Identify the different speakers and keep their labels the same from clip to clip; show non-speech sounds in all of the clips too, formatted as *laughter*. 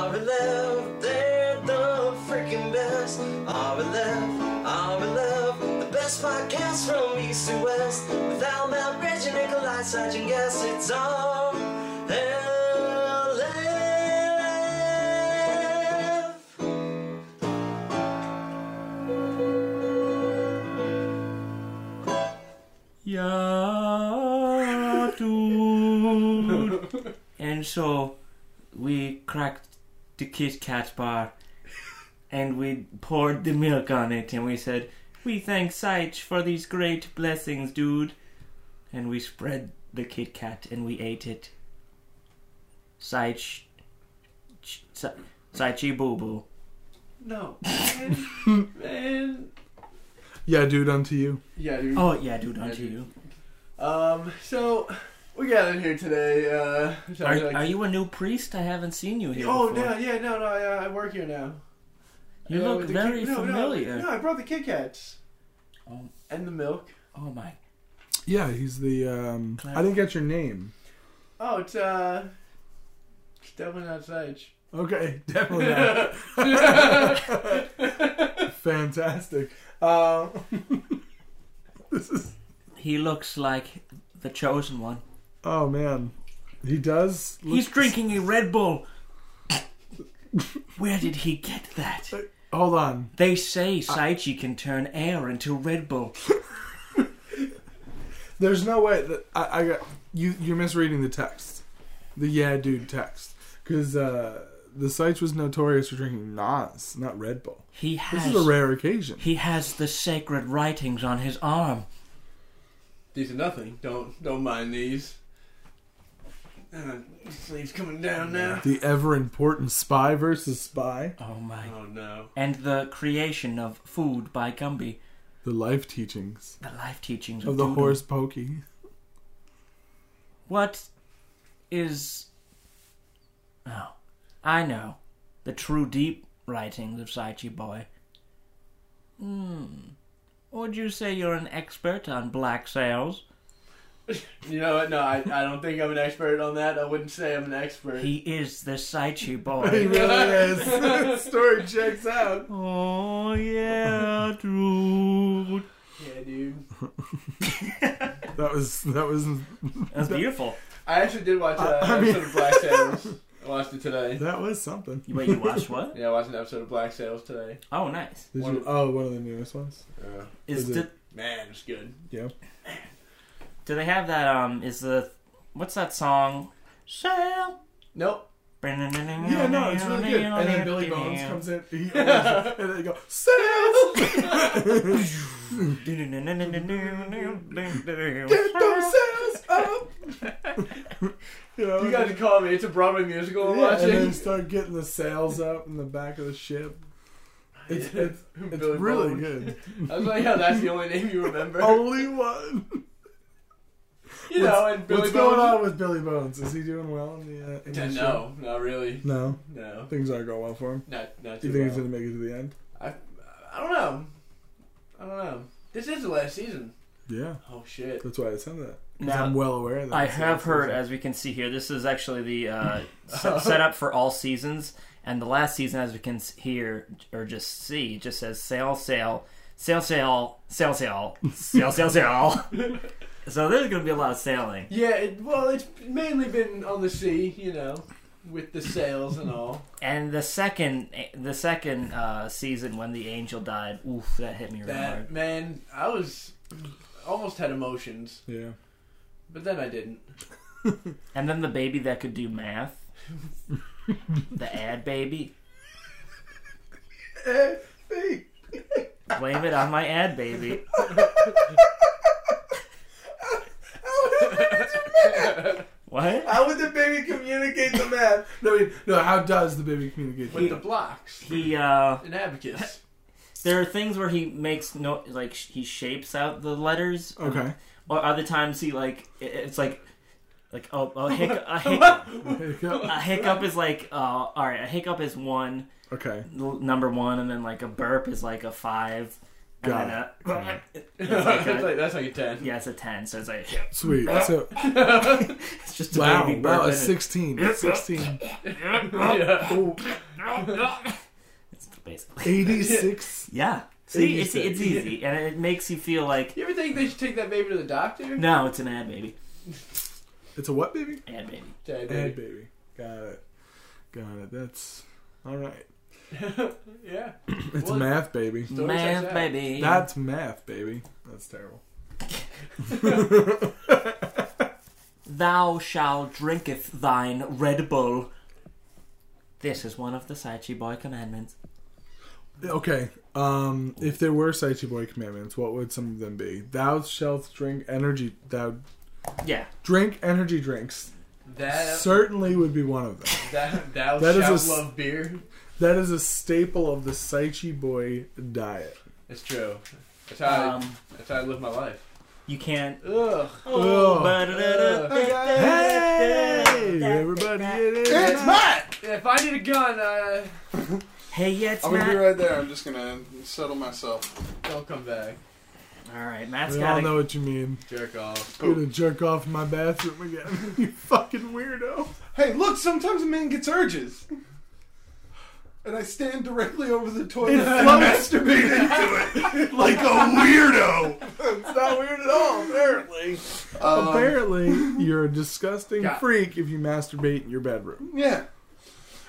Speaker 1: love, they're the freaking best. RLF, RLF, the best podcast from east to west. With Al, Matt, Reggie, Nikolai, Sergeant, yes, it's RLF.
Speaker 2: Yeah, dude. and so we cracked the Kit Kat bar and we poured the milk on it and we said, We thank Saich for these great blessings, dude. And we spread the Kit Kat and we ate it. Saich. Ch- Sa- Saichi Boo Boo.
Speaker 3: No. Man. man. *laughs*
Speaker 4: Yeah, dude, unto you.
Speaker 3: Yeah, dude.
Speaker 2: Oh, yeah, dude, onto you.
Speaker 3: Um, so we got in here today. Uh, so I
Speaker 2: Are,
Speaker 3: was like-
Speaker 2: are you a new priest? I haven't seen you here.
Speaker 3: Oh
Speaker 2: before.
Speaker 3: no, yeah, no, no, I, I work here now.
Speaker 2: You
Speaker 3: Uh,
Speaker 2: look
Speaker 3: with the
Speaker 2: very
Speaker 3: no,
Speaker 2: familiar.
Speaker 3: No, no, I brought the Kit Kats.
Speaker 2: Oh.
Speaker 3: And the milk.
Speaker 2: Oh my
Speaker 4: Yeah, he's the. Um, I didn't get your name.
Speaker 3: Oh, it's uh, it's definitely not Sage.
Speaker 4: Okay, *laughs* definitely not. *laughs* Fantastic.
Speaker 3: um,
Speaker 4: This is.
Speaker 2: He looks like the chosen one.
Speaker 4: Oh man, he does. Look,
Speaker 2: He's drinking a Red
Speaker 4: *laughs*
Speaker 2: Bull. Where did he get that?
Speaker 4: Hold on.
Speaker 2: They say Saichi can turn air into Red Bull.
Speaker 4: There's no way that I, I got you. You're misreading the text, the yeah dude text, because uh, the Sites was notorious for drinking Nas, not Red Bull.
Speaker 2: He
Speaker 4: This
Speaker 2: has
Speaker 4: is a rare occasion.
Speaker 2: he has the sacred writings on his arm.
Speaker 3: these are nothing. Don't don't mind these. Uh, sleeves coming down now.
Speaker 4: The ever important spy versus spy,
Speaker 2: Oh my.
Speaker 3: Oh no.
Speaker 2: And the creation of food by Gumby.
Speaker 4: the life teachings
Speaker 2: The life teachings of,
Speaker 4: of the
Speaker 2: Doodle.
Speaker 4: horse pokey.
Speaker 2: What is Oh, I know. The true deep writings of Saichi Boy. Hmm. Would you say you're an expert on black sales?
Speaker 3: You know what? No, I, I don't think I'm an expert on that. I wouldn't say I'm an expert.
Speaker 2: He is the Saichi
Speaker 4: He *laughs*
Speaker 2: Boy.
Speaker 4: really is. *laughs* Story checks out.
Speaker 2: oh *laughs* yeah, dude.
Speaker 3: yeah, dude.
Speaker 4: That was that was
Speaker 2: That's beautiful.
Speaker 3: I actually did watch uh,
Speaker 4: I
Speaker 3: an
Speaker 4: mean-
Speaker 3: episode of Black
Speaker 4: *laughs*
Speaker 3: Sails. I watched it today.
Speaker 4: that was something.
Speaker 2: Wait, you watched
Speaker 4: *laughs*
Speaker 2: what?
Speaker 3: Yeah, I watched an episode of Black Sails today.
Speaker 2: Oh, nice.
Speaker 4: Did
Speaker 3: One
Speaker 4: you?
Speaker 3: of-
Speaker 4: Oh, one of the newest ones.
Speaker 3: Uh,
Speaker 2: Is,
Speaker 4: Is it-
Speaker 2: the,
Speaker 3: man, it's good.
Speaker 4: Yeah.
Speaker 2: do they have that? Um, is the what's that song? Sail.
Speaker 3: Nope.
Speaker 2: Yeah,
Speaker 4: Yeah, no, it's really good. And then Billy Bones comes in, he always- and they go sales. *laughs* Get those
Speaker 2: That's
Speaker 4: sales up. *laughs* you know,
Speaker 3: You guys can call me. It's a Broadway musical I'm
Speaker 4: yeah, and
Speaker 3: watching.
Speaker 4: then start getting the sails up in the back of the ship. It's it's, it's
Speaker 3: Billy
Speaker 4: really
Speaker 3: Bones. *laughs*
Speaker 4: good. *laughs*
Speaker 3: I was like, how that's the only name you remember.
Speaker 4: Only one.
Speaker 3: *laughs* you know, and Billy
Speaker 4: What's
Speaker 3: Bones.
Speaker 4: going on with Billy Bones? Is he doing well in the? Uh, in the show?
Speaker 3: No, not really.
Speaker 4: No,
Speaker 3: No,
Speaker 4: things aren't going well for him.
Speaker 3: not not too
Speaker 4: Do you think he's
Speaker 3: well.
Speaker 4: gonna make it to the end?
Speaker 3: I, I don't know. I don't know. This is the last season.
Speaker 4: Yeah,
Speaker 3: Oh shit.
Speaker 4: that's why I said that. 'Cause I'm well aware of that.
Speaker 2: I have heard, as we can see here, this is actually the uh, set, set up for all seasons, and the last season, as we can s- hear or just see, just says sail, sail, sail, sail, sail, sail, sail, sail, sail. *laughs* so there's going to be a lot of sailing.
Speaker 3: Yeah. It, well, it's mainly been on the sea, you know, with the sails and all.
Speaker 2: And the second, the second uh, season, when the angel died, oof, that hit me real
Speaker 3: That
Speaker 2: hard.
Speaker 3: man, I was almost had emotions,
Speaker 4: Yeah.
Speaker 3: but then I didn't.
Speaker 2: And then the baby that could do math, *laughs* the ad baby. Blame it on my ad baby.
Speaker 4: *laughs*
Speaker 2: What?
Speaker 4: How would the baby communicate the math? No, wait, no. How does the baby communicate? the
Speaker 3: With the
Speaker 4: math?
Speaker 3: blocks,
Speaker 2: He uh
Speaker 3: an abacus.
Speaker 2: there are things where he makes no like sh- he shapes out the letters
Speaker 4: okay.
Speaker 2: *laughs* or other times he like i- it's like like oh a,
Speaker 4: *laughs*
Speaker 2: hic- a, hic- a hiccup is like uh all right a hiccup is one
Speaker 4: Okay.
Speaker 2: l- number one and then like a burp is like a five and
Speaker 4: Got
Speaker 2: then a,
Speaker 3: It's *laughs*
Speaker 2: like a-
Speaker 3: like- that's like a ten.
Speaker 2: yeah it's a ten so it's like *laughs*
Speaker 4: Sweet. So
Speaker 2: it's just a
Speaker 4: wow,
Speaker 2: baby burp
Speaker 4: wow, a
Speaker 2: and it- *laughs*
Speaker 4: sixteen. Sixteen.
Speaker 3: *laughs* Yeah.
Speaker 4: Oh,
Speaker 2: It's basically.
Speaker 4: Eighty-six.
Speaker 2: Yeah. See,
Speaker 4: you
Speaker 2: it's,
Speaker 4: said-
Speaker 2: it's easy, and it makes you feel like,
Speaker 3: You ever think they should take that baby to the doctor?
Speaker 2: no, it's an ad baby.
Speaker 4: It's a what, baby?
Speaker 2: Ad baby.
Speaker 3: Dead
Speaker 4: Ad
Speaker 3: baby.
Speaker 4: baby. Got it. Got it. That's all right.
Speaker 3: yeah.
Speaker 4: It's
Speaker 3: What?
Speaker 4: math, baby.
Speaker 3: Stories like
Speaker 2: Math
Speaker 3: that.
Speaker 2: baby.
Speaker 4: That's math, baby. That's terrible.
Speaker 2: Thou shalt drinketh thine Red Bull. This is one of the Saichi Boy commandments.
Speaker 4: Okay. Um, if there were Saichi boy commandments, what would some of them be? Thou shalt drink energy. Thou
Speaker 2: Yeah.
Speaker 4: drink energy drinks.
Speaker 3: That
Speaker 4: Certainly would be one of them.
Speaker 3: that thou
Speaker 4: That is
Speaker 3: shalt
Speaker 4: a s-
Speaker 3: love beer.
Speaker 4: That is a staple of the Saichi boy diet.
Speaker 3: It's true. That's how I,
Speaker 2: Um,
Speaker 3: that's how I live my life.
Speaker 2: you can't.
Speaker 3: Ugh.
Speaker 2: Oh,
Speaker 4: Hey, everybody! It is.
Speaker 3: Matt. If I need a gun, uh,
Speaker 2: Hey, yeah, it's
Speaker 5: I'm gonna be
Speaker 2: Matt.
Speaker 5: right there. I'm just gonna settle myself.
Speaker 3: don't come back.
Speaker 2: All right, Matt's
Speaker 4: We all
Speaker 2: got
Speaker 4: know
Speaker 2: to
Speaker 4: what you mean.
Speaker 3: Jerk off.
Speaker 4: You're gonna jerk off in my bathroom again. *laughs* you fucking weirdo.
Speaker 5: Hey, look! Sometimes a man gets urges, and I stand directly over the toilet and
Speaker 4: floats.
Speaker 5: masturbate into
Speaker 3: *laughs*
Speaker 5: it like a weirdo.
Speaker 4: It's not weird at all, apparently.
Speaker 5: Um,
Speaker 4: apparently, you're a disgusting
Speaker 3: God.
Speaker 4: freak if you masturbate in your bedroom.
Speaker 5: Yeah,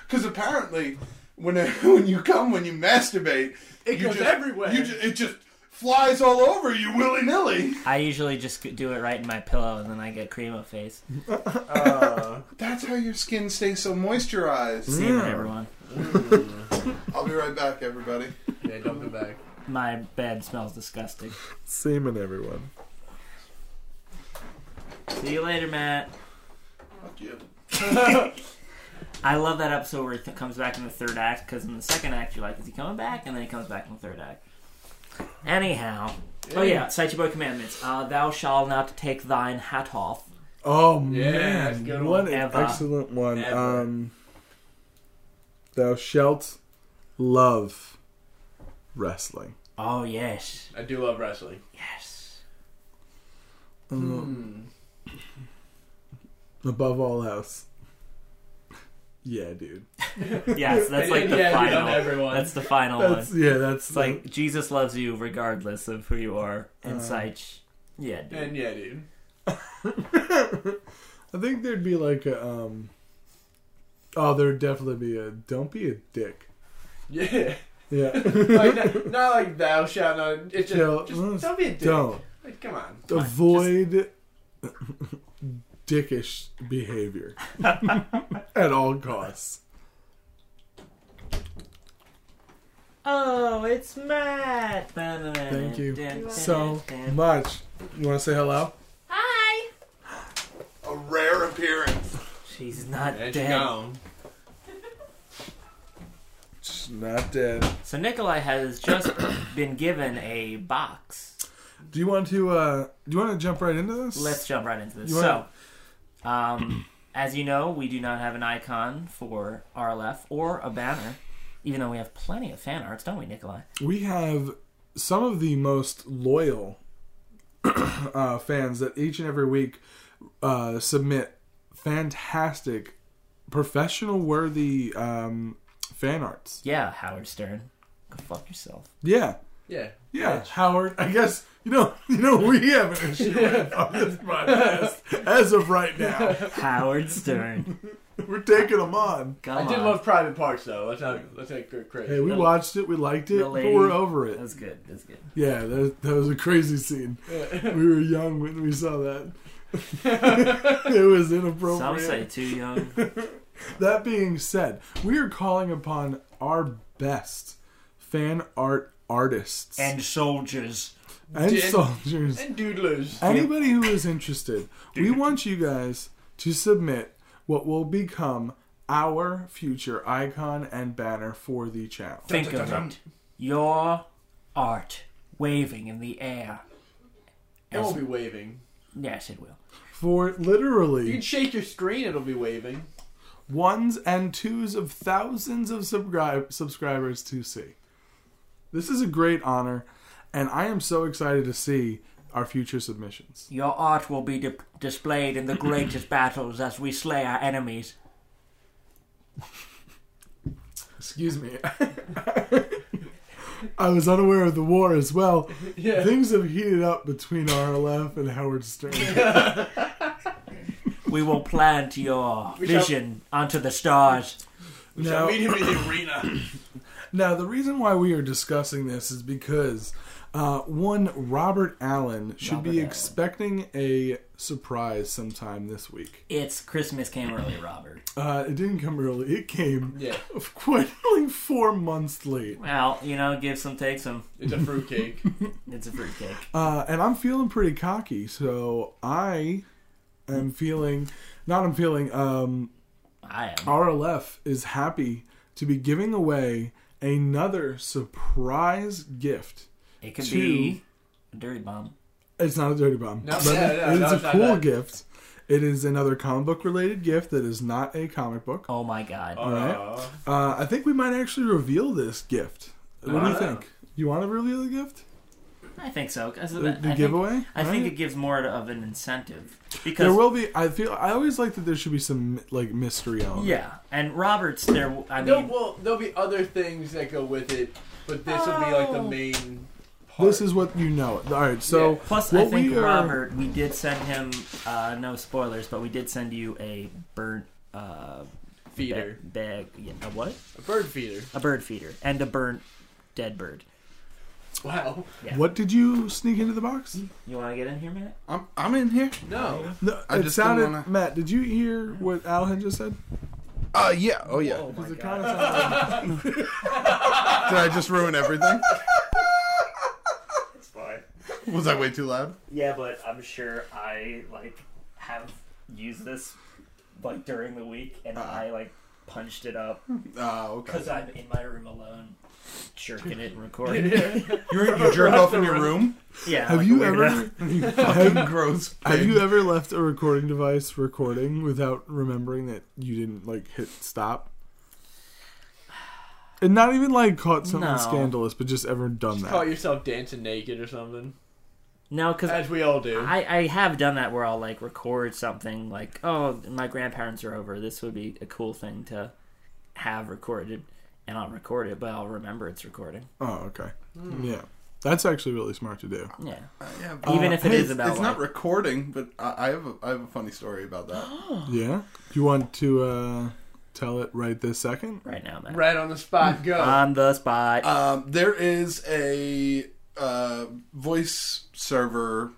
Speaker 5: because apparently, when *laughs* when you come when you masturbate,
Speaker 3: It
Speaker 5: you
Speaker 3: goes
Speaker 5: just-
Speaker 3: everywhere.
Speaker 5: You ju- it just flies all over you willy nilly.
Speaker 2: I usually just do it right in my pillow, and then I get cream of face.
Speaker 5: That's how your skin stays so moisturized.
Speaker 2: Saving
Speaker 4: Yeah.
Speaker 2: everyone.
Speaker 5: I'll be right back, everybody.
Speaker 3: yeah, don't come back.
Speaker 2: My bed smells disgusting.
Speaker 4: Semen, everyone.
Speaker 2: See you later, Matt.
Speaker 5: Fuck you.
Speaker 2: I love that episode where he th- comes back in the third act because in the second act you're like, is he coming back? And then he comes back in the third act. Anyhow, oh yeah, Saichi Boy commandments: uh, Thou shalt not take thine hat off.
Speaker 4: Oh
Speaker 3: Yeah, that's a
Speaker 4: man,
Speaker 3: good
Speaker 4: what
Speaker 3: one.
Speaker 4: an
Speaker 2: Ever.
Speaker 4: excellent one.
Speaker 3: Ever.
Speaker 4: Um, thou shalt love wrestling.
Speaker 2: Oh yes,
Speaker 3: I do love wrestling.
Speaker 2: yes. Mm-hmm.
Speaker 4: Um, Above all else, yeah, dude.
Speaker 2: Yes, that's like the
Speaker 3: yeah, dude, I'm
Speaker 2: final.
Speaker 3: everyone.
Speaker 2: That's the final
Speaker 4: That's
Speaker 2: one.
Speaker 4: yeah. That's
Speaker 2: It's like Jesus loves you regardless of who you are, and Saichi. Yeah, dude.
Speaker 3: and yeah, dude.
Speaker 4: I think there'd be like a um. Oh, there'd definitely be a don't be a dick.
Speaker 3: Yeah.
Speaker 2: *laughs*
Speaker 3: *laughs*
Speaker 4: Yeah, *laughs*
Speaker 3: like, not, not like thou shalt not. It's just,
Speaker 4: Yo,
Speaker 2: Mm,
Speaker 3: just don't be a dick.
Speaker 4: don't
Speaker 3: Like, come on.
Speaker 2: Oh,
Speaker 4: avoid dickish
Speaker 2: *laughs*
Speaker 4: behavior at all costs.
Speaker 2: oh, it's Matt. Thank
Speaker 4: Thank you so much. You want to say hello?
Speaker 6: Hi.
Speaker 5: A rare appearance.
Speaker 2: She's not
Speaker 3: And she
Speaker 2: dead.
Speaker 3: gone.
Speaker 4: She's not dead.
Speaker 2: So Nikolai has just *coughs* been given a box.
Speaker 4: Do you want to? uh Do you want to jump right into this?
Speaker 2: Let's jump right into this.
Speaker 4: You
Speaker 2: So,
Speaker 4: wanna-
Speaker 2: um, as you know, we do not have an icon for RLF or a banner, even though we have plenty of fan arts, don't we, Nikolai?
Speaker 4: We have some of the most loyal *clears throat* uh, fans that each and every week uh, submit fantastic, professional worthy um, fan arts.
Speaker 2: Yeah, Howard Stern. Go fuck yourself.
Speaker 4: Yeah.
Speaker 2: *laughs*
Speaker 3: Yeah.
Speaker 4: Yeah, Howard. I guess you know. *laughs* You know, we have
Speaker 2: *laughs*
Speaker 4: an issue with on this podcast as of right now.
Speaker 2: *laughs* Howard Stern.
Speaker 4: We're taking them on.
Speaker 2: Come
Speaker 3: I did
Speaker 2: on.
Speaker 3: love private parts though. Let's not let's not go crazy.
Speaker 4: Hey, we watched it. We liked it.
Speaker 2: The lady-
Speaker 4: But we're over it.
Speaker 2: That's good. That's good.
Speaker 4: Yeah, that, that was a crazy scene. we were young when we
Speaker 3: *laughs*
Speaker 4: saw that. it was
Speaker 2: Some
Speaker 4: inappropriate.
Speaker 2: say too young.
Speaker 4: That being said, we are calling upon our best fan art artists
Speaker 2: and soldiers.
Speaker 4: and
Speaker 3: Did-
Speaker 4: soldiers.
Speaker 3: and doodlers.
Speaker 4: Anybody who is interested, we want you guys to submit what will become our future icon and banner for the channel.
Speaker 2: Think of it. Your art waving in the air.
Speaker 3: It'll be waving.
Speaker 2: Yes, it will.
Speaker 4: For
Speaker 3: You can
Speaker 4: literally
Speaker 3: shake your screen. It'll be waving.
Speaker 4: ones and twos of thousands of subscribe- subscribers to see. This is a great honor, and I am so excited to see our future submissions.
Speaker 2: Your art will be di- displayed in the
Speaker 4: *coughs*
Speaker 2: greatest battles as we slay our enemies.
Speaker 4: Excuse me. *laughs* I was unaware of the war as well.
Speaker 3: Yeah.
Speaker 4: Things have heated up between RLF and Howard Stern.
Speaker 2: We will plant your
Speaker 3: We shall-
Speaker 2: vision onto the stars.
Speaker 3: We shall
Speaker 4: Now-
Speaker 3: meet him in the arena.
Speaker 4: Now, the reason why we are discussing this is because uh, one Robert Allen should
Speaker 2: Robert
Speaker 4: be
Speaker 2: Allen.
Speaker 4: expecting a surprise sometime this week.
Speaker 2: It's Christmas came early, Robert.
Speaker 4: Uh, it didn't come early; it came
Speaker 3: *coughs* Yeah.
Speaker 4: quite like four months late.
Speaker 2: Well, you know, give some, take some.
Speaker 3: It's
Speaker 2: *laughs*
Speaker 3: a fruitcake.
Speaker 2: It's a fruitcake.
Speaker 4: Uh, and I'm feeling pretty cocky, so I am feeling not. I'm feeling um,
Speaker 2: I am.
Speaker 4: RLF is happy to be giving away another surprise gift.
Speaker 2: It could
Speaker 4: Two.
Speaker 2: be a dirty bomb.
Speaker 4: It's not a dirty bomb.
Speaker 3: No,
Speaker 4: But
Speaker 3: yeah, yeah,
Speaker 4: it is
Speaker 3: no,
Speaker 4: a
Speaker 3: it's not
Speaker 4: cool
Speaker 3: that.
Speaker 4: gift. It is another comic book related gift that is not a comic book.
Speaker 2: Oh my god.
Speaker 3: All
Speaker 4: right. Uh, I think we might actually reveal this gift. What do you
Speaker 3: Ah.
Speaker 4: think? You want to reveal the gift?
Speaker 2: I think so. 'cause
Speaker 4: The,
Speaker 2: I
Speaker 4: the
Speaker 2: think-
Speaker 4: giveaway?
Speaker 2: I think
Speaker 4: Right?
Speaker 2: it gives more of an incentive because
Speaker 4: there will be. I feel. I always like that there should be some like mystery element.
Speaker 2: yeah, and Roberts there. I
Speaker 3: No,
Speaker 2: mean,
Speaker 3: well, there'll be other things that go with it, but this will be like the
Speaker 2: Oh.
Speaker 3: main. Part.
Speaker 4: This is what you know. All right. So
Speaker 3: Yeah.
Speaker 2: plus I
Speaker 4: what
Speaker 2: think
Speaker 4: we uh, are-
Speaker 2: Robert, we did send him uh, no spoilers, but we did send you a burnt uh, ba-
Speaker 3: feeder,
Speaker 2: bag. Yeah, a what?
Speaker 3: a bird feeder.
Speaker 2: A bird feeder and a burnt dead bird.
Speaker 3: Wow.
Speaker 2: Yeah.
Speaker 4: What did you sneak into the box?
Speaker 2: You want to get in here, Matt?
Speaker 6: I'm, I'm in here.
Speaker 3: No.
Speaker 4: No,
Speaker 6: I
Speaker 4: it
Speaker 6: just didn't
Speaker 4: sounded.
Speaker 6: wanna-
Speaker 4: Matt, did you hear what Al had just said?
Speaker 2: Oh
Speaker 6: Uh, yeah. Oh, yeah.
Speaker 4: Oh it kind of sounded
Speaker 6: *laughs* Did I just ruin everything?
Speaker 2: That's fine.
Speaker 6: Was I way too loud?
Speaker 2: Yeah, but I'm sure I like have used this like during the week, and I like punched it up
Speaker 6: Ah, okay.
Speaker 2: because I'm in my room alone, jerking it and
Speaker 4: *laughs*
Speaker 2: recording.
Speaker 3: Yeah.
Speaker 6: You're, you jerk off in your room?
Speaker 2: Yeah.
Speaker 4: Have
Speaker 2: like a
Speaker 4: you
Speaker 2: weirdo.
Speaker 4: ever? *laughs*
Speaker 6: You fucking gross.
Speaker 4: Have
Speaker 6: pig.
Speaker 4: you ever left a recording device recording without remembering that you didn't like hit stop? And not even like caught something
Speaker 2: No.
Speaker 4: scandalous, but just ever done that.
Speaker 3: Caught yourself dancing naked or something,
Speaker 2: No, because
Speaker 3: as we all do.
Speaker 2: I, I have done that where I'll like record something like, oh, my grandparents are over. This would be a cool thing to have recorded, and I'll record it, but I'll remember it's recording.
Speaker 4: Oh, okay.
Speaker 2: Hmm.
Speaker 4: Yeah, that's actually really smart to do.
Speaker 2: Yeah.
Speaker 4: e-
Speaker 6: Yeah, but-
Speaker 4: um,
Speaker 2: Even if it
Speaker 6: hey,
Speaker 2: is about
Speaker 6: Uh, It's not
Speaker 2: like-
Speaker 6: recording, but I, I have a, I have a funny story about that.
Speaker 4: Yeah. You want to uh, tell it right this second?
Speaker 2: Right now, man.
Speaker 3: right on the spot, go.
Speaker 4: Uh,
Speaker 2: On the spot.
Speaker 6: Um, there is a uh, voice server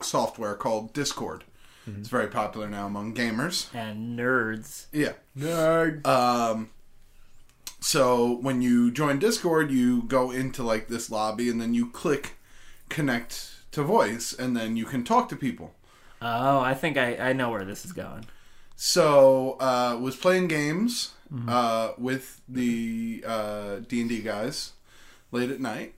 Speaker 6: software called Discord.
Speaker 4: Mm-hmm.
Speaker 6: It's very popular now among gamers.
Speaker 2: and nerds.
Speaker 6: Yeah.
Speaker 3: Nerd.
Speaker 4: uh,
Speaker 6: Um, so when you join Discord, you go into like this lobby, and then you click connect to voice, and then you can talk to people.
Speaker 2: Oh, I think I, I know where this is going.
Speaker 6: So uh, was playing games
Speaker 2: Mm-hmm.
Speaker 6: uh, with the uh, D and D guys late at night,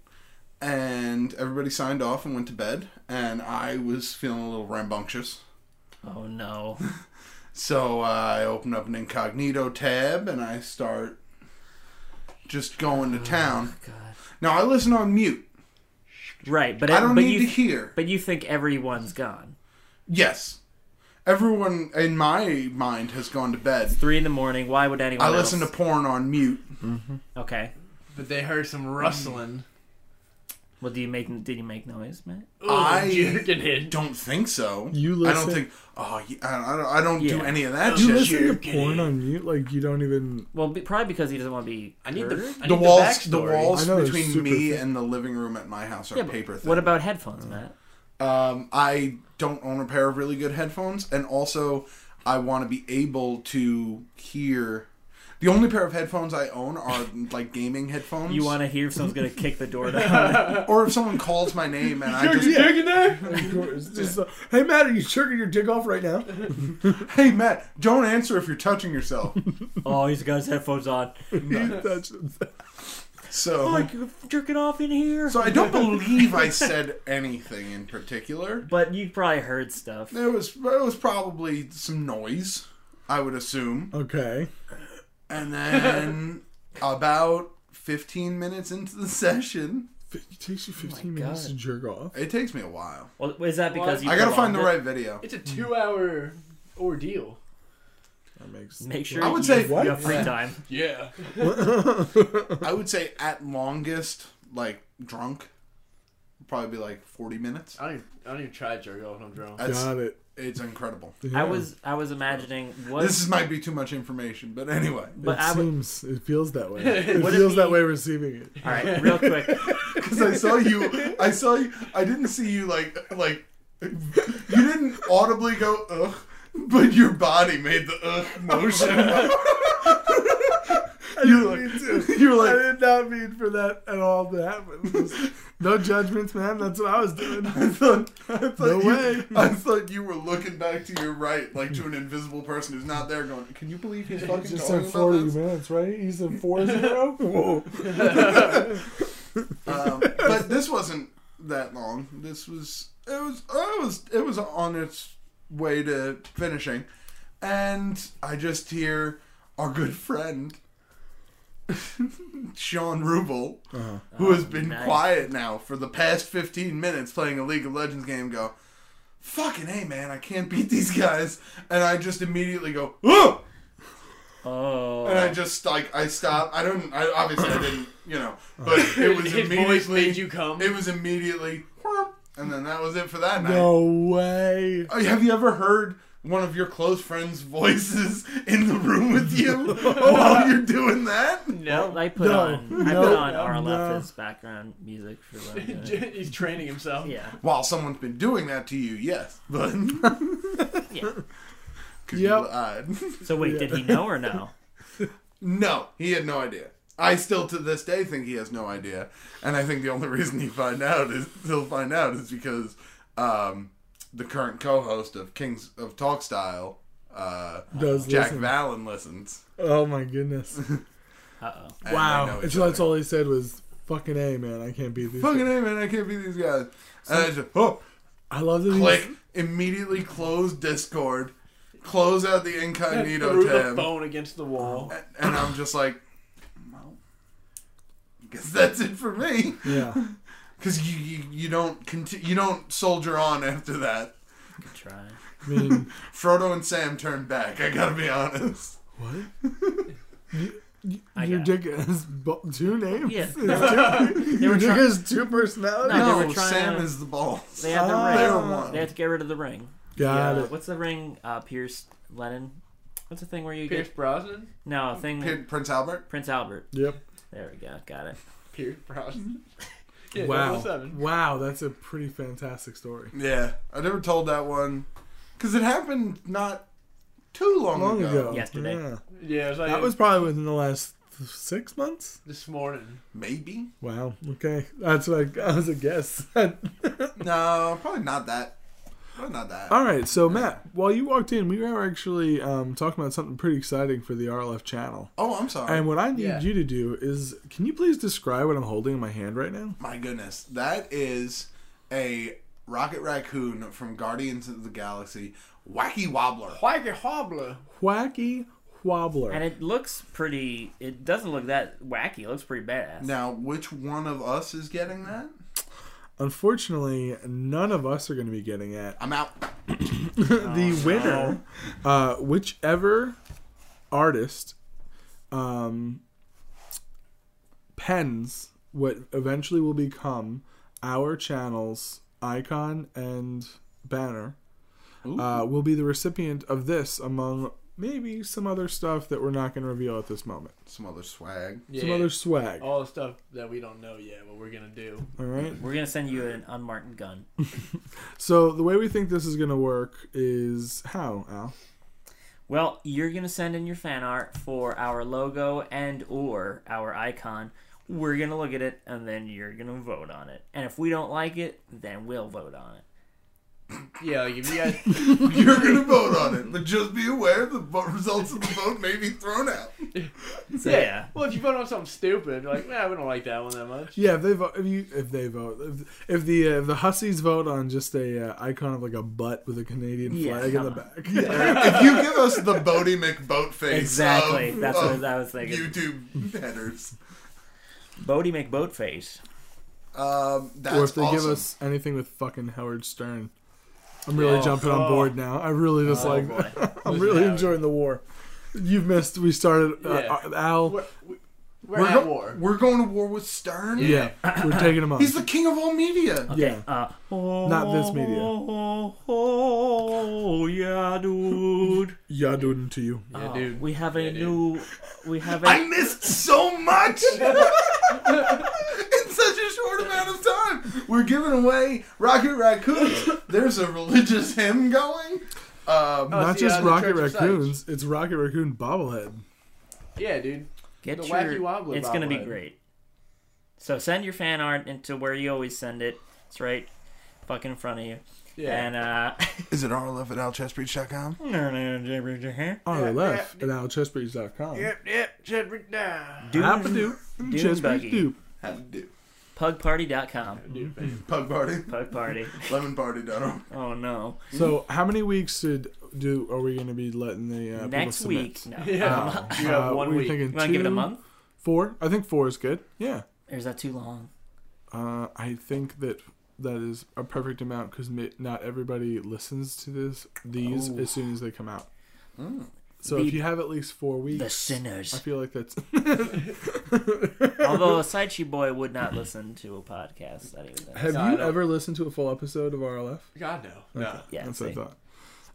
Speaker 6: and everybody signed off and went to bed, and I was feeling a little rambunctious.
Speaker 2: Oh no.
Speaker 6: So uh, I open up an incognito tab and I start just going to town.
Speaker 2: God.
Speaker 6: Now I listen on mute.
Speaker 2: Right, but
Speaker 6: I don't
Speaker 2: but
Speaker 6: need
Speaker 2: you
Speaker 6: to hear.
Speaker 2: but you think everyone's gone.
Speaker 6: Yes, everyone in my mind has gone to bed.
Speaker 2: Three in the morning. Why would anyone?
Speaker 6: I listen to
Speaker 2: else-
Speaker 6: porn on mute.
Speaker 2: Okay.
Speaker 3: But they heard some rustling.
Speaker 2: Well, do you make? Did you make noise, Matt?
Speaker 3: Ooh,
Speaker 6: I-
Speaker 3: jerking it.
Speaker 6: Don't think so.
Speaker 4: You
Speaker 6: I don't
Speaker 4: listen-
Speaker 6: think. Oh, yeah, I don't. I don't do
Speaker 2: Yeah.
Speaker 6: any of that
Speaker 4: You
Speaker 6: shit.
Speaker 4: listen to
Speaker 3: Jerking
Speaker 4: porn
Speaker 3: it.
Speaker 4: on mute, like you don't even.
Speaker 2: Well, be, probably because he doesn't want to be.
Speaker 3: I need
Speaker 2: heard.
Speaker 3: the I
Speaker 6: the
Speaker 3: need
Speaker 6: walls, the,
Speaker 3: backstory.
Speaker 6: walls
Speaker 4: I know, it's
Speaker 6: between
Speaker 4: super
Speaker 6: me
Speaker 4: thin.
Speaker 6: and the living room at my house are
Speaker 2: Yeah, but
Speaker 6: paper thin.
Speaker 2: What about headphones, Matt?
Speaker 6: Um, I don't own a pair of really good headphones, and also I want to be able to hear. The only pair of headphones I own are like gaming headphones.
Speaker 2: You want to hear if someone's gonna kick the door *laughs* down?
Speaker 6: or if someone calls my name
Speaker 4: *laughs*
Speaker 6: and I
Speaker 3: Are
Speaker 6: just
Speaker 3: you jerking there?
Speaker 4: It's just, uh, hey Matt, are you jerking your dick off right now?
Speaker 6: hey Matt, don't answer if you're
Speaker 4: *laughs*
Speaker 6: touching yourself.
Speaker 2: oh, he's got his headphones on.
Speaker 6: So.
Speaker 2: Oh, you jerking off in here.
Speaker 6: so I don't
Speaker 4: *laughs*
Speaker 6: believe I said anything in particular.
Speaker 2: But you probably heard stuff.
Speaker 6: There was there was probably some noise, I would assume.
Speaker 4: Okay.
Speaker 6: And then
Speaker 2: *laughs*
Speaker 6: about 15 minutes into the session,
Speaker 4: It takes you 15
Speaker 2: my
Speaker 4: minutes
Speaker 2: God.
Speaker 4: to jerk off.
Speaker 6: it takes me a while.
Speaker 2: Well, is that because
Speaker 3: What?
Speaker 2: you?
Speaker 6: I gotta find
Speaker 2: prolonged
Speaker 6: the
Speaker 2: it?
Speaker 6: right video.
Speaker 3: It's a two-hour ordeal.
Speaker 4: That makes
Speaker 2: Make sure
Speaker 6: I
Speaker 2: you,
Speaker 6: would say-
Speaker 2: you have free
Speaker 4: What?
Speaker 2: time.
Speaker 3: Yeah.
Speaker 6: I would say at longest, like drunk, probably be like forty minutes.
Speaker 2: Oh,
Speaker 3: I don't, even, I don't even try to jerk off when I'm drunk.
Speaker 6: That's
Speaker 4: Got it.
Speaker 6: it's incredible.
Speaker 4: Yeah.
Speaker 2: I was I was imagining what
Speaker 6: This is, might be too much information, but anyway,
Speaker 2: but
Speaker 4: it
Speaker 2: I would
Speaker 4: seems. It feels that way. It
Speaker 2: Would it
Speaker 4: feels
Speaker 2: be-
Speaker 4: that way receiving it.
Speaker 2: all right real quick
Speaker 6: *laughs* because I saw you, I saw you, I didn't see you like like you didn't audibly go ugh, but your body made the ugh motion. you were like, you were
Speaker 4: I
Speaker 6: like,
Speaker 4: did not mean for that at all to happen. no judgments, man. That's what I was doing.
Speaker 6: I thought, I thought
Speaker 4: No
Speaker 6: you,
Speaker 4: way.
Speaker 6: I thought you were looking back to your right, like to an invisible person who's not there. Going, can you believe he's fucking
Speaker 4: Just said
Speaker 6: talking about
Speaker 4: 40
Speaker 6: this?"
Speaker 4: minutes, right? You said 4
Speaker 6: *laughs*
Speaker 4: 0? Whoa.
Speaker 6: Um, but this wasn't that long. This was it was oh, it was it was on its way to finishing, and I just hear our good friend *laughs* Sean Rubel, who has been
Speaker 2: nice.
Speaker 6: quiet now for the past fifteen minutes playing a League of Legends game, go. Fucking hey man, I can't beat these guys, and I just immediately go, "Ugh!"
Speaker 2: oh
Speaker 6: and I just like I stop. I don't. I obviously I didn't, you know,
Speaker 3: *laughs*
Speaker 6: but it was
Speaker 3: His
Speaker 6: immediately
Speaker 3: voice made you come.
Speaker 6: it was immediately, "Whop," and then that was it for that night.
Speaker 4: No way.
Speaker 6: Uh, Have you ever heard one of your close friends' voices *laughs* in the room with you *laughs*
Speaker 4: *laughs*
Speaker 6: while you're doing that?
Speaker 3: no.
Speaker 2: I put
Speaker 4: No.
Speaker 2: on I
Speaker 4: No.
Speaker 2: put on
Speaker 4: No.
Speaker 2: RLF's background music
Speaker 6: *laughs*
Speaker 2: for what I'm doing.
Speaker 3: *laughs* He's training himself.
Speaker 2: yeah
Speaker 6: While someone's been doing that to you, yes, but *laughs*
Speaker 2: yeah
Speaker 6: could
Speaker 4: Yep.
Speaker 6: you lied. *laughs*
Speaker 2: so wait did he know or no
Speaker 6: No, he had no idea. I still to this day think he has no idea, and I think the only reason he find out is he'll find out is because um, the current co-host of Kings of Talk Style, uh,
Speaker 4: Does
Speaker 6: Jack
Speaker 4: listen.
Speaker 6: Valen listens.
Speaker 4: Oh my goodness.
Speaker 2: uh oh
Speaker 6: and they
Speaker 4: Wow.
Speaker 6: know
Speaker 4: It's,
Speaker 6: each
Speaker 4: that's
Speaker 6: other.
Speaker 4: all he said was, fucking A, man. I can't beat these.
Speaker 6: Fucking
Speaker 4: guys."
Speaker 6: hey man, I can't beat these guys. And I just oh,
Speaker 4: I love that
Speaker 6: click
Speaker 4: he's.
Speaker 6: immediately close Discord, close out the incognito
Speaker 3: Threw the
Speaker 6: tab,
Speaker 3: phone against the wall.
Speaker 6: and, and I'm just like, well, guess that's it for me.
Speaker 4: *laughs* Yeah.
Speaker 6: because you, you you don't conti- you don't soldier on after that.
Speaker 2: good try
Speaker 4: I mean,
Speaker 6: *laughs* Frodo and Sam turned back. I gotta be honest.
Speaker 4: what?
Speaker 2: I
Speaker 4: Your
Speaker 2: got
Speaker 4: dick has bo- *laughs* two names?
Speaker 2: Yeah.
Speaker 4: It's two-
Speaker 2: They
Speaker 4: Your
Speaker 2: were
Speaker 4: dick
Speaker 2: trying-
Speaker 4: has two personalities?
Speaker 2: No, they
Speaker 6: No,
Speaker 2: were trying
Speaker 6: Sam
Speaker 2: to-
Speaker 6: is the balls.
Speaker 2: they had the
Speaker 4: Ah.
Speaker 2: ring
Speaker 6: They were one.
Speaker 2: they had to get rid of the ring
Speaker 4: Got
Speaker 2: Yeah,
Speaker 4: it.
Speaker 2: what's the ring uh Pierce Lennon what's the thing where you
Speaker 3: Pierce
Speaker 2: get
Speaker 3: Brosnan.
Speaker 2: no thing
Speaker 6: Prin- Prince Albert.
Speaker 2: Prince Albert
Speaker 4: Yep.
Speaker 2: there we go got it
Speaker 3: Pierce Brosnan. *laughs* Yeah,
Speaker 4: wow.
Speaker 3: 007.
Speaker 4: Wow, that's a pretty fantastic story.
Speaker 6: Yeah, I never told that one because it happened not too long,
Speaker 4: Long
Speaker 6: ago. Oh,
Speaker 4: ago.
Speaker 2: Yesterday.
Speaker 4: Yeah.
Speaker 3: Yeah, it was like
Speaker 4: That was probably within the last six months.
Speaker 3: this morning.
Speaker 6: Maybe
Speaker 4: Wow. Okay. That's like that was a
Speaker 6: *laughs*
Speaker 4: guess. *laughs* All
Speaker 6: no, probably not that. Probably not that.
Speaker 4: right. So Matt, while you walked in, we were actually um, talking about something pretty exciting for the RLF channel.
Speaker 6: Oh, I'm sorry.
Speaker 4: And what I need
Speaker 3: Yeah.
Speaker 4: you to do is, can you please describe what I'm holding in my hand right now?
Speaker 6: My goodness, that is a Rocket Raccoon from Guardians of the Galaxy Wacky Wobbler.
Speaker 3: Quacky Hobbler.
Speaker 4: Wacky wobbler.
Speaker 2: and it looks pretty it doesn't look that wacky it looks pretty badass
Speaker 6: Now, which one of us is getting that?
Speaker 4: Unfortunately, none of us are going to be getting it.
Speaker 6: I'm out.
Speaker 4: the winner, uh, whichever artist um, pens what eventually will become our channel's icon and banner, uh, will be the recipient of this among maybe some other stuff that we're not going to reveal at this moment.
Speaker 6: Some other swag.
Speaker 3: Yeah. Oh.
Speaker 4: Some other swag.
Speaker 3: all the stuff that we don't know yet, what we're gonna do.
Speaker 4: All right.
Speaker 2: we're gonna send you an unmarked gun
Speaker 4: So the way we think this is going to work is how Al.
Speaker 2: Well, you're gonna send in your fan art for our logo and or our icon. We're gonna look at it and then you're gonna vote on it. And if we don't like it, then we'll vote on it.
Speaker 3: Yeah, like if you guys
Speaker 6: You're gonna vote on it, but just be aware the vo- results of the vote may be thrown out.
Speaker 2: So,
Speaker 3: yeah.
Speaker 2: yeah.
Speaker 3: Well if you vote on something stupid, like, nah, we don't like that one that much.
Speaker 4: Yeah, if they vote, if you if they vote, if, if the uh, if the hussies vote on just a uh, icon of like a butt with a Canadian
Speaker 2: Yeah,
Speaker 4: flag in
Speaker 2: come
Speaker 4: the
Speaker 2: on.
Speaker 4: back,
Speaker 6: if you give us the Bodie McBoatface
Speaker 2: Exactly.
Speaker 6: of,
Speaker 2: That's
Speaker 6: of
Speaker 2: what I was thinking.
Speaker 6: YouTube headers,
Speaker 2: Bodie McBoatface.
Speaker 6: um, that's
Speaker 4: or if they give
Speaker 6: awesome.
Speaker 4: us anything with fucking Howard Stern, I'm really
Speaker 3: Oh,
Speaker 4: jumping on
Speaker 3: oh.
Speaker 4: board now. I really just
Speaker 2: Oh
Speaker 4: like
Speaker 2: boy.
Speaker 4: *laughs* I'm
Speaker 3: Listen,
Speaker 4: really
Speaker 3: Howard.
Speaker 4: enjoying the war. You've missed. We started. Uh,
Speaker 3: Yeah.
Speaker 4: Al.
Speaker 3: We're, we- we're,
Speaker 6: We're,
Speaker 3: at
Speaker 6: go-
Speaker 3: war.
Speaker 6: we're going to war with Stern.
Speaker 4: yeah. We're
Speaker 3: *laughs*
Speaker 4: taking him on.
Speaker 6: He's the king of all media.
Speaker 4: yeah.
Speaker 2: Uh, oh,
Speaker 4: Not Vince Media.
Speaker 2: Oh, oh, yeah, dude.
Speaker 4: Yeah, doing to you.
Speaker 3: Yeah,
Speaker 4: *laughs*
Speaker 2: Oh, *laughs*
Speaker 3: dude.
Speaker 2: We have a
Speaker 3: Yeah, dude.
Speaker 2: new. We have a.
Speaker 6: I missed
Speaker 3: *laughs*
Speaker 6: so much in such a short amount of time. We're giving away Rocket Raccoon. There's a religious hymn going. Um,
Speaker 3: Oh,
Speaker 4: Not
Speaker 3: it's the,
Speaker 4: just
Speaker 3: uh, the
Speaker 4: Rocket
Speaker 3: Church of
Speaker 4: Raccoons. It's Rocket Raccoon bobblehead.
Speaker 3: Yeah, dude.
Speaker 2: Get
Speaker 3: The
Speaker 2: your,
Speaker 3: Wacky Wobbler
Speaker 2: It's gonna be
Speaker 3: bobblehead.
Speaker 2: great. So send your fan art into where you always send it. It's right, fucking in front of you.
Speaker 3: Yeah.
Speaker 2: And uh, *laughs*
Speaker 6: Is it RLF at alchestbreach.com?
Speaker 4: On
Speaker 3: Yeah,
Speaker 4: our left
Speaker 3: yeah.
Speaker 4: at alchessbreeze.com.
Speaker 3: Yep, yep, shut it down.
Speaker 4: Hapadoo. and
Speaker 2: Dune
Speaker 4: Chessbreeze
Speaker 2: buggy.
Speaker 4: Doop.
Speaker 6: How to do.
Speaker 2: Pugparty.com.
Speaker 6: Pug party.
Speaker 2: Pug party.
Speaker 6: Lemon party. Dunham.
Speaker 2: Oh no.
Speaker 4: So, how many weeks did do are we going to be letting the uh,
Speaker 2: Next
Speaker 4: people submit?
Speaker 2: week. No.
Speaker 3: *laughs* Yeah.
Speaker 2: Um,
Speaker 3: you have
Speaker 4: Uh,
Speaker 3: one
Speaker 4: we're
Speaker 3: week.
Speaker 4: Thinking
Speaker 2: you wanna give it a
Speaker 4: two,
Speaker 2: month?
Speaker 4: Four. I think four is good. Yeah.
Speaker 2: Or is that too long?
Speaker 4: Uh, I think that that is a perfect amount because not everybody listens to this these
Speaker 2: Ooh.
Speaker 4: as soon as they come out. So
Speaker 2: The-
Speaker 4: if you have at least four
Speaker 2: The
Speaker 4: weeks, I *laughs*
Speaker 2: sinners.
Speaker 4: feel like
Speaker 2: *laughs*
Speaker 4: that's
Speaker 2: Although a Saichi boy would not listen to a podcast that he was in.
Speaker 4: Have
Speaker 3: No, I
Speaker 4: you
Speaker 3: don't-
Speaker 4: ever listened to a full episode of RLF?
Speaker 3: God, no. No.
Speaker 2: Yeah.
Speaker 4: That's what
Speaker 2: see?
Speaker 4: I thought.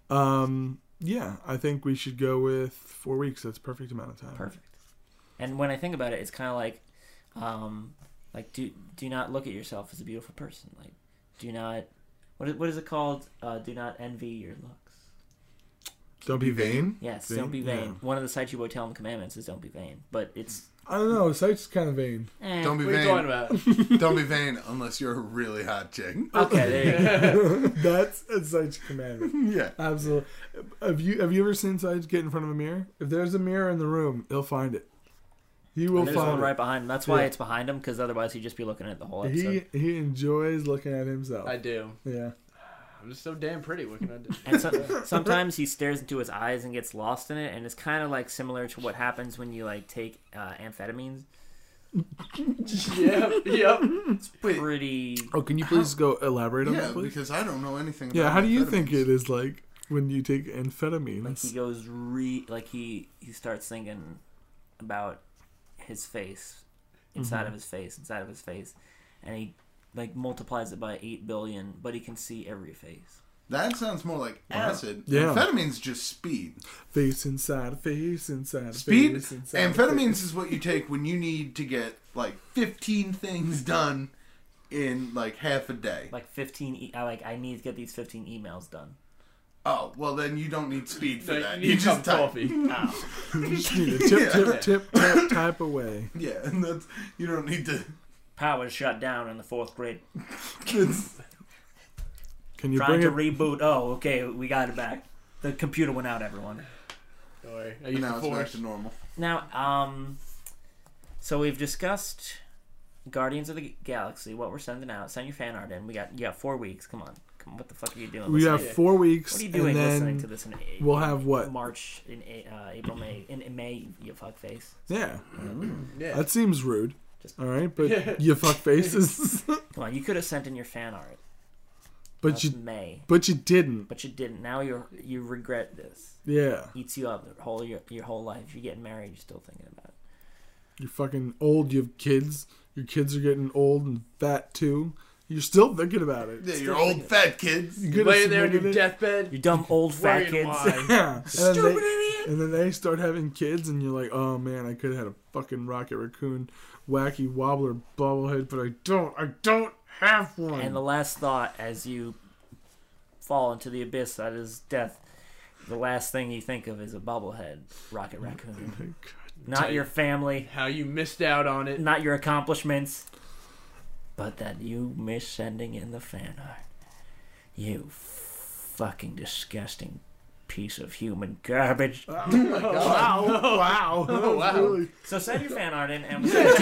Speaker 4: Um, yeah, I think we should go with four weeks. That's a perfect amount of time.
Speaker 2: Perfect. And when I think about it, it's kind of like, um, like do do not look at yourself as a beautiful person. Like, do not. What is, what is it called? Uh, do not envy your looks.
Speaker 4: Don't be vain.
Speaker 2: Yes,
Speaker 4: Vain?
Speaker 2: don't be vain.
Speaker 4: Yeah.
Speaker 2: One of the Saichi Boy Tell commandments is don't be vain. But it's
Speaker 4: I don't know. Site's kind of vain.
Speaker 2: eh.
Speaker 6: Don't be
Speaker 3: What are you talking
Speaker 6: vain.
Speaker 3: about?
Speaker 4: *laughs*
Speaker 6: Don't be vain unless you're a really hot
Speaker 2: *laughs*
Speaker 6: chick.
Speaker 3: Mm-hmm.
Speaker 6: Um,
Speaker 2: okay. There
Speaker 4: *laughs*
Speaker 2: you go.
Speaker 4: That's a Site's commandment.
Speaker 6: Yeah.
Speaker 4: Absolutely. Have you have you ever seen Site get in front of a mirror? If there's a mirror in the room, he'll find it. He will
Speaker 2: There's
Speaker 4: find
Speaker 2: one
Speaker 4: it.
Speaker 2: right behind him. That's why
Speaker 4: Yeah.
Speaker 2: it's behind him, because otherwise he'd just be looking at the whole episode.
Speaker 4: he he enjoys looking at himself.
Speaker 3: I do.
Speaker 4: yeah.
Speaker 3: I'm just so damn pretty. What can I
Speaker 4: *laughs*
Speaker 3: do?
Speaker 2: And so, *laughs* sometimes he stares into his eyes and gets lost in it, and it's kind of like similar to what happens when you like take uh, amphetamines.
Speaker 3: yep, yep.
Speaker 6: Wait.
Speaker 2: Pretty.
Speaker 4: Oh, can you please go elaborate on
Speaker 6: Yeah,
Speaker 4: that, please?
Speaker 6: because I don't know anything.
Speaker 4: Yeah,
Speaker 6: about
Speaker 4: how do you
Speaker 6: amphetamines.
Speaker 4: think it is like when you take
Speaker 2: Like he
Speaker 4: amphetamines?
Speaker 2: goes re like he he starts thinking about his face, inside
Speaker 4: Mm-hmm.
Speaker 2: of his face, inside of his face, and he like multiplies it by eight billion, but he can see every face.
Speaker 6: That sounds more like acid.
Speaker 4: Yeah.
Speaker 6: Amphetamine's just speed.
Speaker 4: Face inside, face inside,
Speaker 6: Speed.
Speaker 4: face inside.
Speaker 6: Amphetamines is what you take when you need to get like 15 things done in like half a day.
Speaker 2: Like fifteen. E- I like I need to get these fifteen emails done.
Speaker 6: Oh, well then you don't need speed for
Speaker 3: No,
Speaker 6: that.
Speaker 3: you need a cup of
Speaker 6: type.
Speaker 3: coffee.
Speaker 4: Just need
Speaker 2: *laughs*
Speaker 4: to tip, tip, tip, tip, type away.
Speaker 6: *laughs* Yeah, and that's you don't need to. *laughs*
Speaker 2: Power shut down in the fourth grade.
Speaker 6: It's,
Speaker 4: Can you
Speaker 2: Trying
Speaker 4: bring
Speaker 2: to
Speaker 4: it?
Speaker 2: reboot. Oh, okay, we got it back. The computer went out, everyone.
Speaker 3: Don't worry. I used
Speaker 6: now
Speaker 3: to
Speaker 6: it's back
Speaker 3: force.
Speaker 6: to normal.
Speaker 2: Now, um, so we've discussed Guardians of the Galaxy, what we're sending out. Send your fan art in. We got you got four weeks. Come on, Come, what the fuck are you doing?
Speaker 4: we
Speaker 2: listening
Speaker 4: have
Speaker 2: to-
Speaker 4: four weeks,
Speaker 2: What are you doing
Speaker 4: and then
Speaker 2: listening to this in a-
Speaker 4: we'll have what?
Speaker 2: March, in A- uh, April, May, in in May, you fuckface.
Speaker 4: Yeah,
Speaker 3: Yeah.
Speaker 4: that seems rude.
Speaker 2: Just-
Speaker 4: All right, but you fuck faces.
Speaker 2: Come on, you could have sent in your fan art.
Speaker 4: but
Speaker 2: That's
Speaker 4: you,
Speaker 2: May,
Speaker 4: but you didn't.
Speaker 2: but you didn't. Now you are you regret this.
Speaker 4: Yeah,
Speaker 2: Eats you up the whole your, your whole life. You're getting married. You're still thinking about it.
Speaker 4: you're fucking old. You have kids. Your kids are getting old and fat too. You're still thinking about it.
Speaker 6: Yeah, you're old fat kids.
Speaker 4: You
Speaker 3: You
Speaker 4: could have
Speaker 3: lay there in your
Speaker 4: submitted it.
Speaker 3: deathbed.
Speaker 2: You
Speaker 4: *laughs*
Speaker 2: dumb old fat
Speaker 3: worrying
Speaker 2: kids.
Speaker 3: why.
Speaker 4: Yeah, and then they- And then they start having kids, and you're like, oh man, I could have had a fucking rocket raccoon, wacky wobbler bobblehead, but I don't. I don't have one. *laughs*
Speaker 2: And the last thought as you fall into the abyss that is death, the last thing you think of is a bobblehead, Rocket Raccoon.
Speaker 4: God.
Speaker 2: Not your family,
Speaker 3: How you missed out on *laughs*
Speaker 4: *laughs*
Speaker 3: it.
Speaker 2: not your accomplishments, but that you miss sending in the fan art. You fucking disgusting piece of human garbage.
Speaker 4: Wow. Oh, Wow. That was
Speaker 3: wow.
Speaker 4: really-
Speaker 2: So send your fan art in and we'll send it.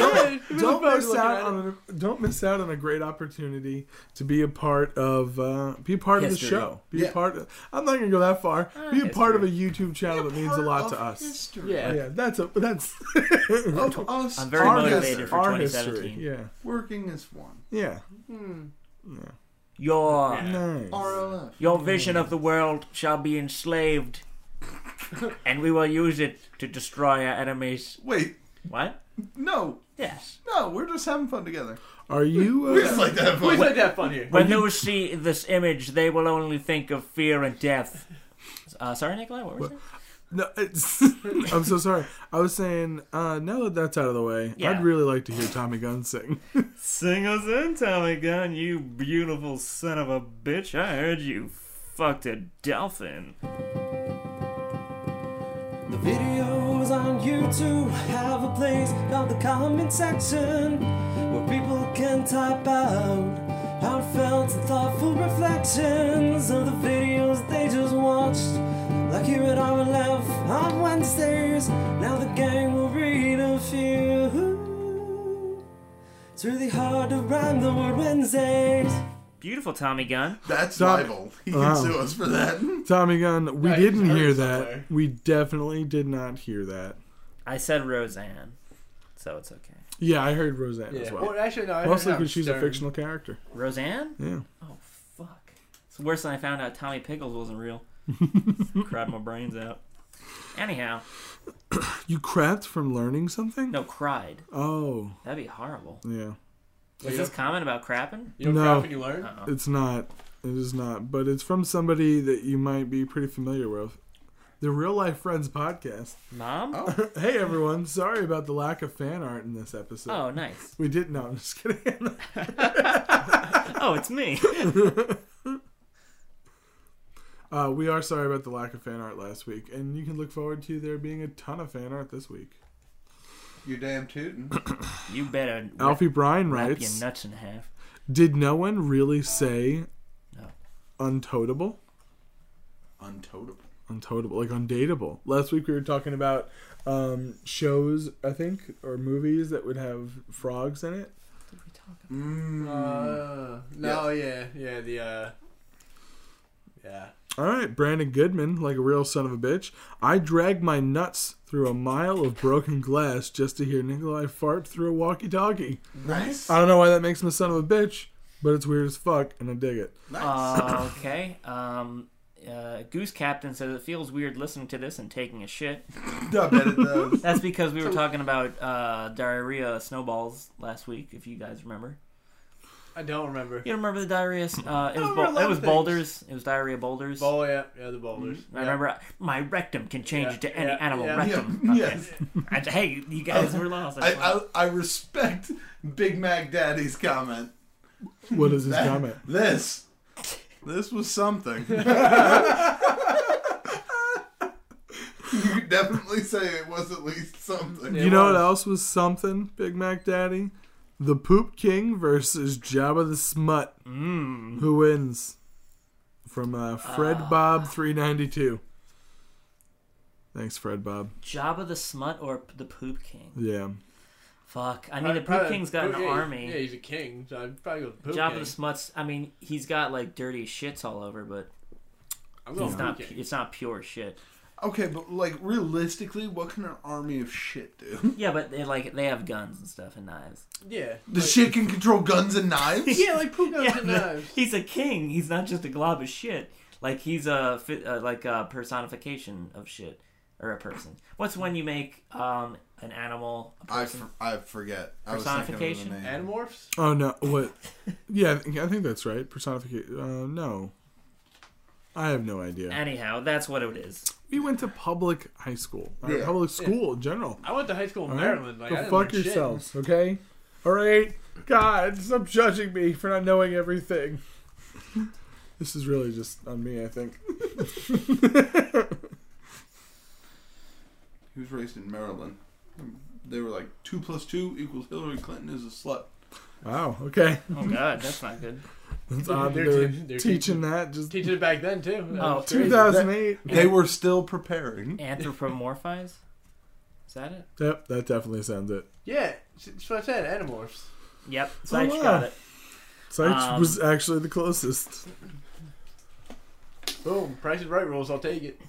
Speaker 4: Don't, don't
Speaker 3: fuck
Speaker 4: miss
Speaker 3: looking
Speaker 4: out
Speaker 3: at
Speaker 4: on a, don't miss out on a great opportunity to be a part of uh, be a part
Speaker 2: History.
Speaker 4: of the show. Be
Speaker 6: Yeah.
Speaker 4: a part. Of, I'm not gonna go that far. Be a part of a YouTube channel that means a lot
Speaker 6: Part
Speaker 4: to
Speaker 6: of
Speaker 4: us.
Speaker 6: History.
Speaker 3: Yeah.
Speaker 4: Yeah, that's a that's *laughs*
Speaker 6: Of us.
Speaker 2: I'm very
Speaker 6: our
Speaker 2: motivated
Speaker 6: history.
Speaker 2: for
Speaker 4: our
Speaker 2: 2017.
Speaker 4: history. Yeah,
Speaker 6: Working as one.
Speaker 4: yeah.
Speaker 2: Your
Speaker 4: Nice.
Speaker 6: RLF.
Speaker 2: your vision of the world shall be enslaved and we will use it to destroy our enemies.
Speaker 6: Wait,
Speaker 2: What?
Speaker 6: no,
Speaker 2: Yes.
Speaker 6: no, we're just having fun together.
Speaker 4: Are you? Uh,
Speaker 6: *laughs* We *laughs* just like to have
Speaker 3: We
Speaker 6: fun.
Speaker 3: like that fun here.
Speaker 2: When you see this image, they will only think of fear and death. Uh, sorry, Nikolai, what was it?
Speaker 4: No, it's, *laughs* I'm so sorry. I was saying, uh, now that that's out of the way,
Speaker 2: Yeah.
Speaker 4: I'd really like to hear Tommy Gunn sing. *laughs*
Speaker 2: Sing us in, Tommy Gun, you beautiful son of a bitch. I heard you fucked a dolphin.
Speaker 1: The videos on YouTube have a place called the comment section where people can type out heartfelt and thoughtful reflections of the videos they just watched. Like here at our left on Wednesdays, now the gang will read a few. It's really hard to rhyme the word Wednesdays.
Speaker 2: Beautiful, Tommy Gun.
Speaker 6: That's
Speaker 4: Stop.
Speaker 6: libel. He can
Speaker 4: Wow.
Speaker 6: sue us for that. *laughs*
Speaker 4: Tommy Gunn, we
Speaker 3: That
Speaker 4: didn't
Speaker 3: hurt
Speaker 4: hear that.
Speaker 3: somewhere.
Speaker 4: We definitely did not hear that.
Speaker 2: I said Roseanne, so it's okay.
Speaker 4: Yeah, I heard Roseanne as well.
Speaker 3: Well, actually, no. I
Speaker 4: Mostly
Speaker 3: heard
Speaker 4: because she's a
Speaker 3: Stern.
Speaker 4: fictional character.
Speaker 2: Roseanne?
Speaker 4: Yeah.
Speaker 2: Oh, fuck. It's worse than I found out Tommy Pickles wasn't real. Cried my brains out. Anyhow,
Speaker 4: You crapped from learning something?
Speaker 2: no, cried.
Speaker 4: Oh,
Speaker 2: That'd be horrible.
Speaker 4: yeah.
Speaker 2: Is this comment about crapping?
Speaker 3: You know,
Speaker 4: No.
Speaker 3: crap when you learn.
Speaker 2: Uh-oh.
Speaker 4: It's not. It is not. But it's from somebody that you might be pretty familiar with. The Real Life Friends podcast.
Speaker 2: Mom? Oh,
Speaker 4: hey, everyone. Sorry about the lack of fan art in this episode.
Speaker 3: Oh.
Speaker 2: Oh,
Speaker 4: *laughs*
Speaker 2: nice.
Speaker 4: We did. No, I'm just kidding.
Speaker 2: Oh, it's me.
Speaker 4: Uh, we are sorry about the lack of fan art last week, and you can look forward to there being a ton of fan art this week.
Speaker 6: You're damn tootin'.
Speaker 2: You better rip
Speaker 4: Alfie Bryan
Speaker 2: wrap your
Speaker 4: writes
Speaker 2: nuts in half.
Speaker 4: Did no one really say
Speaker 2: No.
Speaker 4: untotable?
Speaker 6: Untotable.
Speaker 4: Untotable, like undateable. Last week we were talking about um, shows, I think, or movies that would have frogs in it.
Speaker 3: Uh, no, yeah, yeah, the uh, yeah.
Speaker 4: All right, Brandon Goodman, like a real son of a bitch. I dragged my nuts through a mile of broken glass just to hear Nikolai fart through a walkie talkie.
Speaker 6: Nice.
Speaker 4: I don't know why that makes him a son of a bitch, but it's weird as fuck, and I dig it.
Speaker 6: Nice.
Speaker 2: Uh, okay. Um, uh, Goose Captain says it feels weird listening to this and taking a shit.
Speaker 6: I bet it
Speaker 2: *laughs*
Speaker 6: does.
Speaker 2: That's because we were talking about uh, diarrhea snowballs last week, if you guys remember.
Speaker 3: I don't remember.
Speaker 2: You remember the diarrhea? Uh, it was
Speaker 3: remember a
Speaker 2: bou-
Speaker 3: lot
Speaker 2: it
Speaker 3: of
Speaker 2: was
Speaker 3: things.
Speaker 2: boulders. It was diarrhea boulders.
Speaker 3: Oh yeah, yeah, the boulders.
Speaker 2: Mm, I remember my rectum can change
Speaker 3: Yeah,
Speaker 2: it to any
Speaker 3: yeah,
Speaker 2: animal
Speaker 3: *laughs* yeah.
Speaker 2: rectum.
Speaker 6: Yeah,
Speaker 2: Okay.
Speaker 6: yes.
Speaker 2: I, hey, you
Speaker 3: *laughs*
Speaker 2: guys were lost.
Speaker 6: I,
Speaker 2: That's why.
Speaker 6: I, I respect Big Mac Daddy's comment.
Speaker 4: What is his
Speaker 6: *laughs*
Speaker 4: comment?
Speaker 6: This. This
Speaker 4: *laughs*
Speaker 6: was something. you could definitely say it was at least something.
Speaker 4: you know what else was something, Big Mac Daddy? The Poop King versus Jabba the Smut. Mm. Who wins? From uh, Fred Bob three ninety two. Thanks, Fred Bob.
Speaker 2: Jabba the Smut or p- the Poop King?
Speaker 4: Yeah,
Speaker 2: Fuck. I mean, the Poop King's got an
Speaker 3: Uh, yeah,
Speaker 2: army.
Speaker 3: Yeah, he's a king, so I'd probably go with the poop
Speaker 2: Jabba
Speaker 3: king.
Speaker 2: the Smut's. I mean, he's got like dirty shits all over, but
Speaker 3: I'm going
Speaker 2: it's not.
Speaker 3: poop
Speaker 2: pu-
Speaker 3: king.
Speaker 2: It's not pure shit.
Speaker 6: Okay, but like realistically, what can an army of
Speaker 2: *laughs*
Speaker 6: shit do?
Speaker 2: Yeah, but they like they have guns and stuff and knives.
Speaker 3: Yeah,
Speaker 6: The shit can control guns and knives?
Speaker 3: yeah, like poop
Speaker 2: *laughs*
Speaker 3: guns
Speaker 2: Yeah,
Speaker 3: and
Speaker 2: no,
Speaker 3: knives.
Speaker 2: he's a king. He's not just a glob of shit. Like he's a fi- uh, like a personification of shit or a person. What's when you make um an animal a
Speaker 6: I,
Speaker 2: person?
Speaker 6: for, I forget. I was thinking of the
Speaker 2: Personification?
Speaker 6: name.
Speaker 3: Animorphs.
Speaker 4: Oh no! What? Yeah, I think- I think that's right. Personification. Uh, no, I have no idea.
Speaker 2: Anyhow, that's what it is.
Speaker 4: We went to public high school, or
Speaker 6: Yeah.
Speaker 4: public school in general.
Speaker 3: I went to high school in
Speaker 4: All right?
Speaker 3: Maryland. Like, I
Speaker 4: Go
Speaker 3: didn't
Speaker 4: fuck
Speaker 3: learn shit.
Speaker 4: yourselves, okay? All right. God, stop judging me for not knowing everything. *laughs* This is really just on me, I think.
Speaker 6: He was raised in Maryland. They were like two plus two equals Hillary Clinton is a slut.
Speaker 4: Wow. Okay.
Speaker 2: Oh god, that's not good.
Speaker 4: It's odd that
Speaker 3: They're
Speaker 4: they're
Speaker 3: teaching- they're
Speaker 4: teaching that just
Speaker 3: Teaching it back then too. That
Speaker 2: Oh,
Speaker 3: was crazy.
Speaker 4: 2008.
Speaker 6: They were still preparing.
Speaker 2: Anthropomorphize. Is that it?
Speaker 4: Yep, that definitely sounds it.
Speaker 3: Yeah, that's what I said. Animorphs.
Speaker 2: Yep, Zeich
Speaker 4: wow.
Speaker 2: got it.
Speaker 4: Seich
Speaker 2: Um,
Speaker 4: was actually the closest.
Speaker 3: Boom. Price is right rules. I'll take it.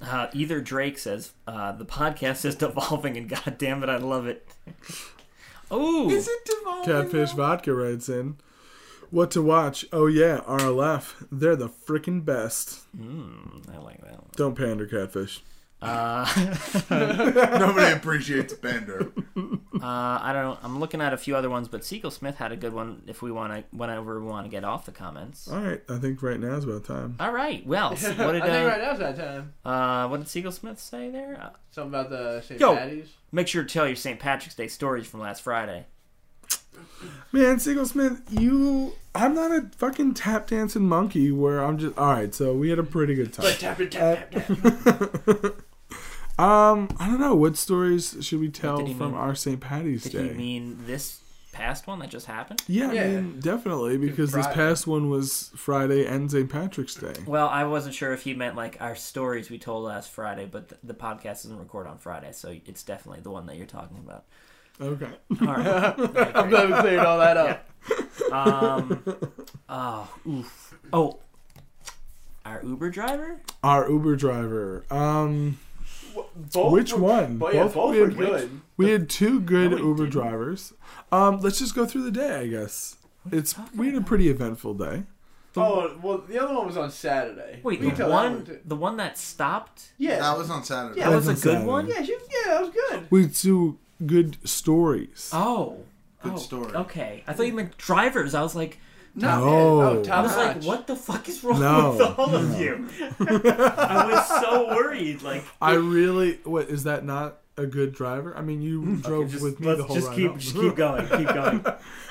Speaker 2: Uh, either Drake says uh, the podcast is *laughs* devolving, and god damn it, I love it. oh,
Speaker 6: it devolving?
Speaker 4: Catfish Vodka writes in. What to watch? Oh yeah, RLF. They're the freaking best.
Speaker 2: Mm, I like that one.
Speaker 4: Don't pander, catfish.
Speaker 2: Uh,
Speaker 6: Nobody appreciates Bender.
Speaker 2: *laughs* Uh, I don't know. I'm looking at a few other ones, but Siegel Smith had a good one. If we want to, whenever we want to get off the comments.
Speaker 4: All right, I think right now is about time.
Speaker 2: All right. Well, s- what did
Speaker 3: *laughs* I think right
Speaker 2: uh,
Speaker 3: now's that time.
Speaker 2: uh, what did Siegel Smith say there? Uh,
Speaker 3: Something about the St.
Speaker 2: Yo.
Speaker 3: Patty's.
Speaker 2: make sure to tell your St. Patrick's Day stories from last Friday.
Speaker 4: Man, Siegel Smith, you. I'm not a fucking tap dancing monkey where I'm just. All right, so we had a pretty good time.
Speaker 3: Like tap it,
Speaker 4: Uh,
Speaker 3: tap, tap, tap.
Speaker 4: Um, I don't know. What stories should we tell
Speaker 2: did he
Speaker 4: from
Speaker 2: mean?
Speaker 4: our St. Patty's
Speaker 2: Did
Speaker 4: Day?
Speaker 2: he mean this past one that just happened?
Speaker 4: yeah, I
Speaker 3: Yeah.
Speaker 4: mean, definitely, because this
Speaker 3: Friday.
Speaker 4: past one was Friday and St. Patrick's Day.
Speaker 2: Well, I wasn't sure if he meant like our stories we told last Friday, but th- the podcast doesn't record on Friday, so it's definitely the one that you're talking about.
Speaker 4: Okay.
Speaker 2: All right.
Speaker 3: *laughs* I'm glad we cleared all that up.
Speaker 2: Um, oh, oof. Oh, our Uber driver.
Speaker 4: *laughs* Our Uber driver. Um,
Speaker 3: Both
Speaker 4: Which
Speaker 3: were-
Speaker 4: one?
Speaker 3: But yeah,
Speaker 4: Both
Speaker 3: both,
Speaker 4: we
Speaker 3: were
Speaker 4: had-
Speaker 3: good.
Speaker 4: we had two good
Speaker 2: No, we
Speaker 4: Uber
Speaker 2: didn't.
Speaker 4: drivers. Um, let's just go through the day, I guess. It's we had a pretty eventful day.
Speaker 3: Oh well, the other one was on Saturday.
Speaker 2: Wait,
Speaker 3: We can
Speaker 2: the
Speaker 3: tell that
Speaker 2: one,
Speaker 3: too.
Speaker 2: the one that stopped.
Speaker 3: Yeah,
Speaker 6: That was on Saturday.
Speaker 3: Yeah. That
Speaker 2: was a
Speaker 4: on
Speaker 2: good one?
Speaker 3: yeah, she, yeah, that was good.
Speaker 4: We had two good stories.
Speaker 2: Oh.
Speaker 6: Good
Speaker 2: Oh,
Speaker 6: story.
Speaker 2: Okay. I thought you meant drivers. I was like,
Speaker 4: No.
Speaker 3: man.
Speaker 4: I
Speaker 3: oh,
Speaker 2: I
Speaker 3: top
Speaker 2: was like,
Speaker 3: notch.
Speaker 2: what the fuck is wrong
Speaker 4: No.
Speaker 2: with all of *laughs* you? I was so worried. Like,
Speaker 4: I really. What is that? Not a good driver. I mean, you drove
Speaker 2: Mm. just,
Speaker 4: with me
Speaker 2: let's
Speaker 4: the whole
Speaker 2: just
Speaker 4: ride
Speaker 2: keep,
Speaker 4: home.
Speaker 2: just keep going, keep going.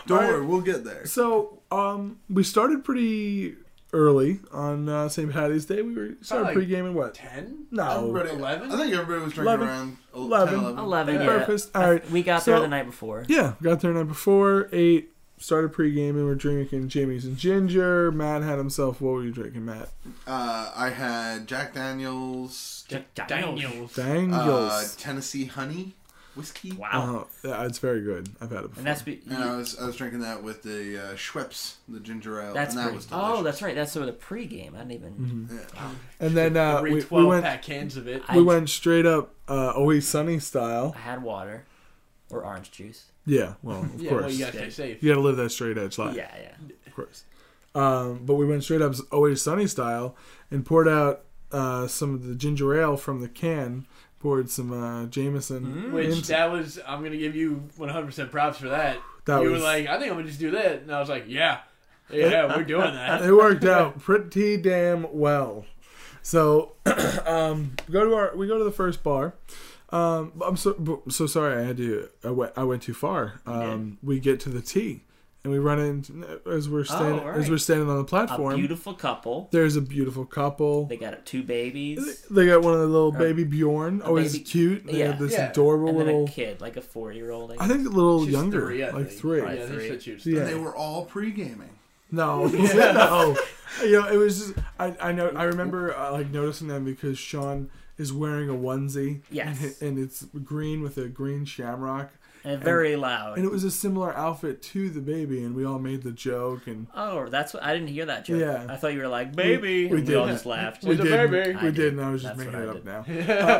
Speaker 6: Don't worry, we'll get
Speaker 4: *laughs*
Speaker 6: there.
Speaker 4: So, um, we started pretty early on uh, St. Patty's Day. We were started
Speaker 3: Probably
Speaker 4: pre-gaming what?
Speaker 3: Ten.
Speaker 4: No,
Speaker 6: Everybody,
Speaker 3: 11?
Speaker 6: I think everybody was drinking
Speaker 4: 11.
Speaker 6: around el-
Speaker 4: 11.
Speaker 6: 10, 11.
Speaker 2: *laughs* Eleven.
Speaker 4: yeah.
Speaker 2: Yeah.
Speaker 4: breakfast. All right,
Speaker 2: We got
Speaker 4: So-
Speaker 2: there the night before.
Speaker 4: yeah, got there night before eight. Started pre-gaming. We're drinking Jamie's and ginger. Matt had himself. What were you drinking, Matt?
Speaker 6: Uh, I had Jack Daniels,
Speaker 2: Daniels.
Speaker 6: uh,
Speaker 4: Dangles.
Speaker 6: Tennessee honey whiskey.
Speaker 2: Wow.
Speaker 4: Oh, yeah, it's very good. I've had it before.
Speaker 2: and that's be-
Speaker 6: And
Speaker 4: Uh-huh.
Speaker 6: I was I was drinking that with the uh, Schweppes, the ginger ale,
Speaker 2: that's
Speaker 6: and that
Speaker 2: pretty-
Speaker 6: was delicious.
Speaker 2: oh, that's right. That's sort of the pregame. I didn't even.
Speaker 4: And then uh,
Speaker 3: Three
Speaker 4: we, we
Speaker 3: 12
Speaker 4: went
Speaker 3: pack cans of it.
Speaker 2: I,
Speaker 4: Mm-hmm. we went straight up uh, Always Sunny style.
Speaker 2: I had water, or orange juice.
Speaker 4: Yeah, well, of
Speaker 3: yeah,
Speaker 4: course.
Speaker 3: well, you gotta
Speaker 2: Yeah.
Speaker 3: stay safe.
Speaker 4: You got to live that straight edge life.
Speaker 2: Yeah, yeah.
Speaker 4: of course. Um, but we went straight up Always Sunny style and poured out uh, some of the ginger ale from the can, poured some uh, Jameson.
Speaker 3: Which
Speaker 4: into-
Speaker 3: that was, I'm gonna give you 100% props for that.
Speaker 4: That
Speaker 3: you
Speaker 4: was-
Speaker 3: were like, I think I'm gonna just do that, and I was like, yeah,
Speaker 4: *laughs*
Speaker 3: yeah, we're doing that.
Speaker 4: it worked out *laughs* pretty damn well. So, *clears throat* um, go to our we go to the first bar. Um, I'm so b- so sorry. I had to. I went. I went too far. Um, we get to the T, and we run into as
Speaker 3: Oh,
Speaker 4: we're standing
Speaker 2: all
Speaker 4: as
Speaker 2: right.
Speaker 4: we're standing on the
Speaker 2: A
Speaker 4: platform.
Speaker 2: beautiful couple.
Speaker 4: there's a beautiful couple.
Speaker 2: They got two babies.
Speaker 4: They got one of the little baby Bjorn, always
Speaker 2: baby-
Speaker 4: cute. They
Speaker 2: yeah.
Speaker 4: have this
Speaker 3: Yeah.
Speaker 4: adorable
Speaker 2: And then
Speaker 4: little.
Speaker 2: a kid, like a four-year-old. I
Speaker 4: I think a little
Speaker 3: She's
Speaker 4: younger,
Speaker 3: three, I
Speaker 4: like
Speaker 3: think.
Speaker 4: three.
Speaker 3: Yeah,
Speaker 2: Three.
Speaker 3: they said she was
Speaker 4: Yeah.
Speaker 3: three.
Speaker 6: And they were all pre gaming.
Speaker 3: *laughs*
Speaker 4: No, *laughs* no. You know, it was just I, I know I remember uh, like noticing them because Sean is wearing a onesie.
Speaker 2: Yes.
Speaker 4: and, and it's green with a green shamrock,
Speaker 2: And very loud.
Speaker 4: and it was a similar outfit to the baby, and we all made the joke and.
Speaker 2: Oh, that's what I didn't hear that joke.
Speaker 4: Yeah.
Speaker 2: I thought you were like baby.
Speaker 4: we
Speaker 2: and
Speaker 4: did.
Speaker 2: all just laughed.
Speaker 4: We
Speaker 3: It's a
Speaker 4: did.
Speaker 3: baby.
Speaker 4: We
Speaker 2: I
Speaker 4: did,
Speaker 2: did.
Speaker 4: and I was just
Speaker 2: That's
Speaker 4: making it
Speaker 2: what
Speaker 4: up
Speaker 2: I
Speaker 4: now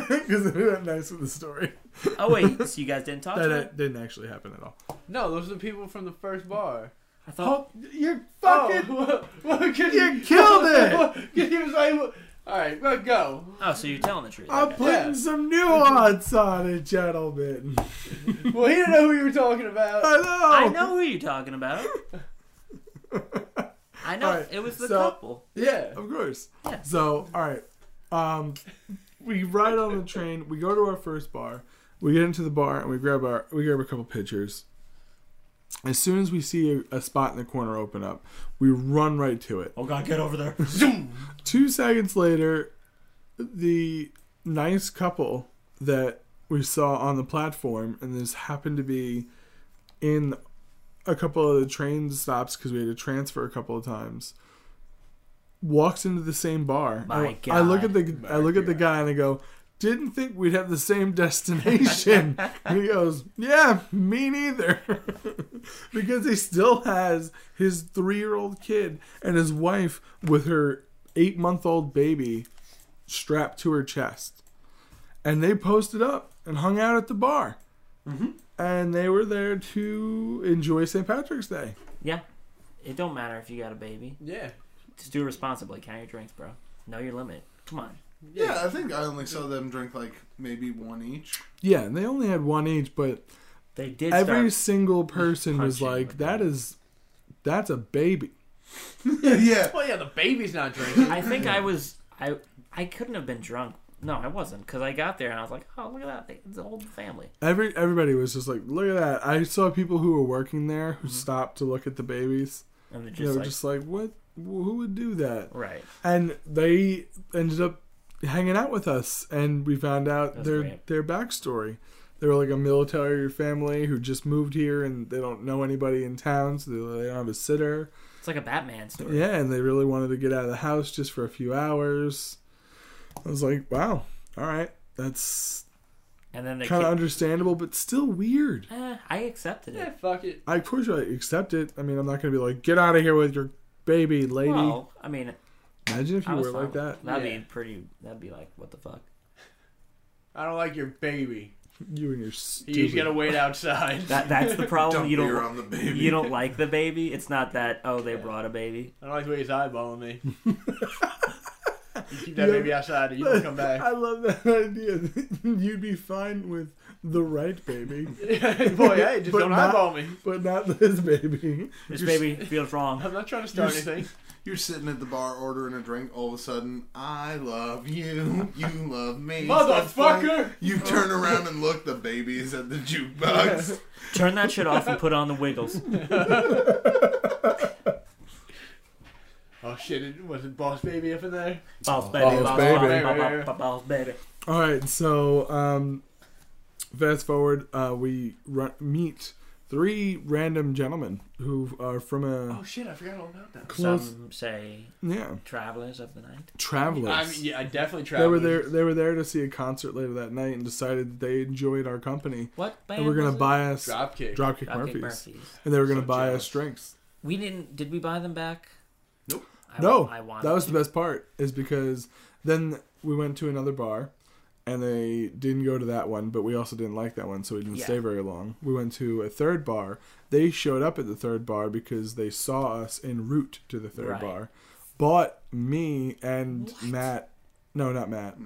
Speaker 4: *laughs*
Speaker 3: *laughs*
Speaker 4: because it went nice with the story.
Speaker 2: oh wait, so you guys didn't talk
Speaker 4: *laughs* That
Speaker 2: to
Speaker 4: uh,
Speaker 2: him?
Speaker 4: didn't actually happen at all.
Speaker 3: No, those are the people from the first bar.
Speaker 2: I thought
Speaker 4: you're
Speaker 3: Oh, *laughs* well, cause
Speaker 4: You
Speaker 3: *laughs*
Speaker 4: killed it!
Speaker 3: Because he was like, all right, well, go.
Speaker 2: oh. so you're telling the truth.
Speaker 4: I'm
Speaker 2: Okay.
Speaker 4: putting
Speaker 3: Yeah.
Speaker 4: some nuance on it, gentlemen. *laughs*
Speaker 3: Well, he didn't know who you were talking about.
Speaker 4: I know.
Speaker 2: I know who you're talking
Speaker 4: *laughs*
Speaker 2: about. I know
Speaker 4: Alright,
Speaker 2: it was the
Speaker 4: so-
Speaker 2: couple.
Speaker 3: Yeah.
Speaker 4: *laughs* Of course.
Speaker 2: Yeah.
Speaker 4: So, all right. Um, we ride on the train. We go to our first bar. We get into the bar and we grab our we grab a couple pictures. As soon as we see a, a spot in the corner open up, we run right to it.
Speaker 2: Oh god, get over there. *laughs*
Speaker 4: Two seconds later, the nice couple that we saw on the platform, and this happened to be in a couple of the train stops because we had to transfer a couple of times, walks into the same bar.
Speaker 2: My
Speaker 4: I, I look at
Speaker 2: God.
Speaker 4: the I look at the guy and I go, "Didn't think we'd have the same
Speaker 2: *laughs*
Speaker 4: destination." and he goes, "Yeah, me neither." *laughs* because he still has his three year old kid and his wife with her eight month old baby strapped to her chest. And they posted up and hung out at the bar. And they were there to enjoy St. Patrick's Day.
Speaker 2: Yeah. It don't matter if you got a baby.
Speaker 3: Yeah.
Speaker 2: Just do it responsibly. Count your drinks, bro. Know your limit. Come on.
Speaker 6: Yeah, I think I only saw them drink like maybe one each.
Speaker 4: Yeah, and they only had one each, but
Speaker 2: They did
Speaker 4: every
Speaker 2: start.
Speaker 4: single person was
Speaker 2: punching
Speaker 4: like,
Speaker 2: with
Speaker 4: "That is, that's a baby."
Speaker 6: *laughs* yeah.
Speaker 3: Well, yeah, the baby's not drinking.
Speaker 2: I think
Speaker 4: *clears throat*
Speaker 2: I was. I I couldn't have been drunk. No, I wasn't, because I got there and I was like, oh, look at that. They- It's the whole family.
Speaker 4: Every everybody was just like, "Look at that!" I saw people who were working there who stopped to look at the babies.
Speaker 2: And they're Mm-hmm. just
Speaker 4: They were
Speaker 2: like,
Speaker 4: just like, "What? Who would do that?"
Speaker 2: right.
Speaker 4: and they ended up hanging out with us and we found out
Speaker 2: That's
Speaker 4: their
Speaker 2: great.
Speaker 4: their backstory they were like a military family who just moved here and they don't know anybody in town so they they don't have a sitter
Speaker 2: It's like a Batman story.
Speaker 4: yeah and they really wanted to get out of the house just for a few hours i was like wow all right that's
Speaker 2: And then they
Speaker 4: kind of
Speaker 2: came,
Speaker 4: understandable but still weird
Speaker 2: eh, I accepted
Speaker 3: *laughs* yeah,
Speaker 2: it.
Speaker 3: fuck it.
Speaker 4: i of course i accept it i mean i'm not gonna be like get out of here with your baby lady
Speaker 2: Well, I mean,
Speaker 4: imagine if
Speaker 2: I
Speaker 4: you
Speaker 2: was
Speaker 4: were
Speaker 2: fine
Speaker 4: like
Speaker 2: with it.
Speaker 4: that
Speaker 2: That'd
Speaker 3: Yeah.
Speaker 2: be pretty. That'd be like, what the fuck?
Speaker 3: I don't like your baby.
Speaker 4: you and your
Speaker 3: You just
Speaker 4: stupid
Speaker 3: gotta wait outside.
Speaker 2: That that's
Speaker 4: *laughs*
Speaker 2: the problem.
Speaker 6: Dump
Speaker 2: Oh, you
Speaker 6: beer
Speaker 2: don't
Speaker 6: on the baby.
Speaker 2: you don't like the baby. It's not
Speaker 4: *laughs*
Speaker 2: that oh they brought a baby.
Speaker 3: *laughs* I don't like the way he's eyeballing *laughs* me. you keep that baby outside or you don't come back. *laughs*
Speaker 4: I love that *laughs* idea. You'd be fine with the
Speaker 2: *laughs*
Speaker 4: right baby,
Speaker 3: Boy, hey, just
Speaker 4: But
Speaker 3: don't
Speaker 4: not-
Speaker 3: eyeball me.
Speaker 4: but not this baby.
Speaker 2: This
Speaker 4: You're
Speaker 2: baby feels wrong.
Speaker 3: I'm not trying to start
Speaker 6: You're s-
Speaker 3: anything.
Speaker 6: You're sitting at the bar ordering a drink. All of a sudden, I love you. You
Speaker 3: *laughs*
Speaker 6: love me.
Speaker 3: Motherfucker!
Speaker 6: You turn around and look. The baby's at the jukebox.
Speaker 2: Turn that shit off and put on the
Speaker 4: *laughs*
Speaker 2: Wiggles.
Speaker 3: Oh shit, it was it Boss Baby up in there?
Speaker 2: Boss baby,
Speaker 4: Boss
Speaker 2: boss
Speaker 4: baby.
Speaker 2: baby, boss baby, boss baby.
Speaker 4: All right, so um, fast forward, uh, we run, meet three random gentlemen who are from a
Speaker 3: Oh shit, I forgot all about that.
Speaker 4: close,
Speaker 2: Some say
Speaker 4: yeah,
Speaker 2: travelers of the night.
Speaker 4: travelers.
Speaker 3: I mean, yeah, I definitely
Speaker 4: they were
Speaker 3: traveled.
Speaker 4: there. They were there to see a concert later that night and decided that they enjoyed our company
Speaker 2: What band?
Speaker 4: and were gonna
Speaker 2: was it?
Speaker 4: buy us
Speaker 3: Dropkick.
Speaker 4: Dropkick
Speaker 2: Dropkick
Speaker 4: Murphys,
Speaker 2: Murphys.
Speaker 4: and they were gonna
Speaker 3: So
Speaker 4: buy
Speaker 3: jealous.
Speaker 4: us drinks.
Speaker 2: We didn't. Did we buy them back?
Speaker 6: Nope.
Speaker 2: I,
Speaker 4: no,
Speaker 2: I wanted.
Speaker 4: that was the
Speaker 2: to.
Speaker 4: best part. Is because then we went to another bar, and they didn't go to that one, but we also didn't like that one, so we didn't
Speaker 2: Yeah.
Speaker 4: stay very long. We went to a third bar. They showed up at the third bar because they saw us en route to the third
Speaker 2: Right.
Speaker 4: bar. Bought me and Matt, no, not Matt,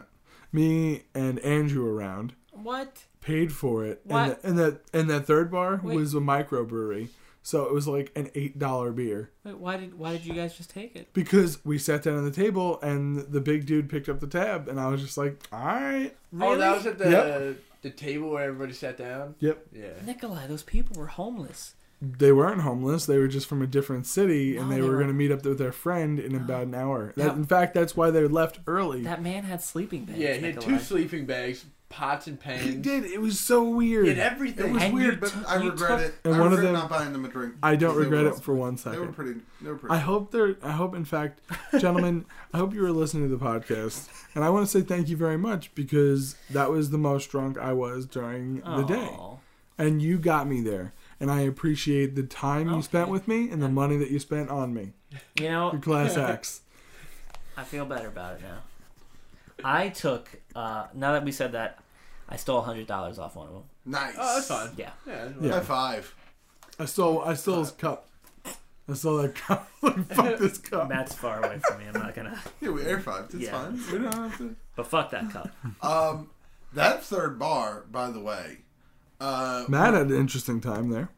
Speaker 4: me and Andrew around.
Speaker 2: What?
Speaker 4: Paid for it,
Speaker 2: What?
Speaker 4: and that and that and that third bar
Speaker 2: Wait.
Speaker 4: was a microbrewery, so it was like an eight dollar beer
Speaker 2: Wait, why did why did you guys just take it?
Speaker 4: because we sat down at the table and the big dude picked up the tab and I was just like, all right.
Speaker 3: Oh, that was at the
Speaker 4: Yep.
Speaker 3: the table where everybody sat down.
Speaker 4: Yep.
Speaker 3: Yeah.
Speaker 2: Nikolai, those people were homeless.
Speaker 4: They weren't homeless. They were just from a different city and
Speaker 2: No,
Speaker 4: they,
Speaker 2: they
Speaker 4: were,
Speaker 2: were-
Speaker 4: going to meet up with their friend in about an hour. That,
Speaker 2: That-
Speaker 4: in fact, that's why they left early.
Speaker 2: That man had sleeping bags.
Speaker 3: Yeah, he had
Speaker 2: Nikolai.
Speaker 3: two sleeping bags, pots and pans.
Speaker 4: he did. It was so weird.
Speaker 3: He had everything.
Speaker 6: It was
Speaker 2: And you
Speaker 6: weird, but
Speaker 2: took-
Speaker 6: I
Speaker 2: you
Speaker 6: regret
Speaker 2: took-
Speaker 6: it.
Speaker 4: And
Speaker 6: I
Speaker 4: one of
Speaker 6: regret
Speaker 4: them-
Speaker 6: not buying them a drink.
Speaker 4: I don't
Speaker 6: They
Speaker 4: regret
Speaker 6: were
Speaker 4: it for one
Speaker 6: They were
Speaker 4: second.
Speaker 6: pretty. They were pretty.
Speaker 4: I hope they're. I hope, in fact, gentlemen, I hope you were listening to the podcast, and I want to say thank you very much because that was the most drunk I was during the day.
Speaker 2: Aw.
Speaker 4: and you got me there. And I appreciate the time you spent
Speaker 2: Okay.
Speaker 4: with me and the money that you spent on me.
Speaker 2: You
Speaker 4: Your
Speaker 2: know, *laughs*
Speaker 4: class acts.
Speaker 2: I feel better about it now. I took. Uh, now that we said that, I stole hundred dollars off one of them.
Speaker 6: nice.
Speaker 3: Oh, that's fine.
Speaker 2: Yeah,
Speaker 3: Yeah.
Speaker 4: Yeah.
Speaker 6: High five.
Speaker 4: I stole I stole his cup. I stole that cup. *laughs*
Speaker 2: *laughs*
Speaker 4: Like, fuck this cup.
Speaker 2: Matt's far away from me. I'm not gonna.
Speaker 6: Yeah, we air fived. It's
Speaker 2: Yeah.
Speaker 6: fine. We don't have to.
Speaker 2: But fuck that cup.
Speaker 6: Um, that third bar, by the way. Uh,
Speaker 4: Matt had an interesting time there.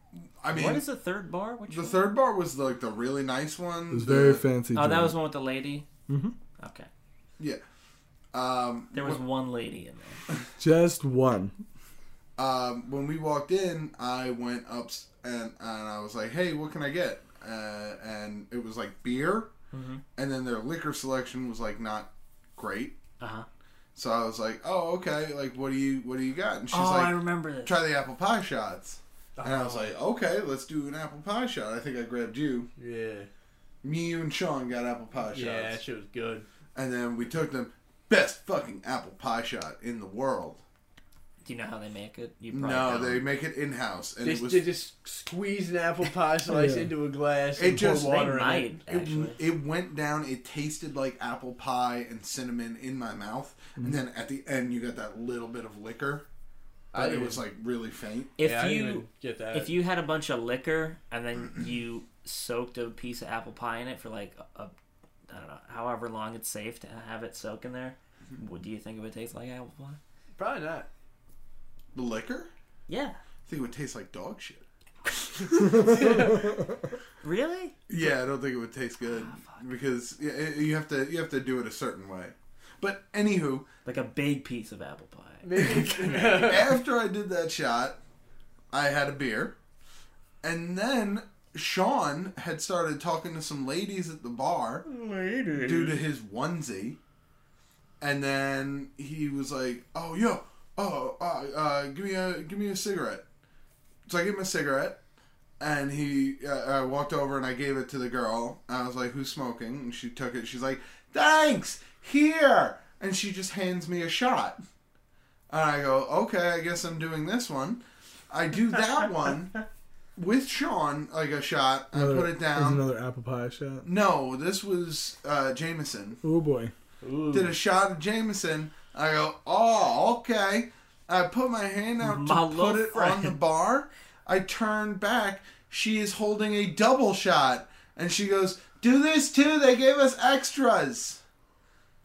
Speaker 6: I mean,
Speaker 2: What is the third bar? Which
Speaker 6: the
Speaker 2: one?
Speaker 6: third bar was like the really nice one.
Speaker 4: It was
Speaker 6: the-
Speaker 4: very fancy.
Speaker 2: Oh, that
Speaker 4: joint.
Speaker 2: was one with the lady.
Speaker 4: Mhm.
Speaker 2: Okay,
Speaker 6: Yeah. Um,
Speaker 2: there was one lady in there.
Speaker 4: just one.
Speaker 6: um, when we walked in, I went up s- and, and I was like, "Hey, what can I get?" Uh, and it was like beer,
Speaker 2: Mhm.
Speaker 6: and then their liquor selection was like not great.
Speaker 2: Uh huh.
Speaker 6: So I was like, "Oh, okay. Like, what do you what do you got?" And she's
Speaker 2: Oh, I Oh.
Speaker 6: like,
Speaker 2: remember this.
Speaker 6: "Try the apple pie shots." And I was like, "Okay, let's do an apple pie shot." I think I grabbed you.
Speaker 3: Yeah.
Speaker 6: Me, you, and Sean got apple pie shots,
Speaker 3: Yeah, that shit was good.
Speaker 6: and then we took them. Best fucking apple pie shot in the world.
Speaker 2: Do you know how they make it? You probably
Speaker 6: No,
Speaker 2: don't.
Speaker 6: they make it in house, and
Speaker 3: They,
Speaker 6: it was
Speaker 3: they just squeeze an apple pie slice
Speaker 4: Yeah.
Speaker 3: into a glass
Speaker 6: It
Speaker 3: and
Speaker 6: just-
Speaker 3: pour
Speaker 2: They
Speaker 3: water in
Speaker 2: might mm,
Speaker 3: it.
Speaker 2: actually.
Speaker 6: It, it went down. It tasted like apple pie and cinnamon in my mouth, and then at the end you got that little bit of liquor,
Speaker 3: I
Speaker 6: but it
Speaker 3: didn't-
Speaker 6: was like really faint.
Speaker 2: If
Speaker 3: yeah, I didn't
Speaker 2: you
Speaker 3: even get that.
Speaker 2: if you had a bunch of liquor and then you soaked a piece of apple pie in it for like a, a I don't know, however long it's safe to have it soak in there, what do you think it would taste like apple pie?
Speaker 3: Probably not.
Speaker 6: The liquor?
Speaker 2: Yeah.
Speaker 6: I think it would taste like dog shit.
Speaker 2: Really?
Speaker 6: Yeah, I don't think it would taste good because y- y- you have to you have to do it a certain way. But *laughs* anywho,
Speaker 2: Like a big piece of apple pie.
Speaker 3: *laughs* Maybe.
Speaker 6: after I did that shot, I had a beer, and then Sean had started talking to some ladies at the bar due to his onesie, and then he was like, "Oh yo, oh uh, uh, give me a give me a cigarette." So I gave him a cigarette, and he uh, I walked over and I gave it to the girl. I was like, "Who's smoking?" And she took it. She's like, "Thanks, here," and she just hands me a shot. And I go, okay, I guess I'm doing this one. I do that one with Sean, like a shot. I
Speaker 4: Another-
Speaker 6: put it
Speaker 4: There's
Speaker 6: down.
Speaker 4: another apple pie shot.
Speaker 6: No, this was uh, Jameson.
Speaker 4: Oh boy.
Speaker 6: Did a shot of Jameson. I go, oh, okay. I put my hand out
Speaker 2: My
Speaker 6: to
Speaker 2: little
Speaker 6: put it on
Speaker 2: friend.
Speaker 6: the bar. I turn back. She is holding a double shot. And she goes, do this too. They gave us extras.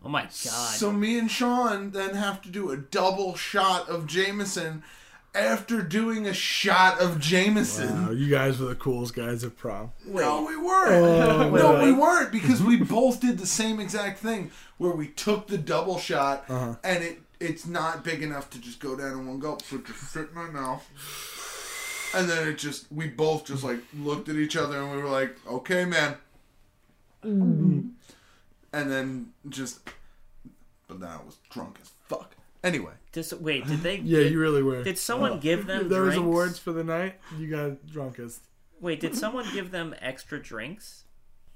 Speaker 2: Oh my god.
Speaker 6: So me and Sean then have to do a double shot of Jameson after doing a shot of Jameson.
Speaker 4: Wow, you guys were the coolest guys at prom.
Speaker 6: No, we weren't.
Speaker 4: Oh,
Speaker 6: *laughs* no,
Speaker 4: wait.
Speaker 6: we weren't because we both did the same exact thing where we took the double shot
Speaker 4: Uh-huh.
Speaker 6: and it it's not big enough to just go down in one gulp, so it just sit in my mouth. And then it just we both just like looked at each other and we were like, "Okay, man."
Speaker 4: Mm-hmm.
Speaker 6: And then just, but now I was drunk as fuck. Anyway,
Speaker 2: Just wait, did they
Speaker 4: Yeah, you really were.
Speaker 2: Did someone give them
Speaker 4: If there was
Speaker 2: drinks?
Speaker 4: awards for the night, you got drunkest.
Speaker 2: Wait, did someone give them extra drinks?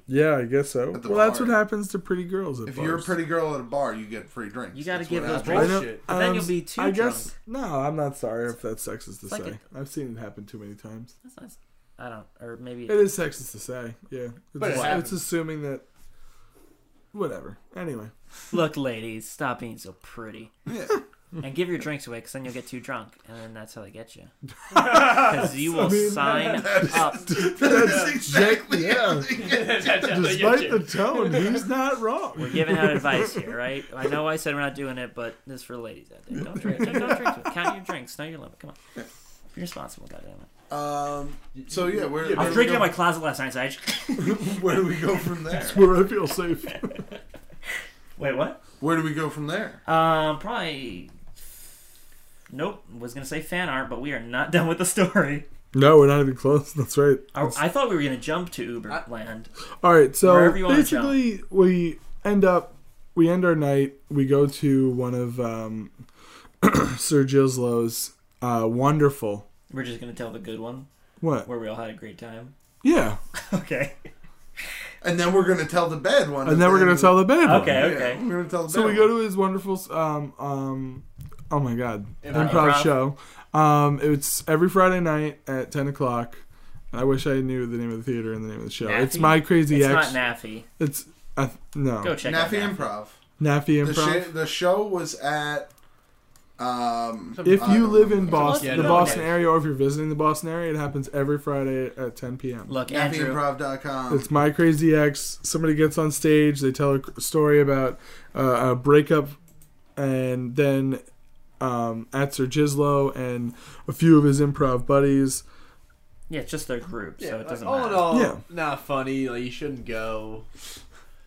Speaker 4: Yeah, I guess so. Well,
Speaker 6: the
Speaker 4: that's
Speaker 6: bar.
Speaker 4: what happens to pretty girls at
Speaker 6: if you're a
Speaker 4: bars.
Speaker 6: pretty girl at a bar, you get free drinks.
Speaker 2: You gotta
Speaker 6: That's
Speaker 2: give
Speaker 6: what
Speaker 2: those
Speaker 4: *laughs*
Speaker 2: drinks.
Speaker 6: happens.
Speaker 4: I know,
Speaker 3: Bullshit.
Speaker 2: But then
Speaker 4: um,
Speaker 2: you'll be too
Speaker 4: I guess no, I'm not sorry if that's sexist to
Speaker 2: like
Speaker 4: say. i I've seen it happen too many times.
Speaker 2: That's not, I don't, or maybe
Speaker 4: It is sexist to say. Yeah, it's,
Speaker 3: But it
Speaker 4: just-
Speaker 3: happens.
Speaker 4: it's assuming that. Whatever.
Speaker 2: *laughs*
Speaker 4: Anyway,
Speaker 2: look, ladies, stop being so pretty
Speaker 6: Yeah.
Speaker 2: and give your drinks away, because then you'll get too drunk, and then that's how they get you. Because you will sign up.
Speaker 6: That's *laughs* exactly
Speaker 4: yeah.
Speaker 6: *laughs*
Speaker 4: despite the tone, he's not wrong.
Speaker 2: We're giving out advice here, right? I know I said we're not doing it, but this is for ladies out there. Don't drink. Don't drink. to it. Count your drinks. Know your limit. Come on. Be responsible, goddammit.
Speaker 6: Um. So yeah, where,
Speaker 2: I
Speaker 6: where
Speaker 2: was
Speaker 6: do
Speaker 2: drinking in
Speaker 6: we
Speaker 2: my closet last night, so I just...
Speaker 6: go, *laughs* where do we go from there?
Speaker 4: Where I
Speaker 2: *laughs*
Speaker 4: feel safe.
Speaker 2: Wait, what?
Speaker 6: Where do we go from there?
Speaker 2: Um, probably... Nope. Was going to say fan art, but we are not done with the story.
Speaker 4: No, we're not even close. That's right.
Speaker 2: I, I thought we were going to jump to Uber land.
Speaker 4: All right, so
Speaker 2: Wherever you wanna
Speaker 4: basically, we end up, we end our night. We go to one of um, *clears throat* Sir Gislow's uh, wonderful
Speaker 2: We're just going to tell the good one
Speaker 4: what?
Speaker 2: where we all had a great time.
Speaker 4: Yeah,
Speaker 2: Okay.
Speaker 6: And then we're gonna tell the bad one.
Speaker 4: and then we're gonna tell the bad one.
Speaker 2: Okay.
Speaker 6: Yeah, we're gonna tell the
Speaker 4: So
Speaker 6: bad
Speaker 4: we go
Speaker 6: one.
Speaker 4: to his wonderful um um, oh my god,
Speaker 3: Improv.
Speaker 4: improv, show. Um, it's every Friday night at ten o'clock. I wish I knew the name of the theater and the name of *laughs* the show. It's
Speaker 2: Naffy?
Speaker 4: my crazy
Speaker 2: It's
Speaker 4: ex.
Speaker 2: not Naffy.
Speaker 4: it's uh, no
Speaker 3: Oh.
Speaker 2: Go check out
Speaker 6: Naffy
Speaker 2: Naffy.
Speaker 6: Improv.
Speaker 4: Naffy
Speaker 6: The,
Speaker 4: Improv.
Speaker 6: sh- the show was at. Um,
Speaker 4: If
Speaker 6: I
Speaker 4: you
Speaker 6: don't
Speaker 4: live
Speaker 6: know.
Speaker 4: in Boston,
Speaker 3: Yeah,
Speaker 4: the
Speaker 3: no,
Speaker 4: Boston
Speaker 3: it is.
Speaker 4: area, or if you're visiting the Boston area, it happens every Friday at 10 p.m.
Speaker 2: Look, Andrew.
Speaker 6: NaffyImprov.com.
Speaker 4: It's my crazy ex. Somebody gets on stage, they tell a c- story about uh, a breakup, and then um, at Sir Gislo and a few of his improv buddies.
Speaker 2: Yeah, it's just their group,
Speaker 3: Yeah,
Speaker 2: so it
Speaker 3: like,
Speaker 2: doesn't
Speaker 3: all
Speaker 2: matter.
Speaker 3: in all,
Speaker 4: Yeah.
Speaker 3: not funny. Like you shouldn't go.